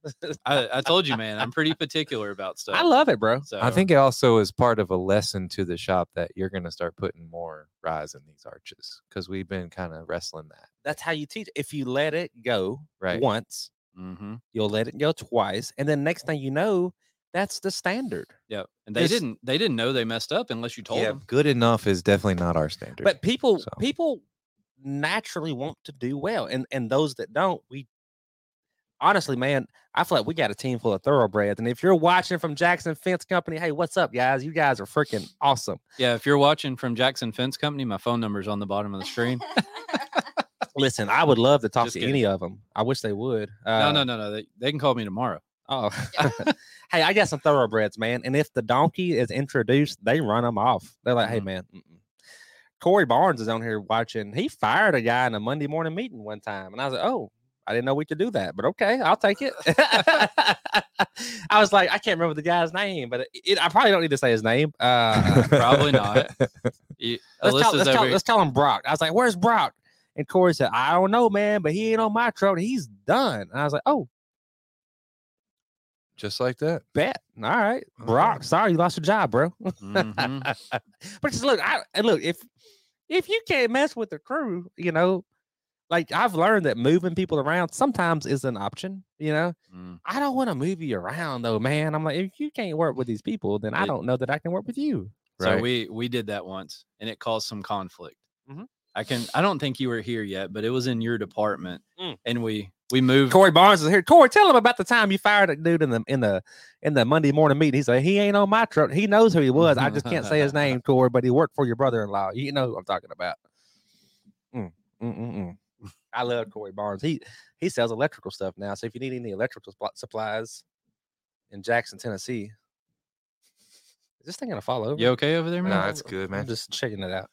[SPEAKER 3] I, I told you, man, I'm pretty particular about stuff.
[SPEAKER 2] I love it, bro.
[SPEAKER 3] so
[SPEAKER 1] I think it also is part of a lesson to the shop that you're going to start putting more rise in these arches because we've been kind of wrestling that.
[SPEAKER 2] That's how you teach. If you let it go
[SPEAKER 1] Right.
[SPEAKER 2] once,
[SPEAKER 3] Mhm.
[SPEAKER 2] you'll let it go twice. And then next thing you know, that's the standard.
[SPEAKER 3] Yeah, and they
[SPEAKER 2] It's-
[SPEAKER 3] didn't. They didn't know they messed up unless you told them.
[SPEAKER 1] good enough is definitely not our standard.
[SPEAKER 2] But people
[SPEAKER 1] So-
[SPEAKER 2] people naturally want to do well. And and those that don't, we honestly, man, I feel like we got a team full of thoroughbreds. And if you're watching from Jackson Fence Company, hey, what's up, guys? You guys are freaking awesome.
[SPEAKER 3] Yeah, if you're watching from Jackson Fence Company, my phone number's on the bottom of the screen.
[SPEAKER 2] Listen, I would love to talk
[SPEAKER 3] Just
[SPEAKER 2] to
[SPEAKER 3] kidding.
[SPEAKER 2] any of them. I wish they would.
[SPEAKER 3] no,
[SPEAKER 2] Uh,
[SPEAKER 3] no, no, no. They, they can call me tomorrow.
[SPEAKER 2] Oh, hey, I got some thoroughbreds, man. And if the donkey is introduced, they run them off. They're like, hey,
[SPEAKER 3] Mhm.
[SPEAKER 2] man. Mm-mm. Corey Barnes is on here watching. He fired a guy in a Monday morning meeting one time, and I was like, oh. I didn't know we could do that, but okay, I'll take it. I was like, I can't remember the guy's name, but it, it- I probably don't need to say his name. Uh,
[SPEAKER 3] Probably not. You,
[SPEAKER 2] let's, call, let's,
[SPEAKER 3] Alyssa's over
[SPEAKER 2] call,
[SPEAKER 3] here-
[SPEAKER 2] let's call him Brock. I was like, where's Brock? And Corey said, I don't know, man, but he ain't on my truck. He's done. And I was like, oh,
[SPEAKER 1] Just like that.
[SPEAKER 2] bet. All right,
[SPEAKER 1] All
[SPEAKER 2] Brock.
[SPEAKER 1] right.
[SPEAKER 2] Sorry, you lost your job, bro.
[SPEAKER 3] Mhm.
[SPEAKER 2] but just look, I and look if if you can't mess with the crew, you know, like I've learned that moving people around sometimes is an option. You know,
[SPEAKER 3] Mm.
[SPEAKER 2] I don't want to move you around though, man. I'm like, if you can't work with these people, then I
[SPEAKER 3] It-
[SPEAKER 2] don't know that I can work with you.
[SPEAKER 3] So
[SPEAKER 1] Right.
[SPEAKER 3] we we did that once, and it caused some conflict.
[SPEAKER 2] Mhm.
[SPEAKER 3] I can. I don't think you were here yet, but it was in your department,
[SPEAKER 2] Mm.
[SPEAKER 3] and we we moved.
[SPEAKER 2] Corey Barnes is here. Corey, tell him about the time you fired a dude in the in the in the Monday morning meeting. He's like, he ain't on my truck. He knows who he was. I just can't say his name, Corey, but he worked for your brother-in-law. You know who I'm talking about. Mm, mm, mm, mm. I love Corey Barnes. He he sells electrical stuff now. So if you need any electrical spl- supplies in Jackson, Tennessee, is this thing gonna fall over?
[SPEAKER 3] You okay over there, man?
[SPEAKER 1] Nah, it's good,
[SPEAKER 2] I'm
[SPEAKER 1] man.
[SPEAKER 2] just checking it out.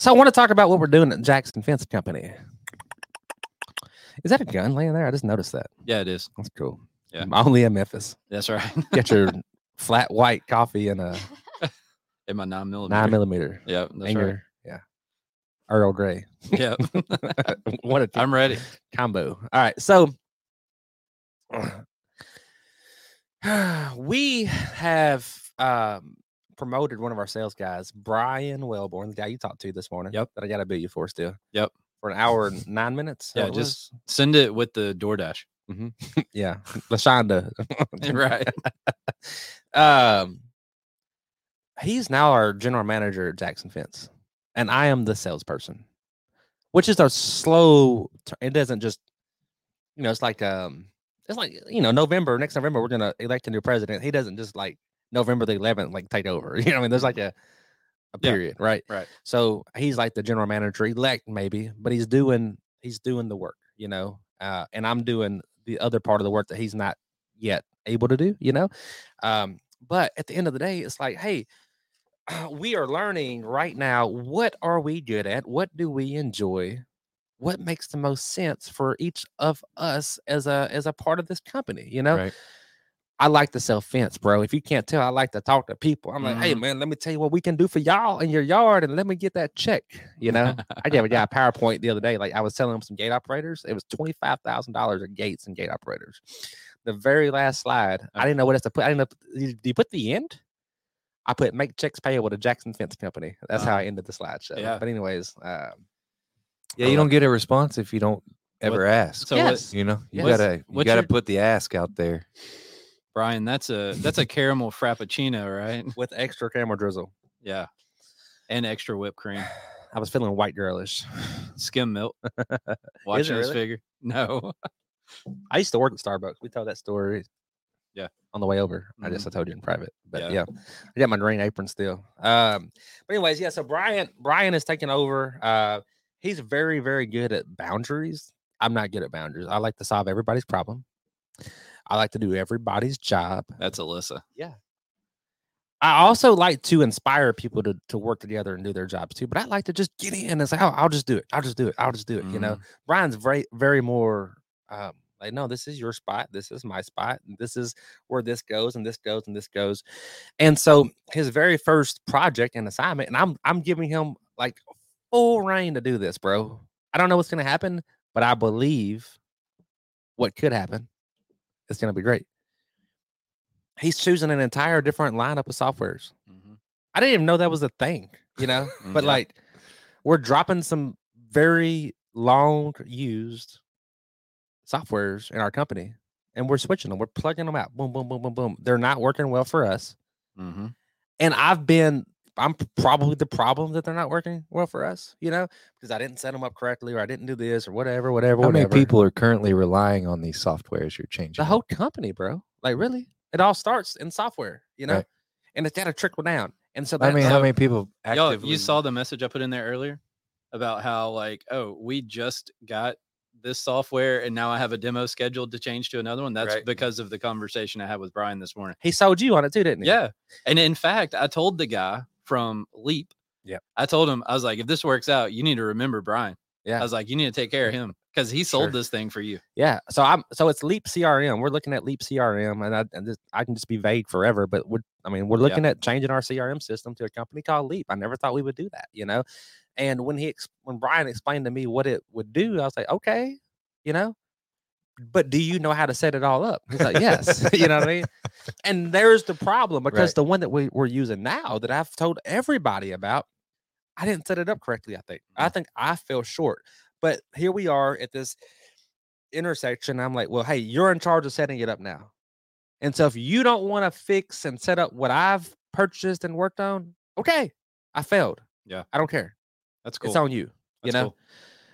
[SPEAKER 2] So I want to talk about what we're doing at Jackson Fence Company. Is that a gun laying there? I just noticed that.
[SPEAKER 3] Yeah, it is.
[SPEAKER 2] That's cool.
[SPEAKER 3] Yeah.
[SPEAKER 2] I'm only in Memphis.
[SPEAKER 3] That's right.
[SPEAKER 2] Get your flat white coffee and a
[SPEAKER 3] in my nine millimeter.
[SPEAKER 2] nine millimeter.
[SPEAKER 3] Yeah, that's
[SPEAKER 2] and
[SPEAKER 3] right.
[SPEAKER 2] your- yeah. Earl Grey.
[SPEAKER 3] Yeah, Uh,
[SPEAKER 2] what a
[SPEAKER 3] I'm ready.
[SPEAKER 2] combo. All right. So we have um, promoted one of our sales guys, Brian Wellborn, the guy you talked to this morning.
[SPEAKER 3] Yep.
[SPEAKER 2] That I got to bill you for still.
[SPEAKER 3] Yep.
[SPEAKER 2] For an hour and nine minutes.
[SPEAKER 3] Yeah,
[SPEAKER 2] it
[SPEAKER 3] just- Send it with the DoorDash.
[SPEAKER 2] was. yeah. Lashonda.
[SPEAKER 3] right.
[SPEAKER 2] um, he's now our general manager at Jackson Fence, and I am the salesperson, which is our slow. tur- It doesn't just, you know, it's like um, it's like you know, November next November we're gonna elect a new president. He doesn't just like November the 11th like take over. You know, what I mean, there's like a a
[SPEAKER 3] Yeah,
[SPEAKER 2] period, right?
[SPEAKER 3] right.
[SPEAKER 2] So he's like the general manager elect, maybe, but he's doing he's doing the work, you know, uh, and I'm doing the other part of the work that he's not yet able to do, you know. Um, but at the end of the day, it's like, hey, we are learning right now what are we good at? What do we enjoy? What makes the most sense for each of us as a as a part of this company? You know,
[SPEAKER 1] Right.
[SPEAKER 2] I like to sell fence, bro. If you can't tell, I like to talk to people. I'm like, hey,
[SPEAKER 3] Mhm.
[SPEAKER 2] man, let me tell you what we can do for y'all in your yard, and let me get that check. You know, I gave a guy a PowerPoint the other day. Like I was selling him some gate operators. It was twenty five thousand dollars of gates and gate operators. The very last slide, I didn't know what else to put. I didn't know. Do you put the end? I put make checks payable to Jackson Fence Company. That's how I ended the slideshow.
[SPEAKER 3] yeah.
[SPEAKER 2] But anyways, uh,
[SPEAKER 1] Yeah,
[SPEAKER 2] I
[SPEAKER 1] you
[SPEAKER 2] love
[SPEAKER 1] don't get a response if you don't ever ask.
[SPEAKER 3] So
[SPEAKER 2] Yes.
[SPEAKER 3] what,
[SPEAKER 1] you know, you
[SPEAKER 3] What's-
[SPEAKER 1] gotta you
[SPEAKER 3] what's
[SPEAKER 1] gotta
[SPEAKER 3] your-
[SPEAKER 1] put the ask out there.
[SPEAKER 3] Brian, that's a that's a caramel frappuccino, right?
[SPEAKER 2] with extra camera drizzle.
[SPEAKER 3] Yeah. And extra whipped cream.
[SPEAKER 2] I was feeling white girlish.
[SPEAKER 3] Skim milk. Watching this
[SPEAKER 2] really?
[SPEAKER 3] figure. No.
[SPEAKER 2] I used to work at Starbucks. We told that story.
[SPEAKER 3] Yeah. Mm-hmm.
[SPEAKER 2] On the way over. I guess I told you in private. But
[SPEAKER 3] Yeah.
[SPEAKER 2] yeah. I got my green apron still. Um, but anyways, yeah. So Brian, Brian is taking over. Uh, he's very, very good at boundaries. I'm not good at boundaries. I like to solve everybody's problem. I like to do everybody's job.
[SPEAKER 3] That's Alyssa.
[SPEAKER 2] I also like to inspire people to, to work together and do their jobs too. But I like to just get in and say, oh, I'll just do it. I'll just do it. I'll just do it.
[SPEAKER 3] Mm-hmm.
[SPEAKER 2] You know, Brian's very, very more um, like, no, this is your spot. This is my spot. And this is where this goes and this goes and this goes. And so his very first project and assignment, and I'm I'm giving him like full reign to do this, bro. I don't know what's gonna happen, but I believe what could happen. It's gonna be great. He's choosing an entire different lineup of softwares.
[SPEAKER 3] Mhm.
[SPEAKER 2] I didn't even know that was a thing, you know.
[SPEAKER 1] Mm-hmm.
[SPEAKER 2] but
[SPEAKER 3] Mm-hmm. Yeah.
[SPEAKER 2] like, we're dropping some very long used softwares in our company, and we're switching them. We're plugging them out. Boom, boom, boom, boom, boom. They're not working well for us,
[SPEAKER 3] Mhm.
[SPEAKER 2] and I've been. I'm p- probably the problem that they're not working well for us, you know, because I didn't set them up correctly, or I didn't do this, or whatever, whatever,
[SPEAKER 1] How many
[SPEAKER 2] whatever.
[SPEAKER 1] people are currently relying on these softwares you're changing?
[SPEAKER 2] the whole company, bro. Like, really, it all starts in software, you know,
[SPEAKER 1] Right.
[SPEAKER 2] and it's got to trickle down. And so,
[SPEAKER 1] I
[SPEAKER 2] that,
[SPEAKER 1] mean,
[SPEAKER 2] so-
[SPEAKER 1] how many people
[SPEAKER 3] Yo,
[SPEAKER 1] actively?
[SPEAKER 3] you saw the message I put in there earlier about how like, oh, we just got this software and now I have a demo scheduled to change to another one. That's
[SPEAKER 1] Right.
[SPEAKER 3] because of the conversation I had with Brian this morning.
[SPEAKER 2] he sold you on it too, didn't he?
[SPEAKER 3] Yeah. And in fact, I told the guy from Leap.
[SPEAKER 2] Yep.
[SPEAKER 3] I told him, I was like, if this works out, you need to remember Brian.
[SPEAKER 2] Yeah. Mm-hmm.
[SPEAKER 3] I was like, you need to take care of him because he sold
[SPEAKER 2] Sure.
[SPEAKER 3] this thing for you.
[SPEAKER 2] Yeah. So I'm so it's Leap CRM. We're looking at Leap CRM, and I and this, I can just be vague forever, but we're I mean we're
[SPEAKER 3] Yeah.
[SPEAKER 2] looking at changing our CRM system to a company called Leap. I never thought we would do that, you know. And when he ex- when Brian explained to me what it would do, I was like, okay, you know. But do you know how to set it all up? He's like, yes. you know what I mean? And there's the problem because
[SPEAKER 1] Right.
[SPEAKER 2] the one that we, we're using now that I've told everybody about, I didn't set it up correctly. I think I think I fell short. But here we are at this intersection. I'm like, well, hey, you're in charge of setting it up now. And so if you don't want to fix and set up what I've purchased and worked on, okay, I failed.
[SPEAKER 3] Yeah.
[SPEAKER 2] I don't care.
[SPEAKER 3] That's cool.
[SPEAKER 2] It's on you.
[SPEAKER 3] That's
[SPEAKER 2] you know,
[SPEAKER 3] cool.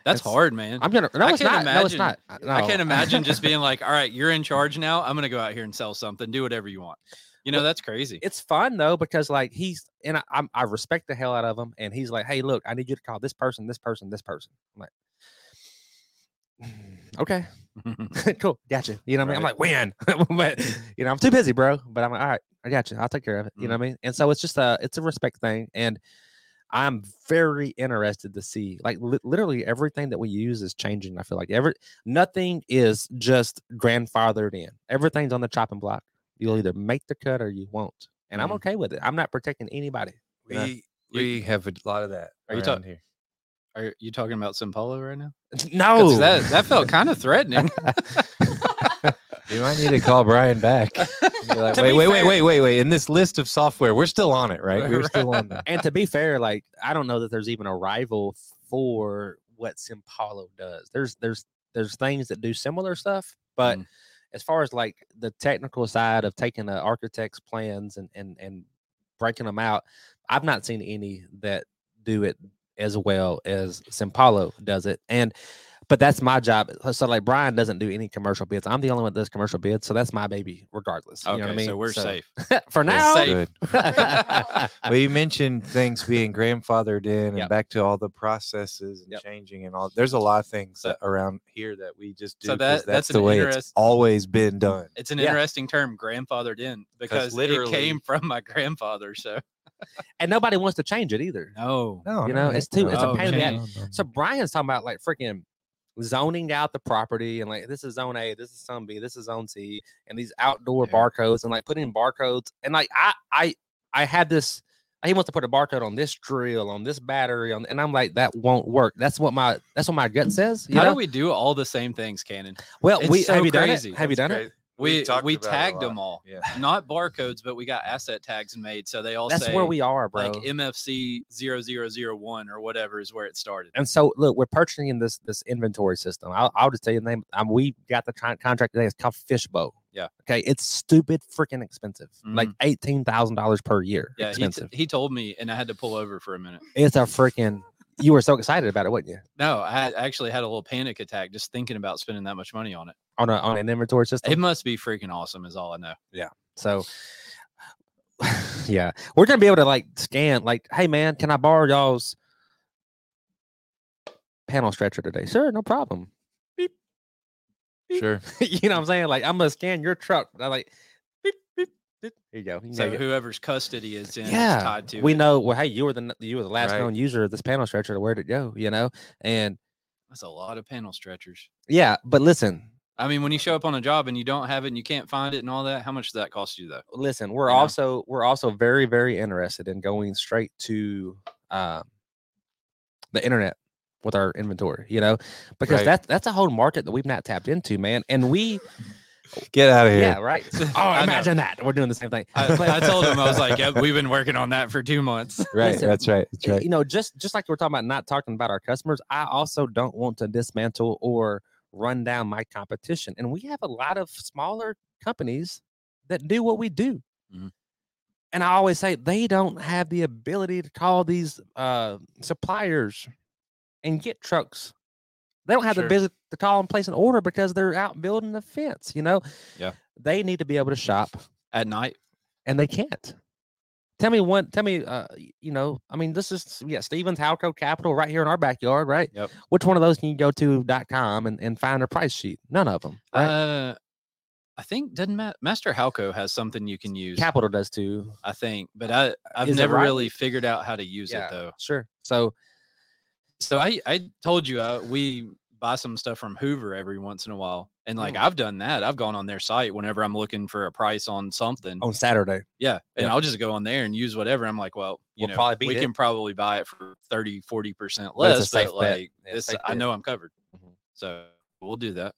[SPEAKER 3] That's
[SPEAKER 2] it's-
[SPEAKER 3] hard, man.
[SPEAKER 2] I'm gonna. No,
[SPEAKER 3] I
[SPEAKER 2] it's not.
[SPEAKER 3] can't
[SPEAKER 2] no, it's
[SPEAKER 3] imagine-
[SPEAKER 2] not. Uh,
[SPEAKER 3] I
[SPEAKER 2] no.
[SPEAKER 3] can't imagine just being like, all right, you're in charge now. I'm going to go out here and sell something, do whatever you want. You know,
[SPEAKER 2] Well,
[SPEAKER 3] that's crazy.
[SPEAKER 2] it's fun though because like he's and I, I'm, I respect the hell out of him, and he's like, "Hey, look, I need you to call this person, this person, this person." I'm like, "Okay, cool, gotcha." You know what I mean? I'm like, "When?" but you know, I'm too busy, bro. But I'm like, "All right, I got you. I'll take care of it." You know what I mean? And so it's just a it's a respect thing, and I'm very interested to see like li- literally everything that we use is changing. I feel like every nothing is just grandfathered in. Everything's on the chopping block. You'll either make the cut or you won't. And I'm
[SPEAKER 3] Mhm.
[SPEAKER 2] okay with it. I'm not protecting anybody.
[SPEAKER 1] We
[SPEAKER 2] Yeah.
[SPEAKER 1] we have a lot of that.
[SPEAKER 3] Are you
[SPEAKER 1] around
[SPEAKER 3] talk-
[SPEAKER 1] here?
[SPEAKER 3] Are you talking about Simpolo right now?
[SPEAKER 2] No,
[SPEAKER 3] 'Cause That, that felt kind of threatening.
[SPEAKER 1] You might need to call Brian back. And be like,
[SPEAKER 2] To
[SPEAKER 1] wait,
[SPEAKER 2] be
[SPEAKER 1] wait, wait,
[SPEAKER 2] fair-
[SPEAKER 1] wait, wait, wait. In this list of software, we're still on it, right? We're still on that.
[SPEAKER 2] and to be fair, like I don't know that there's even a rival for what Simpalo does. There's there's there's things that do similar stuff, but
[SPEAKER 3] Mm.
[SPEAKER 2] as far as like the technical side of taking an architect's plans and and and breaking them out, I've not seen any that do it as well as Simpalo does it. And but that's my job. Uh, So like Brian doesn't do any commercial bids. I'm the only one that does commercial bids, so that's my baby, regardless. You
[SPEAKER 3] okay,
[SPEAKER 2] know what I mean?
[SPEAKER 3] so we're safe.
[SPEAKER 2] for now.
[SPEAKER 3] safe.
[SPEAKER 1] Good. Well, you mentioned things being grandfathered in and
[SPEAKER 2] Yep.
[SPEAKER 1] back to all the processes and
[SPEAKER 2] Yep.
[SPEAKER 1] changing and all. There's a lot of things
[SPEAKER 3] So-
[SPEAKER 1] that around here that we just do.
[SPEAKER 3] So
[SPEAKER 1] 'cause
[SPEAKER 3] that-
[SPEAKER 1] that's,
[SPEAKER 3] that's
[SPEAKER 1] the
[SPEAKER 3] an
[SPEAKER 1] way it's
[SPEAKER 3] interest-
[SPEAKER 1] always been done.
[SPEAKER 3] It's an
[SPEAKER 2] Yeah.
[SPEAKER 3] interesting term, grandfathered in, because
[SPEAKER 1] literally-
[SPEAKER 3] it came from my grandfather. So,
[SPEAKER 2] and nobody wants to change it either.
[SPEAKER 3] no.
[SPEAKER 1] No,
[SPEAKER 2] You
[SPEAKER 1] no,
[SPEAKER 2] know,
[SPEAKER 1] heck
[SPEAKER 2] it's too-
[SPEAKER 3] it's a pain in the
[SPEAKER 1] no, no,
[SPEAKER 2] So Brian's talking about like freaking zoning out the property and like this is zone A, this is zone B, this is zone C, and these outdoor
[SPEAKER 1] Yeah.
[SPEAKER 2] barcodes and like putting in barcodes and like I I I had this. He wants to put a barcode on this drill, on this battery, on, and I'm like, that won't work. That's what my that's what my gut says. You
[SPEAKER 3] How
[SPEAKER 2] know?
[SPEAKER 3] do we do all the same things, Canon?
[SPEAKER 2] well,
[SPEAKER 3] it's
[SPEAKER 2] we
[SPEAKER 3] so
[SPEAKER 2] have you
[SPEAKER 3] crazy.
[SPEAKER 2] done it? Have you
[SPEAKER 1] That's
[SPEAKER 2] done
[SPEAKER 1] great.
[SPEAKER 2] it?
[SPEAKER 1] We've
[SPEAKER 3] We
[SPEAKER 1] talked
[SPEAKER 3] we
[SPEAKER 1] about it a
[SPEAKER 3] tagged
[SPEAKER 1] lot.
[SPEAKER 3] them all,
[SPEAKER 1] Yeah.
[SPEAKER 3] not barcodes, but we got asset tags made, so they all
[SPEAKER 2] That's
[SPEAKER 3] say
[SPEAKER 2] where we are, bro.
[SPEAKER 3] like MFC 0001 or whatever is where it started.
[SPEAKER 2] And so, look, we're purchasing this this inventory system. I'll, I'll just tell you the name. Um, we got the con- contract today. It's called Fishbowl.
[SPEAKER 3] Yeah. Mm.
[SPEAKER 2] Okay. It's stupid freaking expensive. Like eighteen thousand dollars per year.
[SPEAKER 3] Yeah, he, t-
[SPEAKER 2] Expensive.
[SPEAKER 3] he told me, and I had to pull over for a minute.
[SPEAKER 2] it's a freaking you were so excited about it, wasn't you?
[SPEAKER 3] No, I actually had a little panic attack just thinking about spending that much money on it.
[SPEAKER 2] On a on an inventory system.
[SPEAKER 3] It must be freaking awesome, is all I know.
[SPEAKER 2] So yeah, we're gonna be able to like scan like, hey man, can I borrow y'all's panel stretcher today? Sure, no problem.
[SPEAKER 1] Sure.
[SPEAKER 2] you know what I'm saying? Like I'm gonna scan your truck. I like beep, beep, beep. here you go. You can
[SPEAKER 3] So
[SPEAKER 2] go get-
[SPEAKER 3] whoever's custody is in
[SPEAKER 2] Yeah,
[SPEAKER 3] is tied to
[SPEAKER 2] we
[SPEAKER 3] it.
[SPEAKER 2] know well, hey, you were the n- you were the last
[SPEAKER 1] Right.
[SPEAKER 2] known user of this panel stretcher. Where'd it go? You know? And
[SPEAKER 3] That's a lot of panel stretchers.
[SPEAKER 2] yeah, but listen,
[SPEAKER 3] I mean, when you show up on a job and you don't have it and you can't find it and all that, how much does that cost you though?
[SPEAKER 2] listen, we're
[SPEAKER 3] You know?
[SPEAKER 2] also we're also very, very interested in going straight to um the internet with our inventory, you know, because
[SPEAKER 1] Right.
[SPEAKER 2] that's that's a whole market that we've not tapped into, man. And we
[SPEAKER 1] Get out of here.
[SPEAKER 2] yeah, right.
[SPEAKER 3] I
[SPEAKER 2] Oh,
[SPEAKER 3] know.
[SPEAKER 2] imagine that. We're doing the same thing. But-
[SPEAKER 3] I, I told him I was like, "Yep, we've been working on that for two months."
[SPEAKER 1] Right.
[SPEAKER 2] Listen,
[SPEAKER 1] that's right. That's right.
[SPEAKER 2] you know, just just like we're talking about not talking about our customers, I also don't want to dismantle or run down my competition. And we have a lot of smaller companies that do what we do.
[SPEAKER 3] Mhm.
[SPEAKER 2] And I always say they don't have the ability to call these uh, suppliers and get trucks. They don't have
[SPEAKER 3] Sure.
[SPEAKER 2] the business to call and place an order because they're out building the fence. You know,
[SPEAKER 3] Yeah.
[SPEAKER 2] they need to be able to shop
[SPEAKER 3] At night,
[SPEAKER 2] and they can't. Tell me one. Tell me, uh, y- you know, I mean, this is yeah, Stevens Halco Capital right here in our backyard, right?
[SPEAKER 3] Yep.
[SPEAKER 2] Which one of those can you go to dot .com and, and find a price sheet? None of them. Right?
[SPEAKER 3] uh, I think doesn't Ma- Master Halco has something you can use.
[SPEAKER 2] Capital does too.
[SPEAKER 3] I think, but I I've
[SPEAKER 2] Is it
[SPEAKER 3] never
[SPEAKER 2] right?
[SPEAKER 3] really figured out how to use
[SPEAKER 2] Yeah.
[SPEAKER 3] it though.
[SPEAKER 2] Sure. So
[SPEAKER 3] So I I told you uh, we buy some stuff from Hoover every once in a while, and
[SPEAKER 2] Mm.
[SPEAKER 3] like I've done that. I've gone on their site whenever I'm looking for a price on something.
[SPEAKER 2] on Saturday,
[SPEAKER 3] Yeah. And
[SPEAKER 2] Oh, Yeah.
[SPEAKER 3] I'll just go on there and use whatever. I'm like, well, you
[SPEAKER 2] We'll
[SPEAKER 3] know,
[SPEAKER 2] probably beat
[SPEAKER 3] we
[SPEAKER 2] it.
[SPEAKER 3] can probably buy it for 30, 40%
[SPEAKER 2] But it's a
[SPEAKER 3] less,
[SPEAKER 2] safe
[SPEAKER 3] but,
[SPEAKER 2] bet.
[SPEAKER 3] like
[SPEAKER 2] Yeah,
[SPEAKER 3] this,
[SPEAKER 2] safe
[SPEAKER 3] I
[SPEAKER 2] bet.
[SPEAKER 3] know I'm covered.
[SPEAKER 2] Mhm.
[SPEAKER 3] So we'll do that.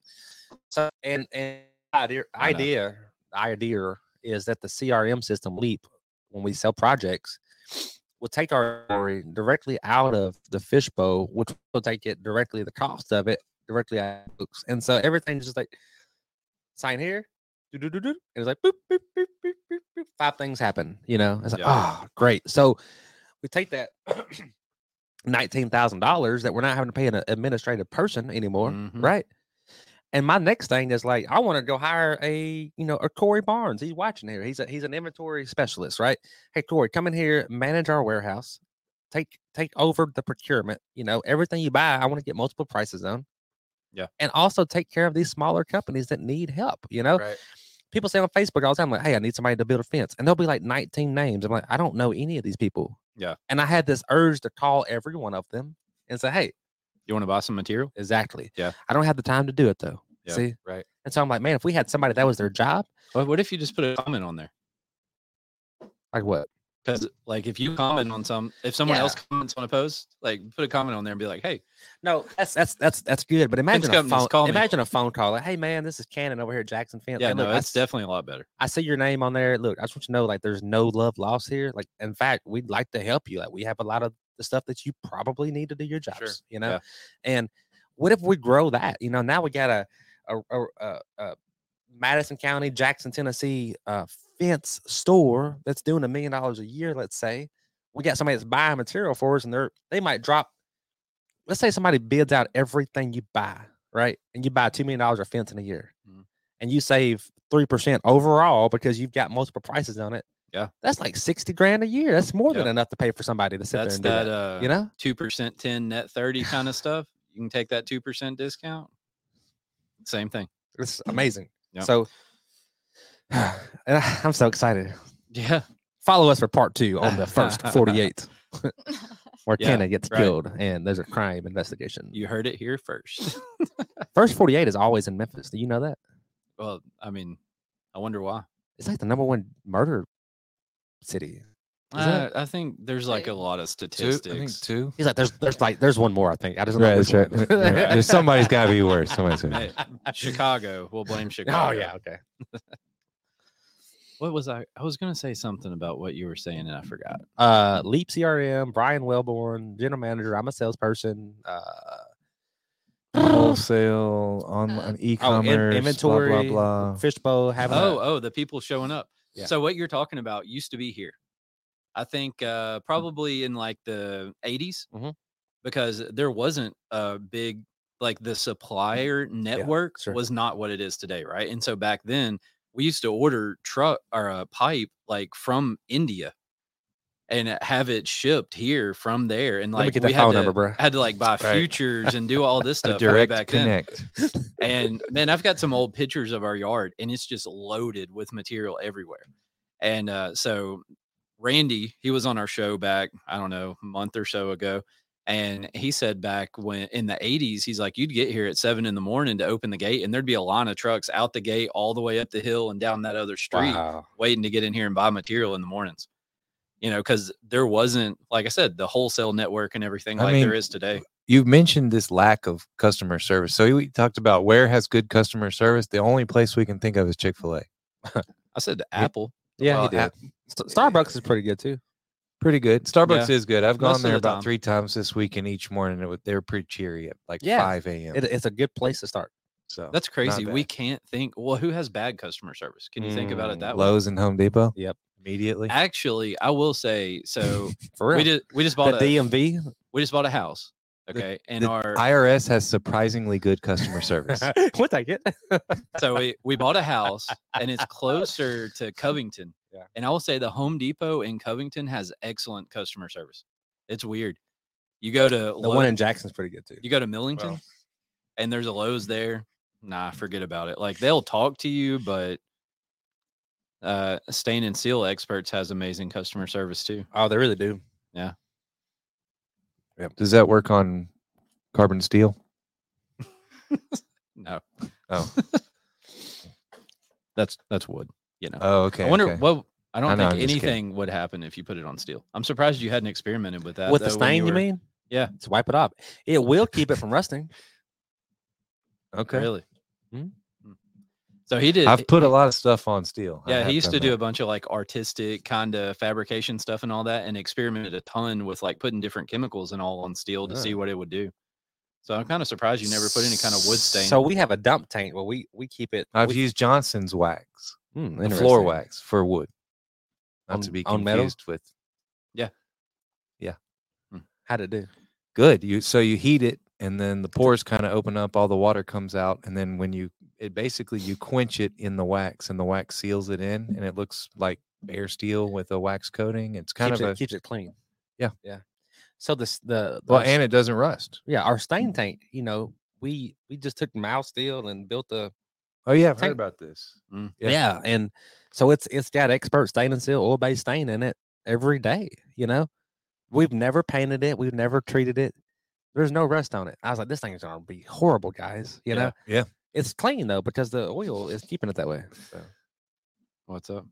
[SPEAKER 2] so and and idea
[SPEAKER 3] I know.
[SPEAKER 2] idea idea is that the CRM system Leap, when we sell projects, will take our inventory directly out of the fishbowl, which will take it directly the cost of it directly out of books, and so everything's just like sign here. doo doo doo doo, And it's like boop, boop, boop, boop, boop, boop. five things happen, you know. It's like,
[SPEAKER 3] Yeah.
[SPEAKER 2] oh, great. So we take that nineteen thousand dollars that we're not having to pay an administrative person anymore,
[SPEAKER 3] Mhm.
[SPEAKER 2] right? And my next thing is like, I want to go hire a, you know, a Corey Barnes. He's watching here. He's a he's an inventory specialist, right? Hey Corey, come in here, manage our warehouse, take take over the procurement. You know, everything you buy, I want to get multiple prices on.
[SPEAKER 3] Yeah.
[SPEAKER 2] and also take care of these smaller companies that need help. You know,
[SPEAKER 3] Right.
[SPEAKER 2] people say on Facebook all the time, like, "Hey, I need somebody to build a fence," and there'll be like 19 names. I'm like, I don't know any of these people.
[SPEAKER 3] Yeah.
[SPEAKER 2] and I had this urge to call every one of them and say, "Hey,
[SPEAKER 3] You want to buy some material?
[SPEAKER 2] exactly.
[SPEAKER 3] Yeah.
[SPEAKER 2] I don't have the time to do it though.
[SPEAKER 3] Yeah,
[SPEAKER 2] See,
[SPEAKER 3] right.
[SPEAKER 2] And so I'm like, man, if we had somebody that was their job,
[SPEAKER 3] What, what if you just put a comment on there?
[SPEAKER 2] like what?
[SPEAKER 3] Because like if you comment on some, if someone else comments on a post, like put a comment on there and be like, hey,
[SPEAKER 2] No, that's that's that's that's good. But imagine a
[SPEAKER 3] companies,
[SPEAKER 2] phone.
[SPEAKER 3] call me.
[SPEAKER 2] imagine a phone call. Like, hey man, this is Cannon over here at Jackson Fence.
[SPEAKER 3] yeah,
[SPEAKER 2] Hey,
[SPEAKER 3] no,
[SPEAKER 2] look, I
[SPEAKER 3] that's
[SPEAKER 2] s-
[SPEAKER 3] definitely a lot better.
[SPEAKER 2] I see your name on there. Look, I just want you to know, like, there's no love lost here. Like, in fact, we'd like to help you. Like, we have a lot of the stuff that you probably need to do your jobs, you know?
[SPEAKER 3] yeah.
[SPEAKER 2] And what if we grow that? You know, now we got a, a, a, a, a Madison County, Jackson, Tennessee uh, fence store that's doing a million dollars a year, let's say. We got somebody that's buying material for us and they're, they might drop, let's say somebody bids out everything you buy, right? And you buy $2 million of fence in a year
[SPEAKER 3] Mm-hmm.
[SPEAKER 2] and you save three percent overall because you've got multiple prices on it.
[SPEAKER 3] Yeah.
[SPEAKER 2] that's like sixty grand a year. That's more than
[SPEAKER 3] Yeah.
[SPEAKER 2] enough to pay for somebody to sit
[SPEAKER 3] That's
[SPEAKER 2] there and
[SPEAKER 3] that,
[SPEAKER 2] do
[SPEAKER 3] uh,
[SPEAKER 2] that. you know,
[SPEAKER 3] 2% 10 net 30 kind of stuff. You can take that 2% discount. Same thing.
[SPEAKER 2] it's amazing.
[SPEAKER 3] Yep.
[SPEAKER 2] So, and I- I'm so excited.
[SPEAKER 3] Yeah.
[SPEAKER 2] Follow us for part two on the first forty-eight, where
[SPEAKER 3] Yeah,
[SPEAKER 2] Kenna gets
[SPEAKER 3] right.
[SPEAKER 2] killed and there's a crime investigation.
[SPEAKER 3] You heard it here first.
[SPEAKER 2] First forty-eight is always in Memphis. Do you know that?
[SPEAKER 3] well, I mean, I wonder why.
[SPEAKER 2] It's like the number one murder city. Is
[SPEAKER 3] Uh,
[SPEAKER 2] that-
[SPEAKER 3] I think there's like a
[SPEAKER 4] Two.
[SPEAKER 3] lot of
[SPEAKER 1] Two, I think
[SPEAKER 3] statistics.
[SPEAKER 1] two.
[SPEAKER 2] He's like, there's, there's like, there's one more. I think I just don't
[SPEAKER 1] Right,
[SPEAKER 2] know
[SPEAKER 1] that's
[SPEAKER 2] which
[SPEAKER 1] right.
[SPEAKER 2] one.
[SPEAKER 1] Yeah, there's- somebody's got to be worse. Somebody's gonna.
[SPEAKER 3] Hey, Chicago. We'll blame Chicago.
[SPEAKER 2] Oh yeah, okay.
[SPEAKER 3] What was I? I was gonna say something about what you were saying and I forgot.
[SPEAKER 2] uh Leap CRM, Brian Wellborn, general manager. I'm a salesperson. Uh
[SPEAKER 1] Wholesale,
[SPEAKER 3] Uh,
[SPEAKER 1] online, e-commerce,
[SPEAKER 2] oh, inventory,
[SPEAKER 1] blah blah blah.
[SPEAKER 2] Fishbowl having
[SPEAKER 3] Oh, oh, the people showing up.
[SPEAKER 2] Yeah.
[SPEAKER 3] So what you're talking about
[SPEAKER 2] Mm-hmm.
[SPEAKER 3] used to be here. I think uh, probably in like the 80s.
[SPEAKER 2] Mhm.
[SPEAKER 3] because there wasn't a big like the supplier network
[SPEAKER 2] Mm-hmm. sure.
[SPEAKER 3] was not what it is today, right? And so back then we used to order truck or a pipe like from India and have it shipped here from there and
[SPEAKER 2] Let me
[SPEAKER 3] like
[SPEAKER 2] get
[SPEAKER 3] we
[SPEAKER 2] that
[SPEAKER 3] had
[SPEAKER 2] phone
[SPEAKER 3] to-
[SPEAKER 2] number, bro.
[SPEAKER 3] had to like buy
[SPEAKER 1] Right.
[SPEAKER 3] futures and do all
[SPEAKER 1] A
[SPEAKER 3] this stuff way
[SPEAKER 1] direct
[SPEAKER 3] back then.
[SPEAKER 1] connect.
[SPEAKER 3] And man, I've got some old pictures of our yard, and it's just loaded with material everywhere. And uh, so, Randy, he was on our show back, I don't know, a month or so ago. And he said back when in the 80s, he's like, you'd get here at seven in the morning to open the gate, and there'd be a line of trucks out the gate all the way up the hill and down that other street
[SPEAKER 2] Wow.
[SPEAKER 3] waiting to get in here and buy material in the mornings. You know, because there wasn't, like I said, the wholesale network and everything
[SPEAKER 1] I
[SPEAKER 3] like there
[SPEAKER 1] mean,
[SPEAKER 3] is today.
[SPEAKER 1] you mentioned this lack of customer service. So we talked about where has good customer service. The only place we can think of is Chick Fil A.
[SPEAKER 3] I said
[SPEAKER 2] Yeah.
[SPEAKER 3] Apple.
[SPEAKER 2] Yeah,
[SPEAKER 1] Well,
[SPEAKER 2] he did.
[SPEAKER 1] at-
[SPEAKER 2] St- Starbucks is pretty good too.
[SPEAKER 1] Pretty good. Starbucks is good. I've
[SPEAKER 3] Most
[SPEAKER 1] gone
[SPEAKER 3] of
[SPEAKER 1] there
[SPEAKER 3] the
[SPEAKER 1] about
[SPEAKER 3] time.
[SPEAKER 1] three times this week, and each morning it was, they were pretty cheery at like
[SPEAKER 2] Yeah.
[SPEAKER 1] five a.m.
[SPEAKER 2] It, it's a good place to start.
[SPEAKER 1] so
[SPEAKER 3] That's crazy. We
[SPEAKER 1] Oh, bad.
[SPEAKER 3] can't think. Well, who has bad customer service? Can you think about it
[SPEAKER 2] Mm,
[SPEAKER 3] that way?
[SPEAKER 1] Lowe's and Home Depot.
[SPEAKER 2] Yep.
[SPEAKER 1] immediately.
[SPEAKER 3] Actually, I will say so.
[SPEAKER 2] For real.
[SPEAKER 3] we just we just
[SPEAKER 2] the
[SPEAKER 3] bought a
[SPEAKER 2] DMV.
[SPEAKER 3] we just bought a house.
[SPEAKER 1] The-
[SPEAKER 3] Okay, and
[SPEAKER 1] the
[SPEAKER 3] our
[SPEAKER 1] IRS has surprisingly good customer service.
[SPEAKER 2] what I get?
[SPEAKER 3] so we we bought a house and it's closer to Covington.
[SPEAKER 2] Yeah.
[SPEAKER 3] And I will say the Home Depot in Covington has excellent customer service. It's weird. You go to
[SPEAKER 2] The one in Jackson's pretty good too.
[SPEAKER 3] you go to Millington, and there's a
[SPEAKER 1] Mm-hmm.
[SPEAKER 3] Lowe's there. Nah, forget about it. Like they'll talk to you, but uh stain and seal experts has amazing customer service too.
[SPEAKER 2] Oh, they really do.
[SPEAKER 1] Does that work on carbon steel?
[SPEAKER 3] No.
[SPEAKER 1] Oh.
[SPEAKER 3] that's that's wood, you know.
[SPEAKER 1] Oh, okay.
[SPEAKER 3] I wonder
[SPEAKER 1] okay.
[SPEAKER 3] what I don't
[SPEAKER 1] I know,
[SPEAKER 3] think
[SPEAKER 1] I'm just kidding.
[SPEAKER 3] anything would happen if you put it on steel. I'm surprised you hadn't experimented with that.
[SPEAKER 2] With the
[SPEAKER 3] though, when
[SPEAKER 2] stain, you,
[SPEAKER 3] were-
[SPEAKER 2] mean?
[SPEAKER 3] Yeah.
[SPEAKER 2] Just wipe it off. It will keep it from rusting.
[SPEAKER 1] Okay. Hmm.
[SPEAKER 3] Really?
[SPEAKER 2] Mhm.
[SPEAKER 3] Mm. So he did.
[SPEAKER 1] I've put a lot of stuff on steel. I
[SPEAKER 3] Yeah,
[SPEAKER 1] have
[SPEAKER 3] he used
[SPEAKER 1] done
[SPEAKER 3] to do
[SPEAKER 1] that.
[SPEAKER 3] a bunch of like artistic kind of fabrication stuff and all that, and experimented a ton with like putting different chemicals and all on steel to
[SPEAKER 1] Yeah.
[SPEAKER 3] see what it would do. So I'm kind of surprised you never put any kind of wood stain.
[SPEAKER 2] So we have a dump tank where we we keep it.
[SPEAKER 1] I've
[SPEAKER 2] we,
[SPEAKER 1] used Johnson's wax.
[SPEAKER 2] Hmm,
[SPEAKER 1] the floor
[SPEAKER 2] interesting.
[SPEAKER 1] wax for wood. Not to
[SPEAKER 2] On-
[SPEAKER 1] be
[SPEAKER 2] on metal?
[SPEAKER 1] confused with
[SPEAKER 2] How'd it do?
[SPEAKER 1] good. You so you heat it and then the pores kind of open up, all the water comes out, and then when you it basically you quench it in the wax and the wax seals it in and it looks like bare steel with a wax coating. It's kind
[SPEAKER 2] keeps
[SPEAKER 1] of
[SPEAKER 2] it,
[SPEAKER 1] a
[SPEAKER 2] keeps it clean.
[SPEAKER 1] Yeah.
[SPEAKER 2] yeah. So this the, the
[SPEAKER 1] well,
[SPEAKER 2] our
[SPEAKER 1] and Mm. it doesn't rust.
[SPEAKER 2] yeah, our stain tank. You know, we we just took mild steel and built a
[SPEAKER 1] Oh yeah, I've heard
[SPEAKER 2] Tank-
[SPEAKER 1] about this.
[SPEAKER 2] yeah.
[SPEAKER 1] Yeah.
[SPEAKER 2] and so it's it's got expert stain and seal oil based stain in it every day. You know, we've
[SPEAKER 1] Mm.
[SPEAKER 2] never painted it, we've never treated it. There's no rust on it. I was like, this thing's gonna be horrible, guys. You
[SPEAKER 3] Yeah.
[SPEAKER 2] know,
[SPEAKER 1] Yeah.
[SPEAKER 2] it's clean though because the oil is keeping it that way. So.
[SPEAKER 3] What's up?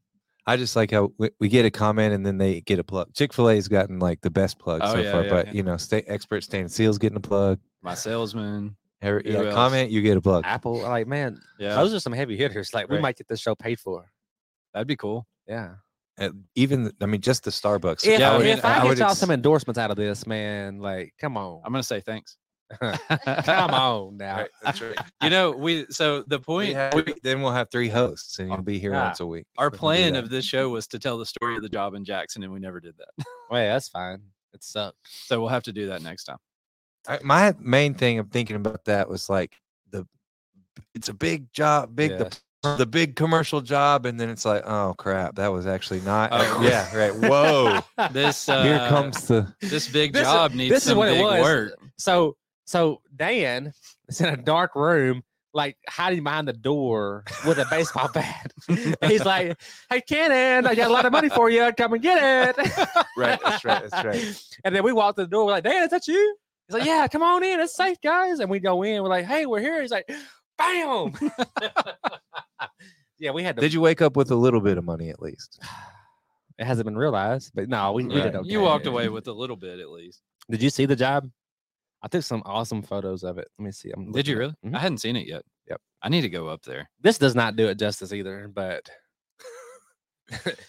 [SPEAKER 1] I just like how we, we get a comment and then they get a plug. Chick Fil A has gotten like the best plug
[SPEAKER 3] Oh,
[SPEAKER 1] so
[SPEAKER 3] yeah,
[SPEAKER 1] far,
[SPEAKER 3] yeah,
[SPEAKER 1] but
[SPEAKER 3] yeah.
[SPEAKER 1] you know, stay, expert Stan Seals getting a plug.
[SPEAKER 3] My salesman.
[SPEAKER 1] Every,
[SPEAKER 3] Who
[SPEAKER 1] yeah,
[SPEAKER 3] else?
[SPEAKER 1] comment, you get a plug.
[SPEAKER 2] Apple, like man,
[SPEAKER 3] Yeah,
[SPEAKER 2] those are some heavy hitters. Like we
[SPEAKER 3] Right.
[SPEAKER 2] might get this show paid for.
[SPEAKER 3] that'd be cool.
[SPEAKER 2] Yeah.
[SPEAKER 1] Uh, even th- I mean, just the Starbucks.
[SPEAKER 2] If,
[SPEAKER 3] Yeah, I
[SPEAKER 2] I
[SPEAKER 3] would-
[SPEAKER 2] if I,
[SPEAKER 3] I
[SPEAKER 2] get
[SPEAKER 3] would
[SPEAKER 2] y'all
[SPEAKER 3] ex-
[SPEAKER 2] some endorsements out of this, man, like come on,
[SPEAKER 3] I'm gonna say thanks.
[SPEAKER 2] come on now.
[SPEAKER 1] Right, that's right.
[SPEAKER 3] You know, we so the
[SPEAKER 1] We
[SPEAKER 3] point
[SPEAKER 1] have-
[SPEAKER 3] we-
[SPEAKER 1] then we'll have three hosts, and you'll be here
[SPEAKER 2] Ah,
[SPEAKER 1] once a week.
[SPEAKER 3] our
[SPEAKER 1] We can do
[SPEAKER 3] plan
[SPEAKER 1] that.
[SPEAKER 3] of this show was to tell the story of the job in Jackson, and we never did that.
[SPEAKER 2] Well, yeah, that's fine. It sucks.
[SPEAKER 3] So we'll have to do that next time.
[SPEAKER 1] I- my main thing of thinking about that was like the it's a big job, big the, the big commercial job, and then it's like, oh crap, that was actually not.
[SPEAKER 3] Oh.
[SPEAKER 1] yeah, right. Whoa,
[SPEAKER 3] This uh,
[SPEAKER 1] here comes the
[SPEAKER 3] this big
[SPEAKER 2] This is-
[SPEAKER 3] job needs
[SPEAKER 2] this is
[SPEAKER 3] some
[SPEAKER 2] what it
[SPEAKER 3] big
[SPEAKER 2] was.
[SPEAKER 3] work.
[SPEAKER 2] So, so Dan is in a dark room, like hiding behind the door with a baseball bat. He's like, "Hey, Cannon, I got a lot of money for you. Come and get it."
[SPEAKER 1] right. That's right. That's right.
[SPEAKER 2] And then we walked to the door. We're like, "Dan, is that you?" He's like, "Yeah, come on in. It's safe, guys." And we go in. We're like, "Hey, we're here." He's like, "Bam!" yeah, we had to.
[SPEAKER 1] Did you wake up with a little bit of money at least?
[SPEAKER 2] it hasn't been realized, but no, we, we
[SPEAKER 3] Yeah,
[SPEAKER 2] did okay.
[SPEAKER 3] You walked away with a little bit at least.
[SPEAKER 2] Did you see the job? I took some awesome photos of it. Let me see. I'm
[SPEAKER 3] Did
[SPEAKER 2] looking
[SPEAKER 3] you
[SPEAKER 2] at-
[SPEAKER 3] really?
[SPEAKER 2] Mhm.
[SPEAKER 3] I hadn't seen it yet.
[SPEAKER 2] Yep.
[SPEAKER 3] I need to go up there.
[SPEAKER 2] This does not do it justice either, but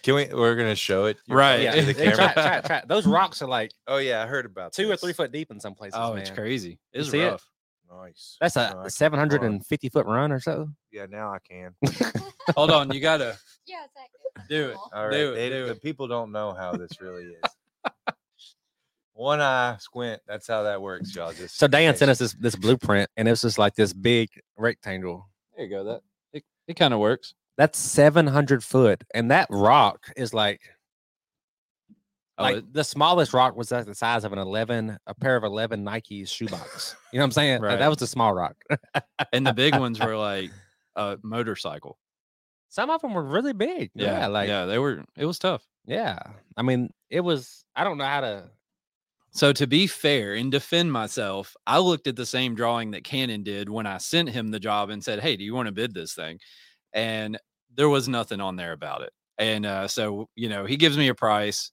[SPEAKER 1] Can we? We're gonna show it,
[SPEAKER 3] You're Right.
[SPEAKER 2] yeah,
[SPEAKER 1] To the
[SPEAKER 2] yeah,
[SPEAKER 1] camera.
[SPEAKER 2] try, it, try, it, try. it. Those rocks are like
[SPEAKER 1] Oh yeah, I heard about
[SPEAKER 2] two or
[SPEAKER 1] this.
[SPEAKER 2] three foot deep in some places.
[SPEAKER 3] Oh, it's
[SPEAKER 2] man.
[SPEAKER 3] crazy. It's
[SPEAKER 2] see it?
[SPEAKER 3] rough.
[SPEAKER 1] Nice.
[SPEAKER 2] That's
[SPEAKER 1] No, I
[SPEAKER 2] a
[SPEAKER 1] can-
[SPEAKER 2] seven hundred and fifty foot run or so.
[SPEAKER 1] Yeah, now I can.
[SPEAKER 3] Hold on, you gotta
[SPEAKER 4] Yeah, exactly.
[SPEAKER 3] do it.
[SPEAKER 1] All right.
[SPEAKER 3] Do it,
[SPEAKER 1] they-
[SPEAKER 3] do
[SPEAKER 1] the
[SPEAKER 3] it.
[SPEAKER 1] people don't know how this really is. One eye squint. That's how that works, y'all. Just
[SPEAKER 2] So Dan
[SPEAKER 1] in
[SPEAKER 2] sent
[SPEAKER 1] case.
[SPEAKER 2] us this, this blueprint, and it's just like this big rectangle.
[SPEAKER 3] There you go. That it, it kind of works.
[SPEAKER 2] That's 700 foot, and that rock is like
[SPEAKER 3] Oh,
[SPEAKER 2] like
[SPEAKER 3] it-
[SPEAKER 2] the smallest rock was like the size of an 11 a pair of 11 nike shoebox you know what i'm saying Like,
[SPEAKER 3] Right.
[SPEAKER 2] that was a small rock
[SPEAKER 3] and the big ones were like a motorcycle.
[SPEAKER 2] some of them were really big
[SPEAKER 3] Yeah,
[SPEAKER 2] yeah, like yeah.
[SPEAKER 3] yeah, they were. It was tough.
[SPEAKER 2] i mean it was i don't know how to
[SPEAKER 3] So to be fair and defend myself, I looked at the same drawing that Cannon did when I sent him the job and said, "Hey, do you want to bid this thing?" And there was nothing on there about it. And uh, so you know, he gives me a price,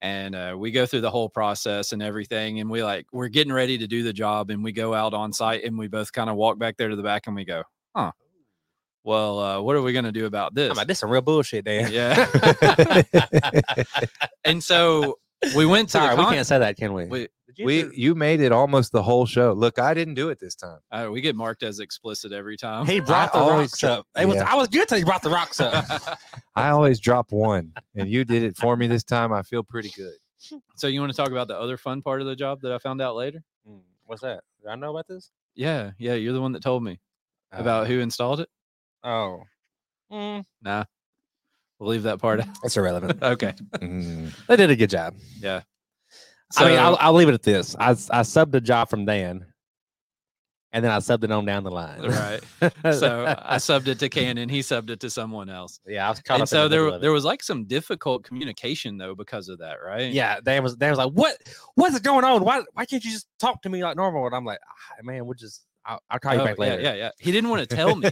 [SPEAKER 3] and uh, we go through the whole process and everything. And we like we're getting ready to do the job, and we go out on site, and we both kind of walk back there to the back, and we go, "Huh." Well, uh, what are we going to do about this?
[SPEAKER 2] i'm like this some real bullshit dan
[SPEAKER 3] yeah. and so we went to
[SPEAKER 2] sorry
[SPEAKER 3] the
[SPEAKER 2] we
[SPEAKER 3] con-
[SPEAKER 2] can't say that can we,
[SPEAKER 3] we,
[SPEAKER 2] Did you
[SPEAKER 1] We
[SPEAKER 2] do-
[SPEAKER 1] you made it almost the whole show. Look, I didn't do it this time.
[SPEAKER 3] uh, we get marked as explicit every time.
[SPEAKER 2] he brought the
[SPEAKER 1] always
[SPEAKER 2] rocks
[SPEAKER 1] try-
[SPEAKER 2] up it was
[SPEAKER 1] Yeah.
[SPEAKER 2] i was good till he brought the rocks up
[SPEAKER 1] I always drop one, and you did it for me this time. I feel pretty good.
[SPEAKER 3] so you want to talk about the other fun part of the job that I found out later?
[SPEAKER 2] Mm, what's that do i know about this
[SPEAKER 3] Yeah, yeah, you're the one that told me about who installed it.
[SPEAKER 2] oh Mm,
[SPEAKER 3] Nah, we'll leave that part out.
[SPEAKER 2] that's irrelevant
[SPEAKER 3] Okay.
[SPEAKER 1] Mm.
[SPEAKER 2] they did a good job
[SPEAKER 3] Yeah.
[SPEAKER 2] I mean,
[SPEAKER 3] So-
[SPEAKER 2] I'll, I'll leave it at this. I, s- I subbed a job from Dan, and then I subbed it on down the line.
[SPEAKER 3] Right. So I subbed it to Cannon. He subbed it to someone else.
[SPEAKER 2] yeah, I was caught
[SPEAKER 3] And
[SPEAKER 2] up. in
[SPEAKER 3] so
[SPEAKER 2] the
[SPEAKER 3] there,
[SPEAKER 2] middle
[SPEAKER 3] wa-
[SPEAKER 2] of it.
[SPEAKER 3] there was like some difficult communication though because of that, right?
[SPEAKER 2] yeah, Dan was Dan was like, "What? What's going on? Why? Why can't you just talk to me like normal?" And I'm like, ah, "Man, we'll just I'll, I'll call you
[SPEAKER 3] Oh,
[SPEAKER 2] back
[SPEAKER 3] yeah,
[SPEAKER 2] later."
[SPEAKER 3] yeah, yeah. He didn't want to tell me,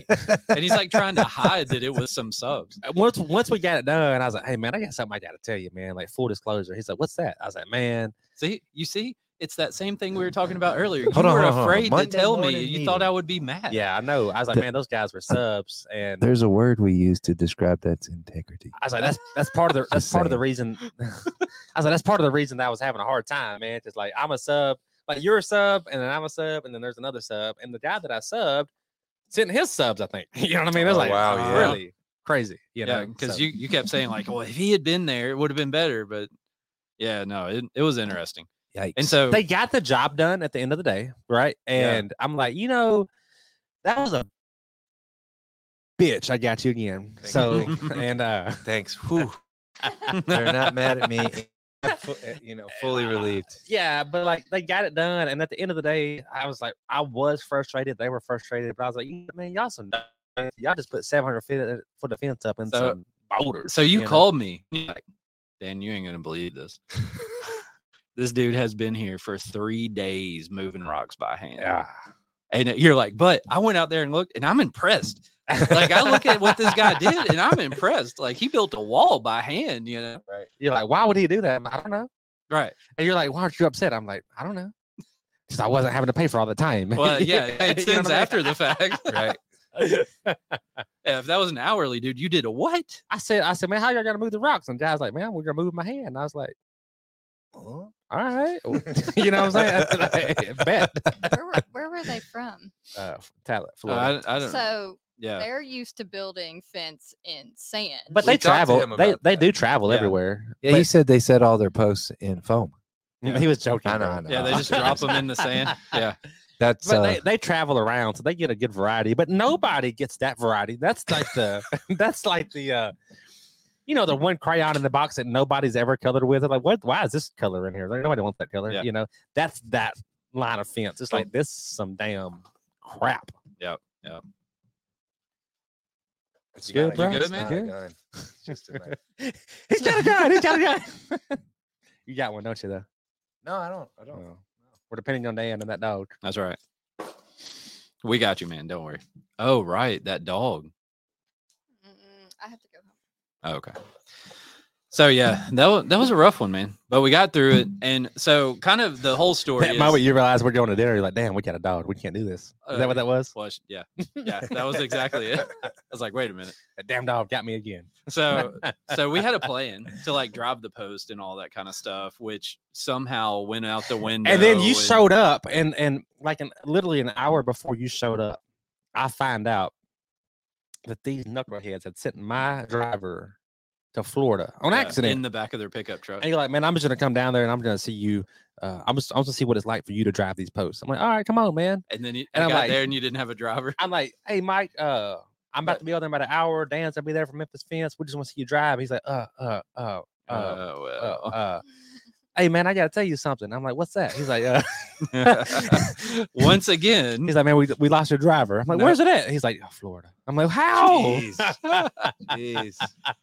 [SPEAKER 3] and he's like trying to hide that it was some subs.
[SPEAKER 2] Uh, Once once we got it done, I was like, "Hey, man, I got something I got to tell you, man. Like full disclosure." He's like, "What's that?" I was like, "Man,
[SPEAKER 3] See, you see, it's that same thing we were talking about earlier. You
[SPEAKER 1] Hold on,
[SPEAKER 3] were
[SPEAKER 1] hold on, hold on.
[SPEAKER 3] afraid to
[SPEAKER 1] Monday
[SPEAKER 3] tell me.
[SPEAKER 1] morning
[SPEAKER 3] You thought I
[SPEAKER 1] meeting.
[SPEAKER 3] would be mad.
[SPEAKER 2] yeah, I know." I was like,
[SPEAKER 1] The- uh,
[SPEAKER 2] "Man, those guys were subs," and
[SPEAKER 1] There's a word we use to describe that's integrity.
[SPEAKER 2] I was like, that's that's part of the that's
[SPEAKER 1] Just
[SPEAKER 2] part of the
[SPEAKER 1] saying.
[SPEAKER 2] reason. I was like, that's part of the reason that I was having a hard time, man. Just like I'm a sub, like you're a sub, and then I'm a sub, and then there's another sub, and the guy that I subbed sent his subs. I think you know what I mean. It was
[SPEAKER 1] Oh,
[SPEAKER 2] like
[SPEAKER 1] wow,
[SPEAKER 3] yeah.
[SPEAKER 2] really crazy, you know.
[SPEAKER 3] yeah, because
[SPEAKER 2] so-
[SPEAKER 3] you, you kept saying like, well, if he had been there, it would have been better. But yeah, no, it, it was interesting.
[SPEAKER 1] Yikes.
[SPEAKER 3] And so
[SPEAKER 2] they got the job done at the end of the day, right?
[SPEAKER 3] Yeah.
[SPEAKER 2] And I'm like, you know, that was a bitch. I got you again.
[SPEAKER 1] Thank you.
[SPEAKER 2] so and uh,
[SPEAKER 1] Thanks. Whew. They're not mad at me. Fu- uh, You know, fully relieved.
[SPEAKER 2] Yeah, but like they got it done, and at the end of the day, I was like, I was frustrated. They were frustrated, but I was like, "You- man, y'all some nuts. y'all just put seven hundred feet for the fence up and
[SPEAKER 3] So-
[SPEAKER 2] some boulders.
[SPEAKER 3] so you
[SPEAKER 2] know?
[SPEAKER 3] called me. and you're Like, Dan, you ain't gonna believe this. this dude has been here for three days moving rocks by hand.
[SPEAKER 2] Yeah.
[SPEAKER 3] And you're like, but I went out there and looked, and I'm impressed. Like I look at what this guy did, and I'm impressed. Like he built a wall by hand, you know.
[SPEAKER 2] You're like, why would he do that? I'm like, I don't know.
[SPEAKER 3] Right.
[SPEAKER 2] And you're like, why aren't you upset? I'm like, I don't know. Because I wasn't having to pay for all the time.
[SPEAKER 3] Well, yeah, it
[SPEAKER 2] You know
[SPEAKER 3] sends
[SPEAKER 2] what I mean?
[SPEAKER 3] after the fact. right. Yeah, if that was an hourly dude, you did a what?
[SPEAKER 2] I said, I said, man, how y'all gonna move the rocks? And Dad's like, man, we're gonna move my hand. And I was like, all right, you know what I'm saying? I said, "I Bet.
[SPEAKER 4] Where were, where were they from?
[SPEAKER 2] Uh, Talent,
[SPEAKER 3] Uh,
[SPEAKER 2] Florida.
[SPEAKER 3] I, I don't.
[SPEAKER 4] So
[SPEAKER 3] yeah.
[SPEAKER 4] they're used to building fence in sand.
[SPEAKER 2] but
[SPEAKER 1] We
[SPEAKER 2] they
[SPEAKER 1] talked to
[SPEAKER 2] travel.
[SPEAKER 1] him
[SPEAKER 2] They
[SPEAKER 1] about
[SPEAKER 2] they
[SPEAKER 1] that.
[SPEAKER 2] do travel
[SPEAKER 3] Yeah.
[SPEAKER 2] everywhere.
[SPEAKER 1] Yeah, he said they set all their posts in foam.
[SPEAKER 2] But-
[SPEAKER 3] Yeah.
[SPEAKER 2] He was joking.
[SPEAKER 1] I know,
[SPEAKER 2] bro.
[SPEAKER 1] I know.
[SPEAKER 3] Yeah, they just drop them in the sand. Yeah.
[SPEAKER 1] That's
[SPEAKER 2] But
[SPEAKER 1] uh,
[SPEAKER 2] they, they travel around, so they get a good variety. But nobody gets that variety. That's like the that's like the uh you know the one crayon in the box that nobody's ever colored with. Like, what? Why is this color in here? Like, nobody wants that color.
[SPEAKER 3] Yeah.
[SPEAKER 2] You know, that's that line of fence. It's
[SPEAKER 3] Oh.
[SPEAKER 2] like this is some damn crap.
[SPEAKER 1] it's
[SPEAKER 2] good,
[SPEAKER 1] not a
[SPEAKER 2] bro.
[SPEAKER 1] gun,
[SPEAKER 3] You good,
[SPEAKER 1] it's
[SPEAKER 3] man?
[SPEAKER 1] not a
[SPEAKER 2] Good.
[SPEAKER 1] gun. It's just a knife.
[SPEAKER 2] He's got a gun. He's got a gun. you got one, don't you? Though
[SPEAKER 1] no, I don't. I don't.
[SPEAKER 2] Oh. we're depending on Dan and that dog.
[SPEAKER 3] That's right. We got you, man. Don't worry. Oh, right. That dog.
[SPEAKER 4] Mm, I have to go home.
[SPEAKER 3] Oh, okay. So yeah, that was, that was a rough one, man. But we got through it, and so kind of the whole story.
[SPEAKER 2] That
[SPEAKER 3] is-
[SPEAKER 2] moment you realize we're going to dinner, you're like, damn, we got a dog. We can't do this. Is
[SPEAKER 3] Uh,
[SPEAKER 2] that what that was?
[SPEAKER 3] Flush. Yeah, yeah. That was exactly it. I was like, wait a minute.
[SPEAKER 2] That damn dog got me again.
[SPEAKER 3] So so we had a plan to like drive the post and all that kind of stuff, which somehow went out the window.
[SPEAKER 2] and then you showed up, and and like an literally an hour before you showed up, I find out that these knuckleheads had sent my driver to Florida on
[SPEAKER 3] Yeah,
[SPEAKER 2] accident.
[SPEAKER 3] uh, in the back of their pickup truck.
[SPEAKER 2] And you're like, man, I'm just gonna come down there and I'm gonna see you. Uh, I'm just, I'm just gonna see what it's like for you to drive these posts. I'm like, all right, come on, man.
[SPEAKER 3] And then you
[SPEAKER 2] and
[SPEAKER 3] I
[SPEAKER 2] I'm
[SPEAKER 3] got
[SPEAKER 2] like-
[SPEAKER 3] there and you didn't have a driver.
[SPEAKER 2] I'm like, hey, Mike, uh, I'm about to be out there in about an hour. Dan's gonna be there from Memphis Fence. We just want to see you drive. He's like, uh, uh, uh, uh, uh,
[SPEAKER 3] oh
[SPEAKER 2] uh,
[SPEAKER 3] well.
[SPEAKER 2] Hey, man, I gotta tell you something. I'm like, what's that? He's like, uh,
[SPEAKER 3] Once again,
[SPEAKER 2] he's like, man, we, we lost your driver. I'm like,
[SPEAKER 3] No.
[SPEAKER 2] where's it at? He's like, "Oh, Florida. I'm like, how?
[SPEAKER 3] Jeez.
[SPEAKER 2] "Ah,
[SPEAKER 3] Jeez.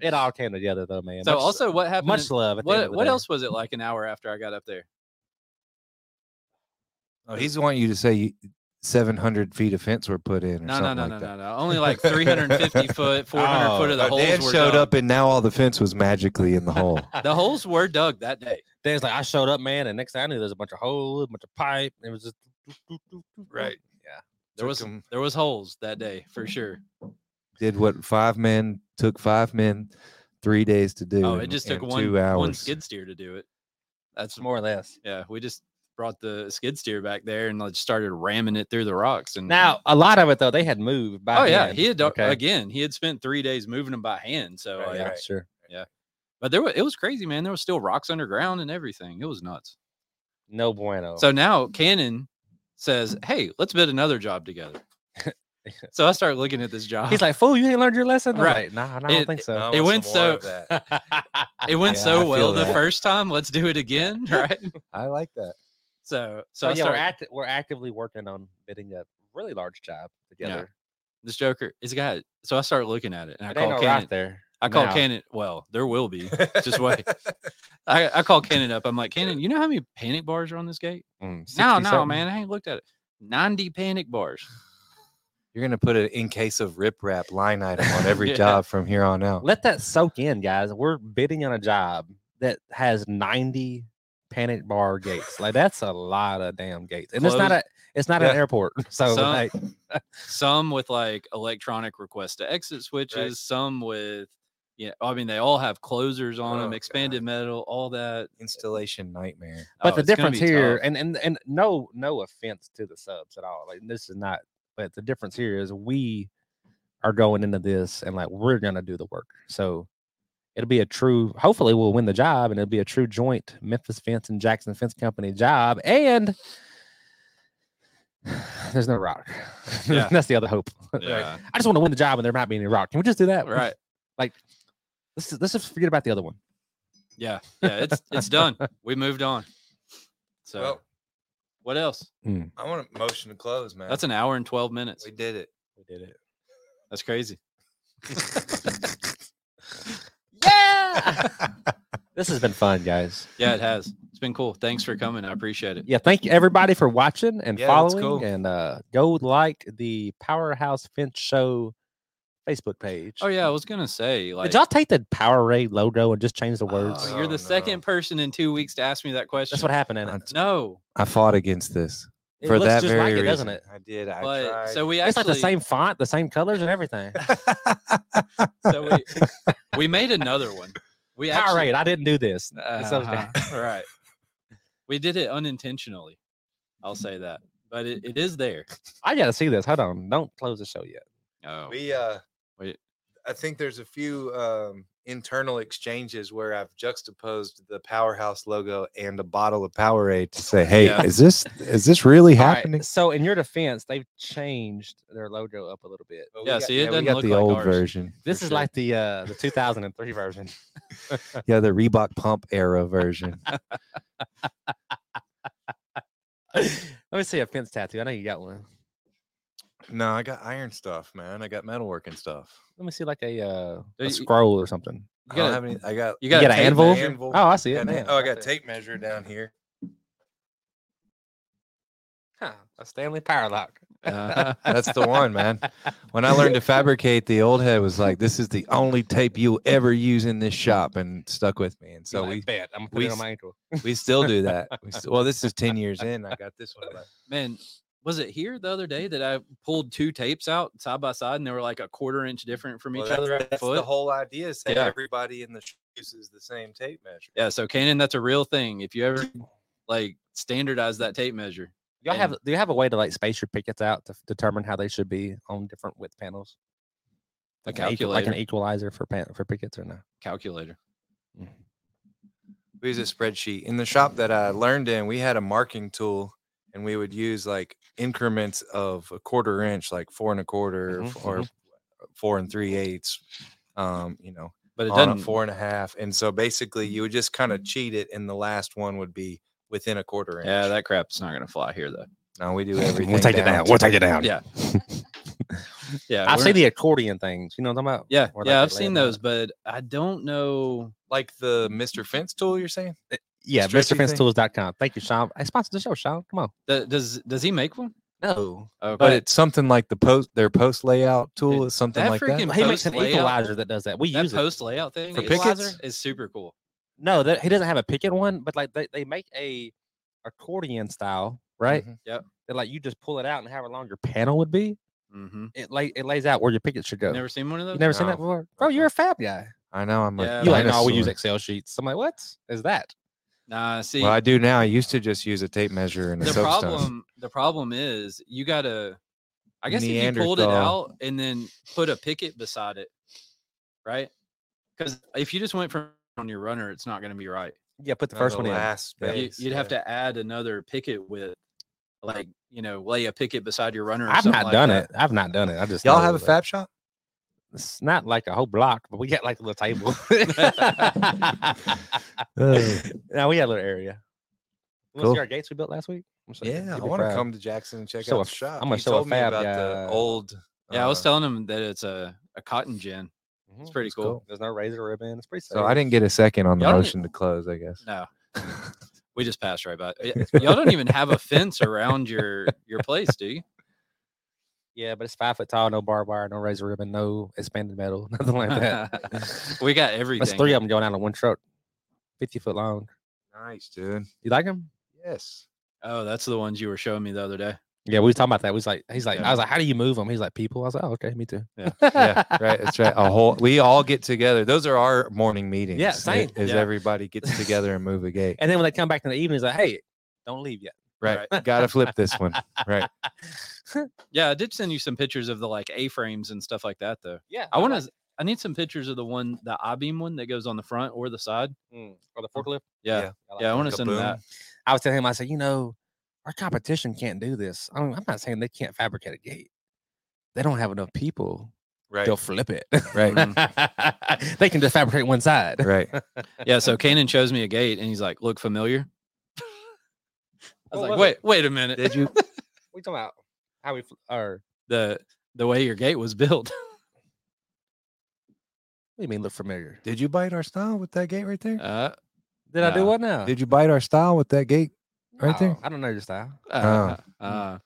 [SPEAKER 2] It all came together though, man.
[SPEAKER 3] so
[SPEAKER 2] Much-
[SPEAKER 3] also what happened?
[SPEAKER 2] much
[SPEAKER 3] in-
[SPEAKER 2] love. at the end of
[SPEAKER 3] what
[SPEAKER 2] the
[SPEAKER 3] what
[SPEAKER 2] day.
[SPEAKER 3] else was it like an hour after I got up there?
[SPEAKER 1] Oh, he's wanting you to say you- 700 feet of fence were put in. Or
[SPEAKER 3] No, no,
[SPEAKER 1] something
[SPEAKER 3] no,
[SPEAKER 1] like
[SPEAKER 3] no,
[SPEAKER 1] that.
[SPEAKER 3] no, no. Only like 350 foot, 400 foot
[SPEAKER 2] Oh,
[SPEAKER 3] of the
[SPEAKER 1] Uh,
[SPEAKER 3] holes
[SPEAKER 1] Dan
[SPEAKER 3] were
[SPEAKER 1] showed
[SPEAKER 3] dug.
[SPEAKER 1] up, and now all the fence was magically in the hole.
[SPEAKER 3] The holes were dug that day.
[SPEAKER 2] Dan's like, I showed up, man, and next thing I knew, there's a bunch of holes, a bunch of pipe, and it was just
[SPEAKER 3] Right.
[SPEAKER 2] Yeah.
[SPEAKER 3] There
[SPEAKER 1] Took
[SPEAKER 3] was
[SPEAKER 1] 'em.
[SPEAKER 3] there was holes that day for sure.
[SPEAKER 1] Did what five men took five men three days to do.
[SPEAKER 3] Oh, it
[SPEAKER 1] and-
[SPEAKER 3] just took
[SPEAKER 1] and
[SPEAKER 3] one
[SPEAKER 1] two hours.
[SPEAKER 3] one skid steer to do it. That's
[SPEAKER 2] more or less.
[SPEAKER 3] yeah. We just brought the skid steer back there and like started ramming it through the rocks. And
[SPEAKER 2] Now, a lot of it though, they had moved. By
[SPEAKER 3] oh yeah,
[SPEAKER 2] then,
[SPEAKER 3] he had oh,
[SPEAKER 2] okay.
[SPEAKER 3] again. He had spent three days moving them by hand. So
[SPEAKER 2] Right,
[SPEAKER 3] like,
[SPEAKER 2] yeah, sure.
[SPEAKER 3] but there was it was crazy, man. There was still rocks underground and everything. It was nuts.
[SPEAKER 2] No bueno.
[SPEAKER 3] So now Cannon says, "Hey, let's bid another job together." so I start looking at this job.
[SPEAKER 2] he's like, "Fool, you ain't learned your lesson." I'm
[SPEAKER 3] uh-huh. Right.
[SPEAKER 2] like, Nah, nah, I don't
[SPEAKER 3] It-
[SPEAKER 2] think so.
[SPEAKER 3] it went so it went
[SPEAKER 1] Yeah, I
[SPEAKER 3] so
[SPEAKER 1] feel
[SPEAKER 3] well the
[SPEAKER 1] that.
[SPEAKER 3] first time. Let's do it again, right?
[SPEAKER 1] I like that.
[SPEAKER 3] So
[SPEAKER 2] So,
[SPEAKER 3] so, I
[SPEAKER 2] Oh, yeah,
[SPEAKER 3] start
[SPEAKER 2] we're, act- we're actively working on bidding a really large job together.
[SPEAKER 3] this Joker. It's got so I start looking at it and I
[SPEAKER 2] It ain't
[SPEAKER 3] call
[SPEAKER 2] no
[SPEAKER 3] Cannon.
[SPEAKER 2] rock there.
[SPEAKER 3] I call
[SPEAKER 2] now.
[SPEAKER 3] Cannon. Well, there will be. Just wait. I, I call Cannon up. I'm like, Cannon, you know how many panic bars are on this gate?
[SPEAKER 2] Mm,
[SPEAKER 3] No,
[SPEAKER 2] 60
[SPEAKER 3] no,
[SPEAKER 2] something.
[SPEAKER 3] man. I ain't looked at it. 90 panic bars.
[SPEAKER 1] You're gonna put an in case of riprap line item on every
[SPEAKER 3] Yeah.
[SPEAKER 1] job from here on out.
[SPEAKER 2] Let that soak in, guys. We're bidding on a job that has 90 panic bar gates. Like that's a lot of damn gates. And it's not
[SPEAKER 3] Close-
[SPEAKER 2] a it's not an
[SPEAKER 1] Yeah.
[SPEAKER 2] airport. So
[SPEAKER 3] Some-
[SPEAKER 2] like,
[SPEAKER 3] Some with like electronic request to exit switches, some with, yeah, I mean, they all have closers on
[SPEAKER 1] Oh,
[SPEAKER 3] them,
[SPEAKER 1] God.
[SPEAKER 3] expanded metal, all that.
[SPEAKER 1] Installation nightmare.
[SPEAKER 2] but
[SPEAKER 3] Oh,
[SPEAKER 2] the
[SPEAKER 3] it's gonna
[SPEAKER 2] difference
[SPEAKER 3] be
[SPEAKER 2] here,
[SPEAKER 3] tough.
[SPEAKER 2] and, and and no no offense to the subs at all. Like this is not but the difference here is we are going into this and like we're gonna do the work. So it'll be a true hopefully we'll win the job and it'll be a true joint Memphis Fence and Jackson Fence Company job. And there's no rock.
[SPEAKER 3] Yeah.
[SPEAKER 2] That's the other hope.
[SPEAKER 3] Yeah.
[SPEAKER 2] I just want to win the job and there might be any rock. Can we just do that?
[SPEAKER 3] right.
[SPEAKER 2] Let's let's just forget about the other one.
[SPEAKER 3] Yeah. Yeah. It's it's done. We moved on. So
[SPEAKER 1] Well,
[SPEAKER 3] what else?
[SPEAKER 1] I want a motion to close, man.
[SPEAKER 3] That's an hour and 12 minutes.
[SPEAKER 1] we did it.
[SPEAKER 2] We did it.
[SPEAKER 3] That's crazy.
[SPEAKER 2] Yeah. this has been fun, guys.
[SPEAKER 3] Yeah, it has. It's been cool. Thanks for coming. I appreciate it.
[SPEAKER 2] Yeah, thank you everybody for watching and
[SPEAKER 1] Yeah, that's
[SPEAKER 2] following.
[SPEAKER 1] cool.
[SPEAKER 2] And uh go like the Powerhouse Fence Show Facebook page.
[SPEAKER 3] Oh yeah, I was gonna say like
[SPEAKER 2] Did y'all take the Powerade logo and just change the words?
[SPEAKER 3] Oh, you're
[SPEAKER 1] Oh,
[SPEAKER 3] the second
[SPEAKER 1] no.
[SPEAKER 3] person in two weeks to ask me that question.
[SPEAKER 2] That's what happened in
[SPEAKER 1] I,
[SPEAKER 2] it.
[SPEAKER 3] no,
[SPEAKER 1] I fought against this
[SPEAKER 2] It
[SPEAKER 1] for
[SPEAKER 2] looks
[SPEAKER 1] that
[SPEAKER 2] just
[SPEAKER 1] very
[SPEAKER 2] like it,
[SPEAKER 1] reason.
[SPEAKER 2] doesn't it?
[SPEAKER 1] I did. I
[SPEAKER 3] but
[SPEAKER 1] tried.
[SPEAKER 3] so we actually
[SPEAKER 2] It's like the same font, the same colors and everything.
[SPEAKER 3] So we, we made another one. We actually,
[SPEAKER 2] Powerade, I didn't do this. It's okay.
[SPEAKER 3] Uh-huh, right. We did it unintentionally. I'll say that, but it, it is there.
[SPEAKER 2] I gotta see this. Hold on. Don't close the show yet.
[SPEAKER 3] Oh,
[SPEAKER 1] we uh
[SPEAKER 3] Wait.
[SPEAKER 1] i think there's a few um internal exchanges where i've juxtaposed the powerhouse logo and a bottle of powerade to say hey
[SPEAKER 3] Yeah.
[SPEAKER 1] is this is this really
[SPEAKER 2] All right,
[SPEAKER 1] happening
[SPEAKER 2] So, in your defense, they've changed their logo up a little bit.
[SPEAKER 1] But
[SPEAKER 3] Oh, Yeah,
[SPEAKER 1] we got,
[SPEAKER 3] see, it
[SPEAKER 1] we
[SPEAKER 3] doesn't
[SPEAKER 1] got
[SPEAKER 3] look
[SPEAKER 1] the
[SPEAKER 3] like
[SPEAKER 1] old
[SPEAKER 3] ours.
[SPEAKER 1] version
[SPEAKER 2] This
[SPEAKER 3] For
[SPEAKER 2] is
[SPEAKER 3] sure.
[SPEAKER 2] like the uh, the 2003 version.
[SPEAKER 1] yeah the reebok pump era version
[SPEAKER 2] Let me see a fence tattoo. I know you got one.
[SPEAKER 1] no i got iron stuff man i got metalworking stuff
[SPEAKER 2] Let me see like a uh,
[SPEAKER 3] you-
[SPEAKER 2] a scroll or something.
[SPEAKER 1] I
[SPEAKER 3] you
[SPEAKER 1] don't
[SPEAKER 3] gotta,
[SPEAKER 1] have any. I got.
[SPEAKER 3] you
[SPEAKER 2] You
[SPEAKER 3] gotta
[SPEAKER 2] got an
[SPEAKER 3] tape
[SPEAKER 2] anvil?
[SPEAKER 3] measure.
[SPEAKER 1] anvil.
[SPEAKER 2] Oh, I see
[SPEAKER 1] got
[SPEAKER 2] it.
[SPEAKER 1] an-
[SPEAKER 2] man.
[SPEAKER 1] oh, I
[SPEAKER 2] Right
[SPEAKER 1] got
[SPEAKER 2] there.
[SPEAKER 1] tape measure down here.
[SPEAKER 2] Huh, a Stanley Power Lock.
[SPEAKER 3] Uh-huh.
[SPEAKER 1] That's the one, man. When I learned to fabricate, the old head was like, "This is the only tape you'll ever use in this shop," and stuck with me. And so
[SPEAKER 2] So we
[SPEAKER 1] we
[SPEAKER 2] bet I'm gonna put
[SPEAKER 1] we
[SPEAKER 2] it on
[SPEAKER 1] s-
[SPEAKER 2] my ankle.
[SPEAKER 1] we still do that. We s- well, this is ten years in. I got this one. left.
[SPEAKER 3] man. Was it here the other day that I pulled two tapes out side by side and they were like a quarter inch different from
[SPEAKER 1] Well,
[SPEAKER 3] each
[SPEAKER 1] that-
[SPEAKER 3] other at
[SPEAKER 1] that's
[SPEAKER 3] foot?
[SPEAKER 1] the whole idea. Is that
[SPEAKER 3] Yeah.
[SPEAKER 1] everybody in the sh- uses the same tape measure.
[SPEAKER 3] yeah, so Canon, that's a real thing. If you ever like standardize that tape measure,
[SPEAKER 2] Y'all have
[SPEAKER 3] And-
[SPEAKER 2] do you have a way to like space your pickets out to f- determine how they should be on different width panels?
[SPEAKER 3] A
[SPEAKER 2] Like an equal- like
[SPEAKER 3] calculator.
[SPEAKER 2] an equalizer for pan, for pickets or no?
[SPEAKER 3] calculator.
[SPEAKER 1] we use a spreadsheet in the shop that I learned in. We had a marking tool, and we would use like increments of a quarter inch, like four and a quarter,
[SPEAKER 3] Mm-hmm,
[SPEAKER 2] Mhm,
[SPEAKER 1] f- or four and three eighths. Um, you know,
[SPEAKER 3] But it
[SPEAKER 1] on a
[SPEAKER 3] doesn't.
[SPEAKER 1] four and a half, and so basically you would just kind of cheat it, and the last one would be within a quarter inch.
[SPEAKER 3] yeah, that crap's not gonna fly here though.
[SPEAKER 1] no, we do everything.
[SPEAKER 2] We'll take it down.
[SPEAKER 1] to-
[SPEAKER 2] We'll take it down.
[SPEAKER 3] Yeah. Yeah,
[SPEAKER 2] I
[SPEAKER 3] we're
[SPEAKER 2] see
[SPEAKER 3] not-
[SPEAKER 2] the accordion things. You know what I'm talking about?
[SPEAKER 3] Yeah,
[SPEAKER 2] where they
[SPEAKER 3] yeah,
[SPEAKER 2] could
[SPEAKER 3] I've
[SPEAKER 2] lay
[SPEAKER 3] seen
[SPEAKER 2] it out.
[SPEAKER 3] those, but I don't know.
[SPEAKER 1] like the Mr. Fence tool. You're saying?
[SPEAKER 2] Yeah,
[SPEAKER 1] Stretchy thing.
[SPEAKER 2] MrFenceTools.com. Thank you, Sean. I sponsored the show, Sean. Come on.
[SPEAKER 3] Th- Does does he make one?
[SPEAKER 2] No.
[SPEAKER 3] Okay.
[SPEAKER 1] But it's something like the post their post layout tool
[SPEAKER 3] It-
[SPEAKER 1] is something
[SPEAKER 3] that
[SPEAKER 1] like
[SPEAKER 3] freaking-
[SPEAKER 1] that.
[SPEAKER 2] He makes
[SPEAKER 3] Post
[SPEAKER 2] an
[SPEAKER 3] layout.
[SPEAKER 2] equalizer that does that. We
[SPEAKER 3] that
[SPEAKER 2] use
[SPEAKER 3] post
[SPEAKER 2] it.
[SPEAKER 3] layout thing
[SPEAKER 2] for
[SPEAKER 3] is-
[SPEAKER 2] pickets?
[SPEAKER 3] is super cool.
[SPEAKER 2] No, that, he doesn't have a picket one, but like they, they make a accordion style, right?
[SPEAKER 1] Mhm.
[SPEAKER 2] That like you just pull it out and however long your panel would be,
[SPEAKER 3] Mm-hmm.
[SPEAKER 2] it lay it lays out where your picket should go.
[SPEAKER 3] Never seen one of
[SPEAKER 2] you
[SPEAKER 3] those.
[SPEAKER 2] never seen that
[SPEAKER 1] No.
[SPEAKER 2] before, bro? You're a fab guy.
[SPEAKER 1] I know. I'm
[SPEAKER 3] Yeah,
[SPEAKER 1] like,
[SPEAKER 2] You like, no,
[SPEAKER 1] dinosaur.
[SPEAKER 2] we use Excel sheets. I'm like, what is that?
[SPEAKER 3] Nah, see,
[SPEAKER 1] Well, I do now. I used to just use a tape measure and a
[SPEAKER 3] the
[SPEAKER 1] soapstone.
[SPEAKER 3] problem the problem is you gotta. I guess if you pulled it
[SPEAKER 1] Neanderthal.
[SPEAKER 3] out and then put a picket beside it, right? Because if you just went from on your runner, it's not going to be right.
[SPEAKER 2] Yeah, put the
[SPEAKER 1] No,
[SPEAKER 2] first one in.
[SPEAKER 1] last
[SPEAKER 2] Yeah.
[SPEAKER 3] You,
[SPEAKER 1] space,
[SPEAKER 3] you'd have
[SPEAKER 1] yeah.
[SPEAKER 3] to add another picket with, like you know, lay a picket beside your runner. Or
[SPEAKER 2] I've
[SPEAKER 3] something
[SPEAKER 2] not
[SPEAKER 3] like
[SPEAKER 2] done
[SPEAKER 3] that.
[SPEAKER 2] it. I've not done it. I just
[SPEAKER 1] Y'all
[SPEAKER 2] know
[SPEAKER 1] have a
[SPEAKER 2] that-
[SPEAKER 1] fab shop?
[SPEAKER 2] It's not like a whole block, but we got like a little table. now we got a little area. You wanna
[SPEAKER 1] Cool.
[SPEAKER 2] see our gates we built last week? I'm so-
[SPEAKER 1] yeah, I
[SPEAKER 2] you'd be
[SPEAKER 1] want to
[SPEAKER 2] proud.
[SPEAKER 1] come to Jackson and check
[SPEAKER 2] So
[SPEAKER 1] out
[SPEAKER 2] a-
[SPEAKER 1] the shop.
[SPEAKER 2] I'm a-
[SPEAKER 1] You
[SPEAKER 2] so a
[SPEAKER 1] told me
[SPEAKER 2] fab
[SPEAKER 1] about
[SPEAKER 2] guy.
[SPEAKER 1] the old.
[SPEAKER 3] Yeah, I was
[SPEAKER 1] uh,
[SPEAKER 3] telling him that it's a, a cotton gin. It's
[SPEAKER 2] Mhm.
[SPEAKER 3] pretty
[SPEAKER 1] It's
[SPEAKER 3] cool.
[SPEAKER 1] cool.
[SPEAKER 2] There's no razor ribbon. It's pretty. Safe.
[SPEAKER 1] So I didn't get a second on the
[SPEAKER 3] Y'all don't
[SPEAKER 1] motion to close. I guess.
[SPEAKER 3] No, we just passed right by. it. Y- Y'all don't even have a fence around your your place, do you?
[SPEAKER 2] Yeah, but it's five foot tall, no barbed wire, no razor ribbon, no expanded metal, nothing like that.
[SPEAKER 3] we got everything.
[SPEAKER 2] That's three of them going out on one truck, fifty foot long.
[SPEAKER 1] Nice, dude.
[SPEAKER 2] You like them?
[SPEAKER 1] Yes.
[SPEAKER 3] Oh, that's the ones you were showing me the other day.
[SPEAKER 2] Yeah, we was talking about that. We was like, he's like,
[SPEAKER 3] Yeah.
[SPEAKER 2] I was like, how do you move them? He's like, people. I was like, oh, okay, me too.
[SPEAKER 3] Yeah.
[SPEAKER 1] Yeah, right. That's right. A whole. We all get together. Those are our morning meetings. i-
[SPEAKER 2] same.
[SPEAKER 1] Is
[SPEAKER 3] Yeah.
[SPEAKER 1] everybody gets together and move a gate?
[SPEAKER 2] And then when they come back in the evening, he's like, hey, don't leave yet.
[SPEAKER 1] Right. Gotta flip this one. Right.
[SPEAKER 3] Yeah, I did send you some pictures of the like A frames and stuff like that, though.
[SPEAKER 2] Yeah,
[SPEAKER 3] I want to. I need some pictures of the one, the I beam one that goes on the front or the side.
[SPEAKER 2] or mm, the forklift.
[SPEAKER 3] Yeah, yeah.
[SPEAKER 1] Yeah.
[SPEAKER 2] Oh. like
[SPEAKER 3] I
[SPEAKER 2] that.
[SPEAKER 3] want to send that.
[SPEAKER 2] I was telling him, I said, you know, our competition can't do this. I mean, I'm not saying they can't fabricate a gate. They don't have enough people.
[SPEAKER 1] Right.
[SPEAKER 2] They'll flip it.
[SPEAKER 1] Right.
[SPEAKER 2] they can just fabricate one side.
[SPEAKER 1] Right.
[SPEAKER 3] Yeah. So Kanan shows me a gate, and he's like, "Look familiar." I
[SPEAKER 2] What
[SPEAKER 3] was like,
[SPEAKER 2] was
[SPEAKER 3] "Wait, wait a minute."
[SPEAKER 1] Did you?
[SPEAKER 2] We talking about how we fl- or
[SPEAKER 3] the the way your gate was built.
[SPEAKER 2] what do you mean look familiar?
[SPEAKER 1] Did you bite our style with that gate right there?
[SPEAKER 3] Uh,
[SPEAKER 2] Did I do
[SPEAKER 3] Nah.
[SPEAKER 2] what now?
[SPEAKER 1] Did you bite our style with that gate right there?
[SPEAKER 2] Oh, I don't know your style.
[SPEAKER 3] uh, uh,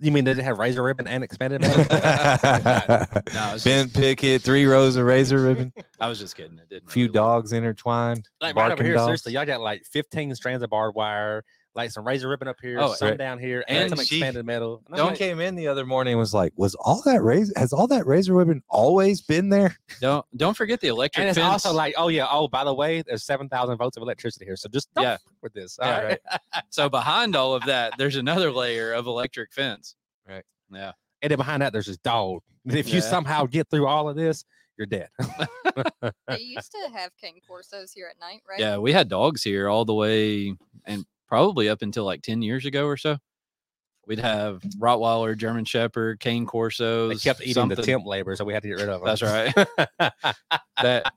[SPEAKER 2] You mean does it have razor ribbon and expanded metal?
[SPEAKER 3] No, it's
[SPEAKER 1] Ben Pickett, three rows of razor ribbon,
[SPEAKER 3] I was just kidding. It didn't.
[SPEAKER 1] few
[SPEAKER 3] really look-
[SPEAKER 1] dogs intertwined.
[SPEAKER 2] like right over
[SPEAKER 1] barking
[SPEAKER 2] here,
[SPEAKER 1] dogs.
[SPEAKER 2] seriously, y'all got like 15 strands of barbed wire, like some razor ribbon up here,
[SPEAKER 3] Oh, right.
[SPEAKER 2] some down here, and,
[SPEAKER 3] And
[SPEAKER 2] some
[SPEAKER 3] she-
[SPEAKER 2] expanded metal. And I'm
[SPEAKER 1] Don
[SPEAKER 2] like,
[SPEAKER 1] came in the other morning and was like, "Was all that razor? Has all that razor ribbon always been there?"
[SPEAKER 3] Don't don't forget the electric
[SPEAKER 2] and it's
[SPEAKER 3] fence.
[SPEAKER 2] also like, oh yeah, oh by the way, there's seven thousand volts of electricity here, so just don't
[SPEAKER 3] Yeah.
[SPEAKER 2] f- with this.
[SPEAKER 3] Yeah,
[SPEAKER 2] all right.
[SPEAKER 3] so behind all of that, there's another layer of electric fence.
[SPEAKER 1] Right.
[SPEAKER 3] Yeah.
[SPEAKER 2] And then behind that, there's this dog. And if you
[SPEAKER 3] Yeah.
[SPEAKER 2] somehow get through all of this, you're dead.
[SPEAKER 4] They used to have cane corsos here at night, right?
[SPEAKER 3] Yeah. We had dogs here all the way and probably up until like 10 years ago or so. We'd have Rottweiler, German Shepherd, Cane Corsos.
[SPEAKER 2] they kept eating the
[SPEAKER 3] something-
[SPEAKER 2] temp labor, so we had to get rid of them.
[SPEAKER 3] That's right. that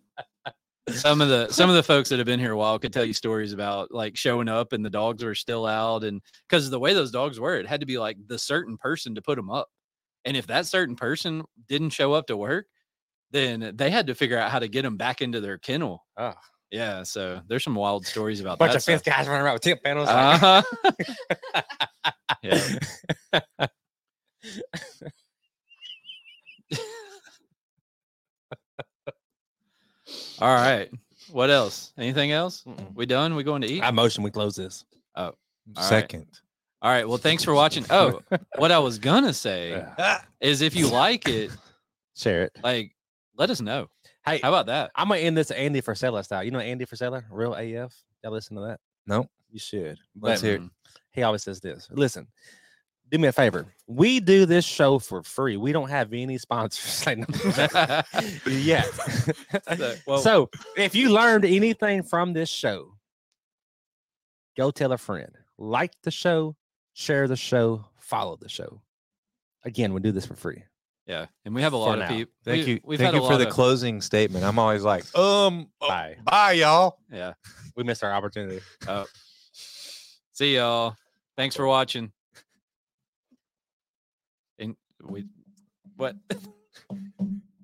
[SPEAKER 3] some of the some of the folks that have been here a while could tell you stories about like showing up and the dogs were still out and because the way those dogs were it had to be like the certain person to put them up and if that certain person didn't show up to work then they had to figure out how to get them back into their kennel
[SPEAKER 2] Ah.
[SPEAKER 3] yeah so there's some wild stories about
[SPEAKER 2] bunch
[SPEAKER 3] that
[SPEAKER 2] of fence
[SPEAKER 3] stuff.
[SPEAKER 2] guys running around with temp panels. like,
[SPEAKER 3] uh-huh. yeah. all right what else anything else
[SPEAKER 2] "Mm-mm."
[SPEAKER 3] we done we going to eat
[SPEAKER 2] I motion we close this.
[SPEAKER 3] All right.
[SPEAKER 1] Second,
[SPEAKER 3] All right. Well, thanks for watching. Oh, what I was gonna say
[SPEAKER 2] Yeah.
[SPEAKER 3] is if you like it,
[SPEAKER 2] Share it.
[SPEAKER 3] like let us know.
[SPEAKER 2] Hey,
[SPEAKER 3] How about that?
[SPEAKER 2] I'm gonna end this Andy Frisella style. You know Andy Frisella, real AF. Y'all listen to that?
[SPEAKER 1] Nope.
[SPEAKER 2] You should.
[SPEAKER 1] Let's
[SPEAKER 2] But
[SPEAKER 1] hear it.
[SPEAKER 3] Mm,
[SPEAKER 2] he always says this. Listen, do me a favor. We do this show for free. We don't have any sponsors. Like, no- yet.
[SPEAKER 3] Mm. So, well,
[SPEAKER 2] so if you learned anything from this show, go tell a friend. Like the show, share the show, follow the show. Again, we do this for free.
[SPEAKER 3] yeah, and we have a
[SPEAKER 2] for
[SPEAKER 3] lot of
[SPEAKER 2] now.
[SPEAKER 3] people.
[SPEAKER 1] Thank
[SPEAKER 3] we,
[SPEAKER 1] you.
[SPEAKER 3] We've
[SPEAKER 1] Thank
[SPEAKER 3] had
[SPEAKER 1] you
[SPEAKER 3] a
[SPEAKER 1] for
[SPEAKER 3] lot
[SPEAKER 1] the
[SPEAKER 3] of,
[SPEAKER 1] closing statement. I'm always like, um, oh, bye.
[SPEAKER 2] Bye.
[SPEAKER 1] y'all.
[SPEAKER 3] Yeah.
[SPEAKER 2] We missed our opportunity.
[SPEAKER 3] See y'all. Thanks for watching. And we, what?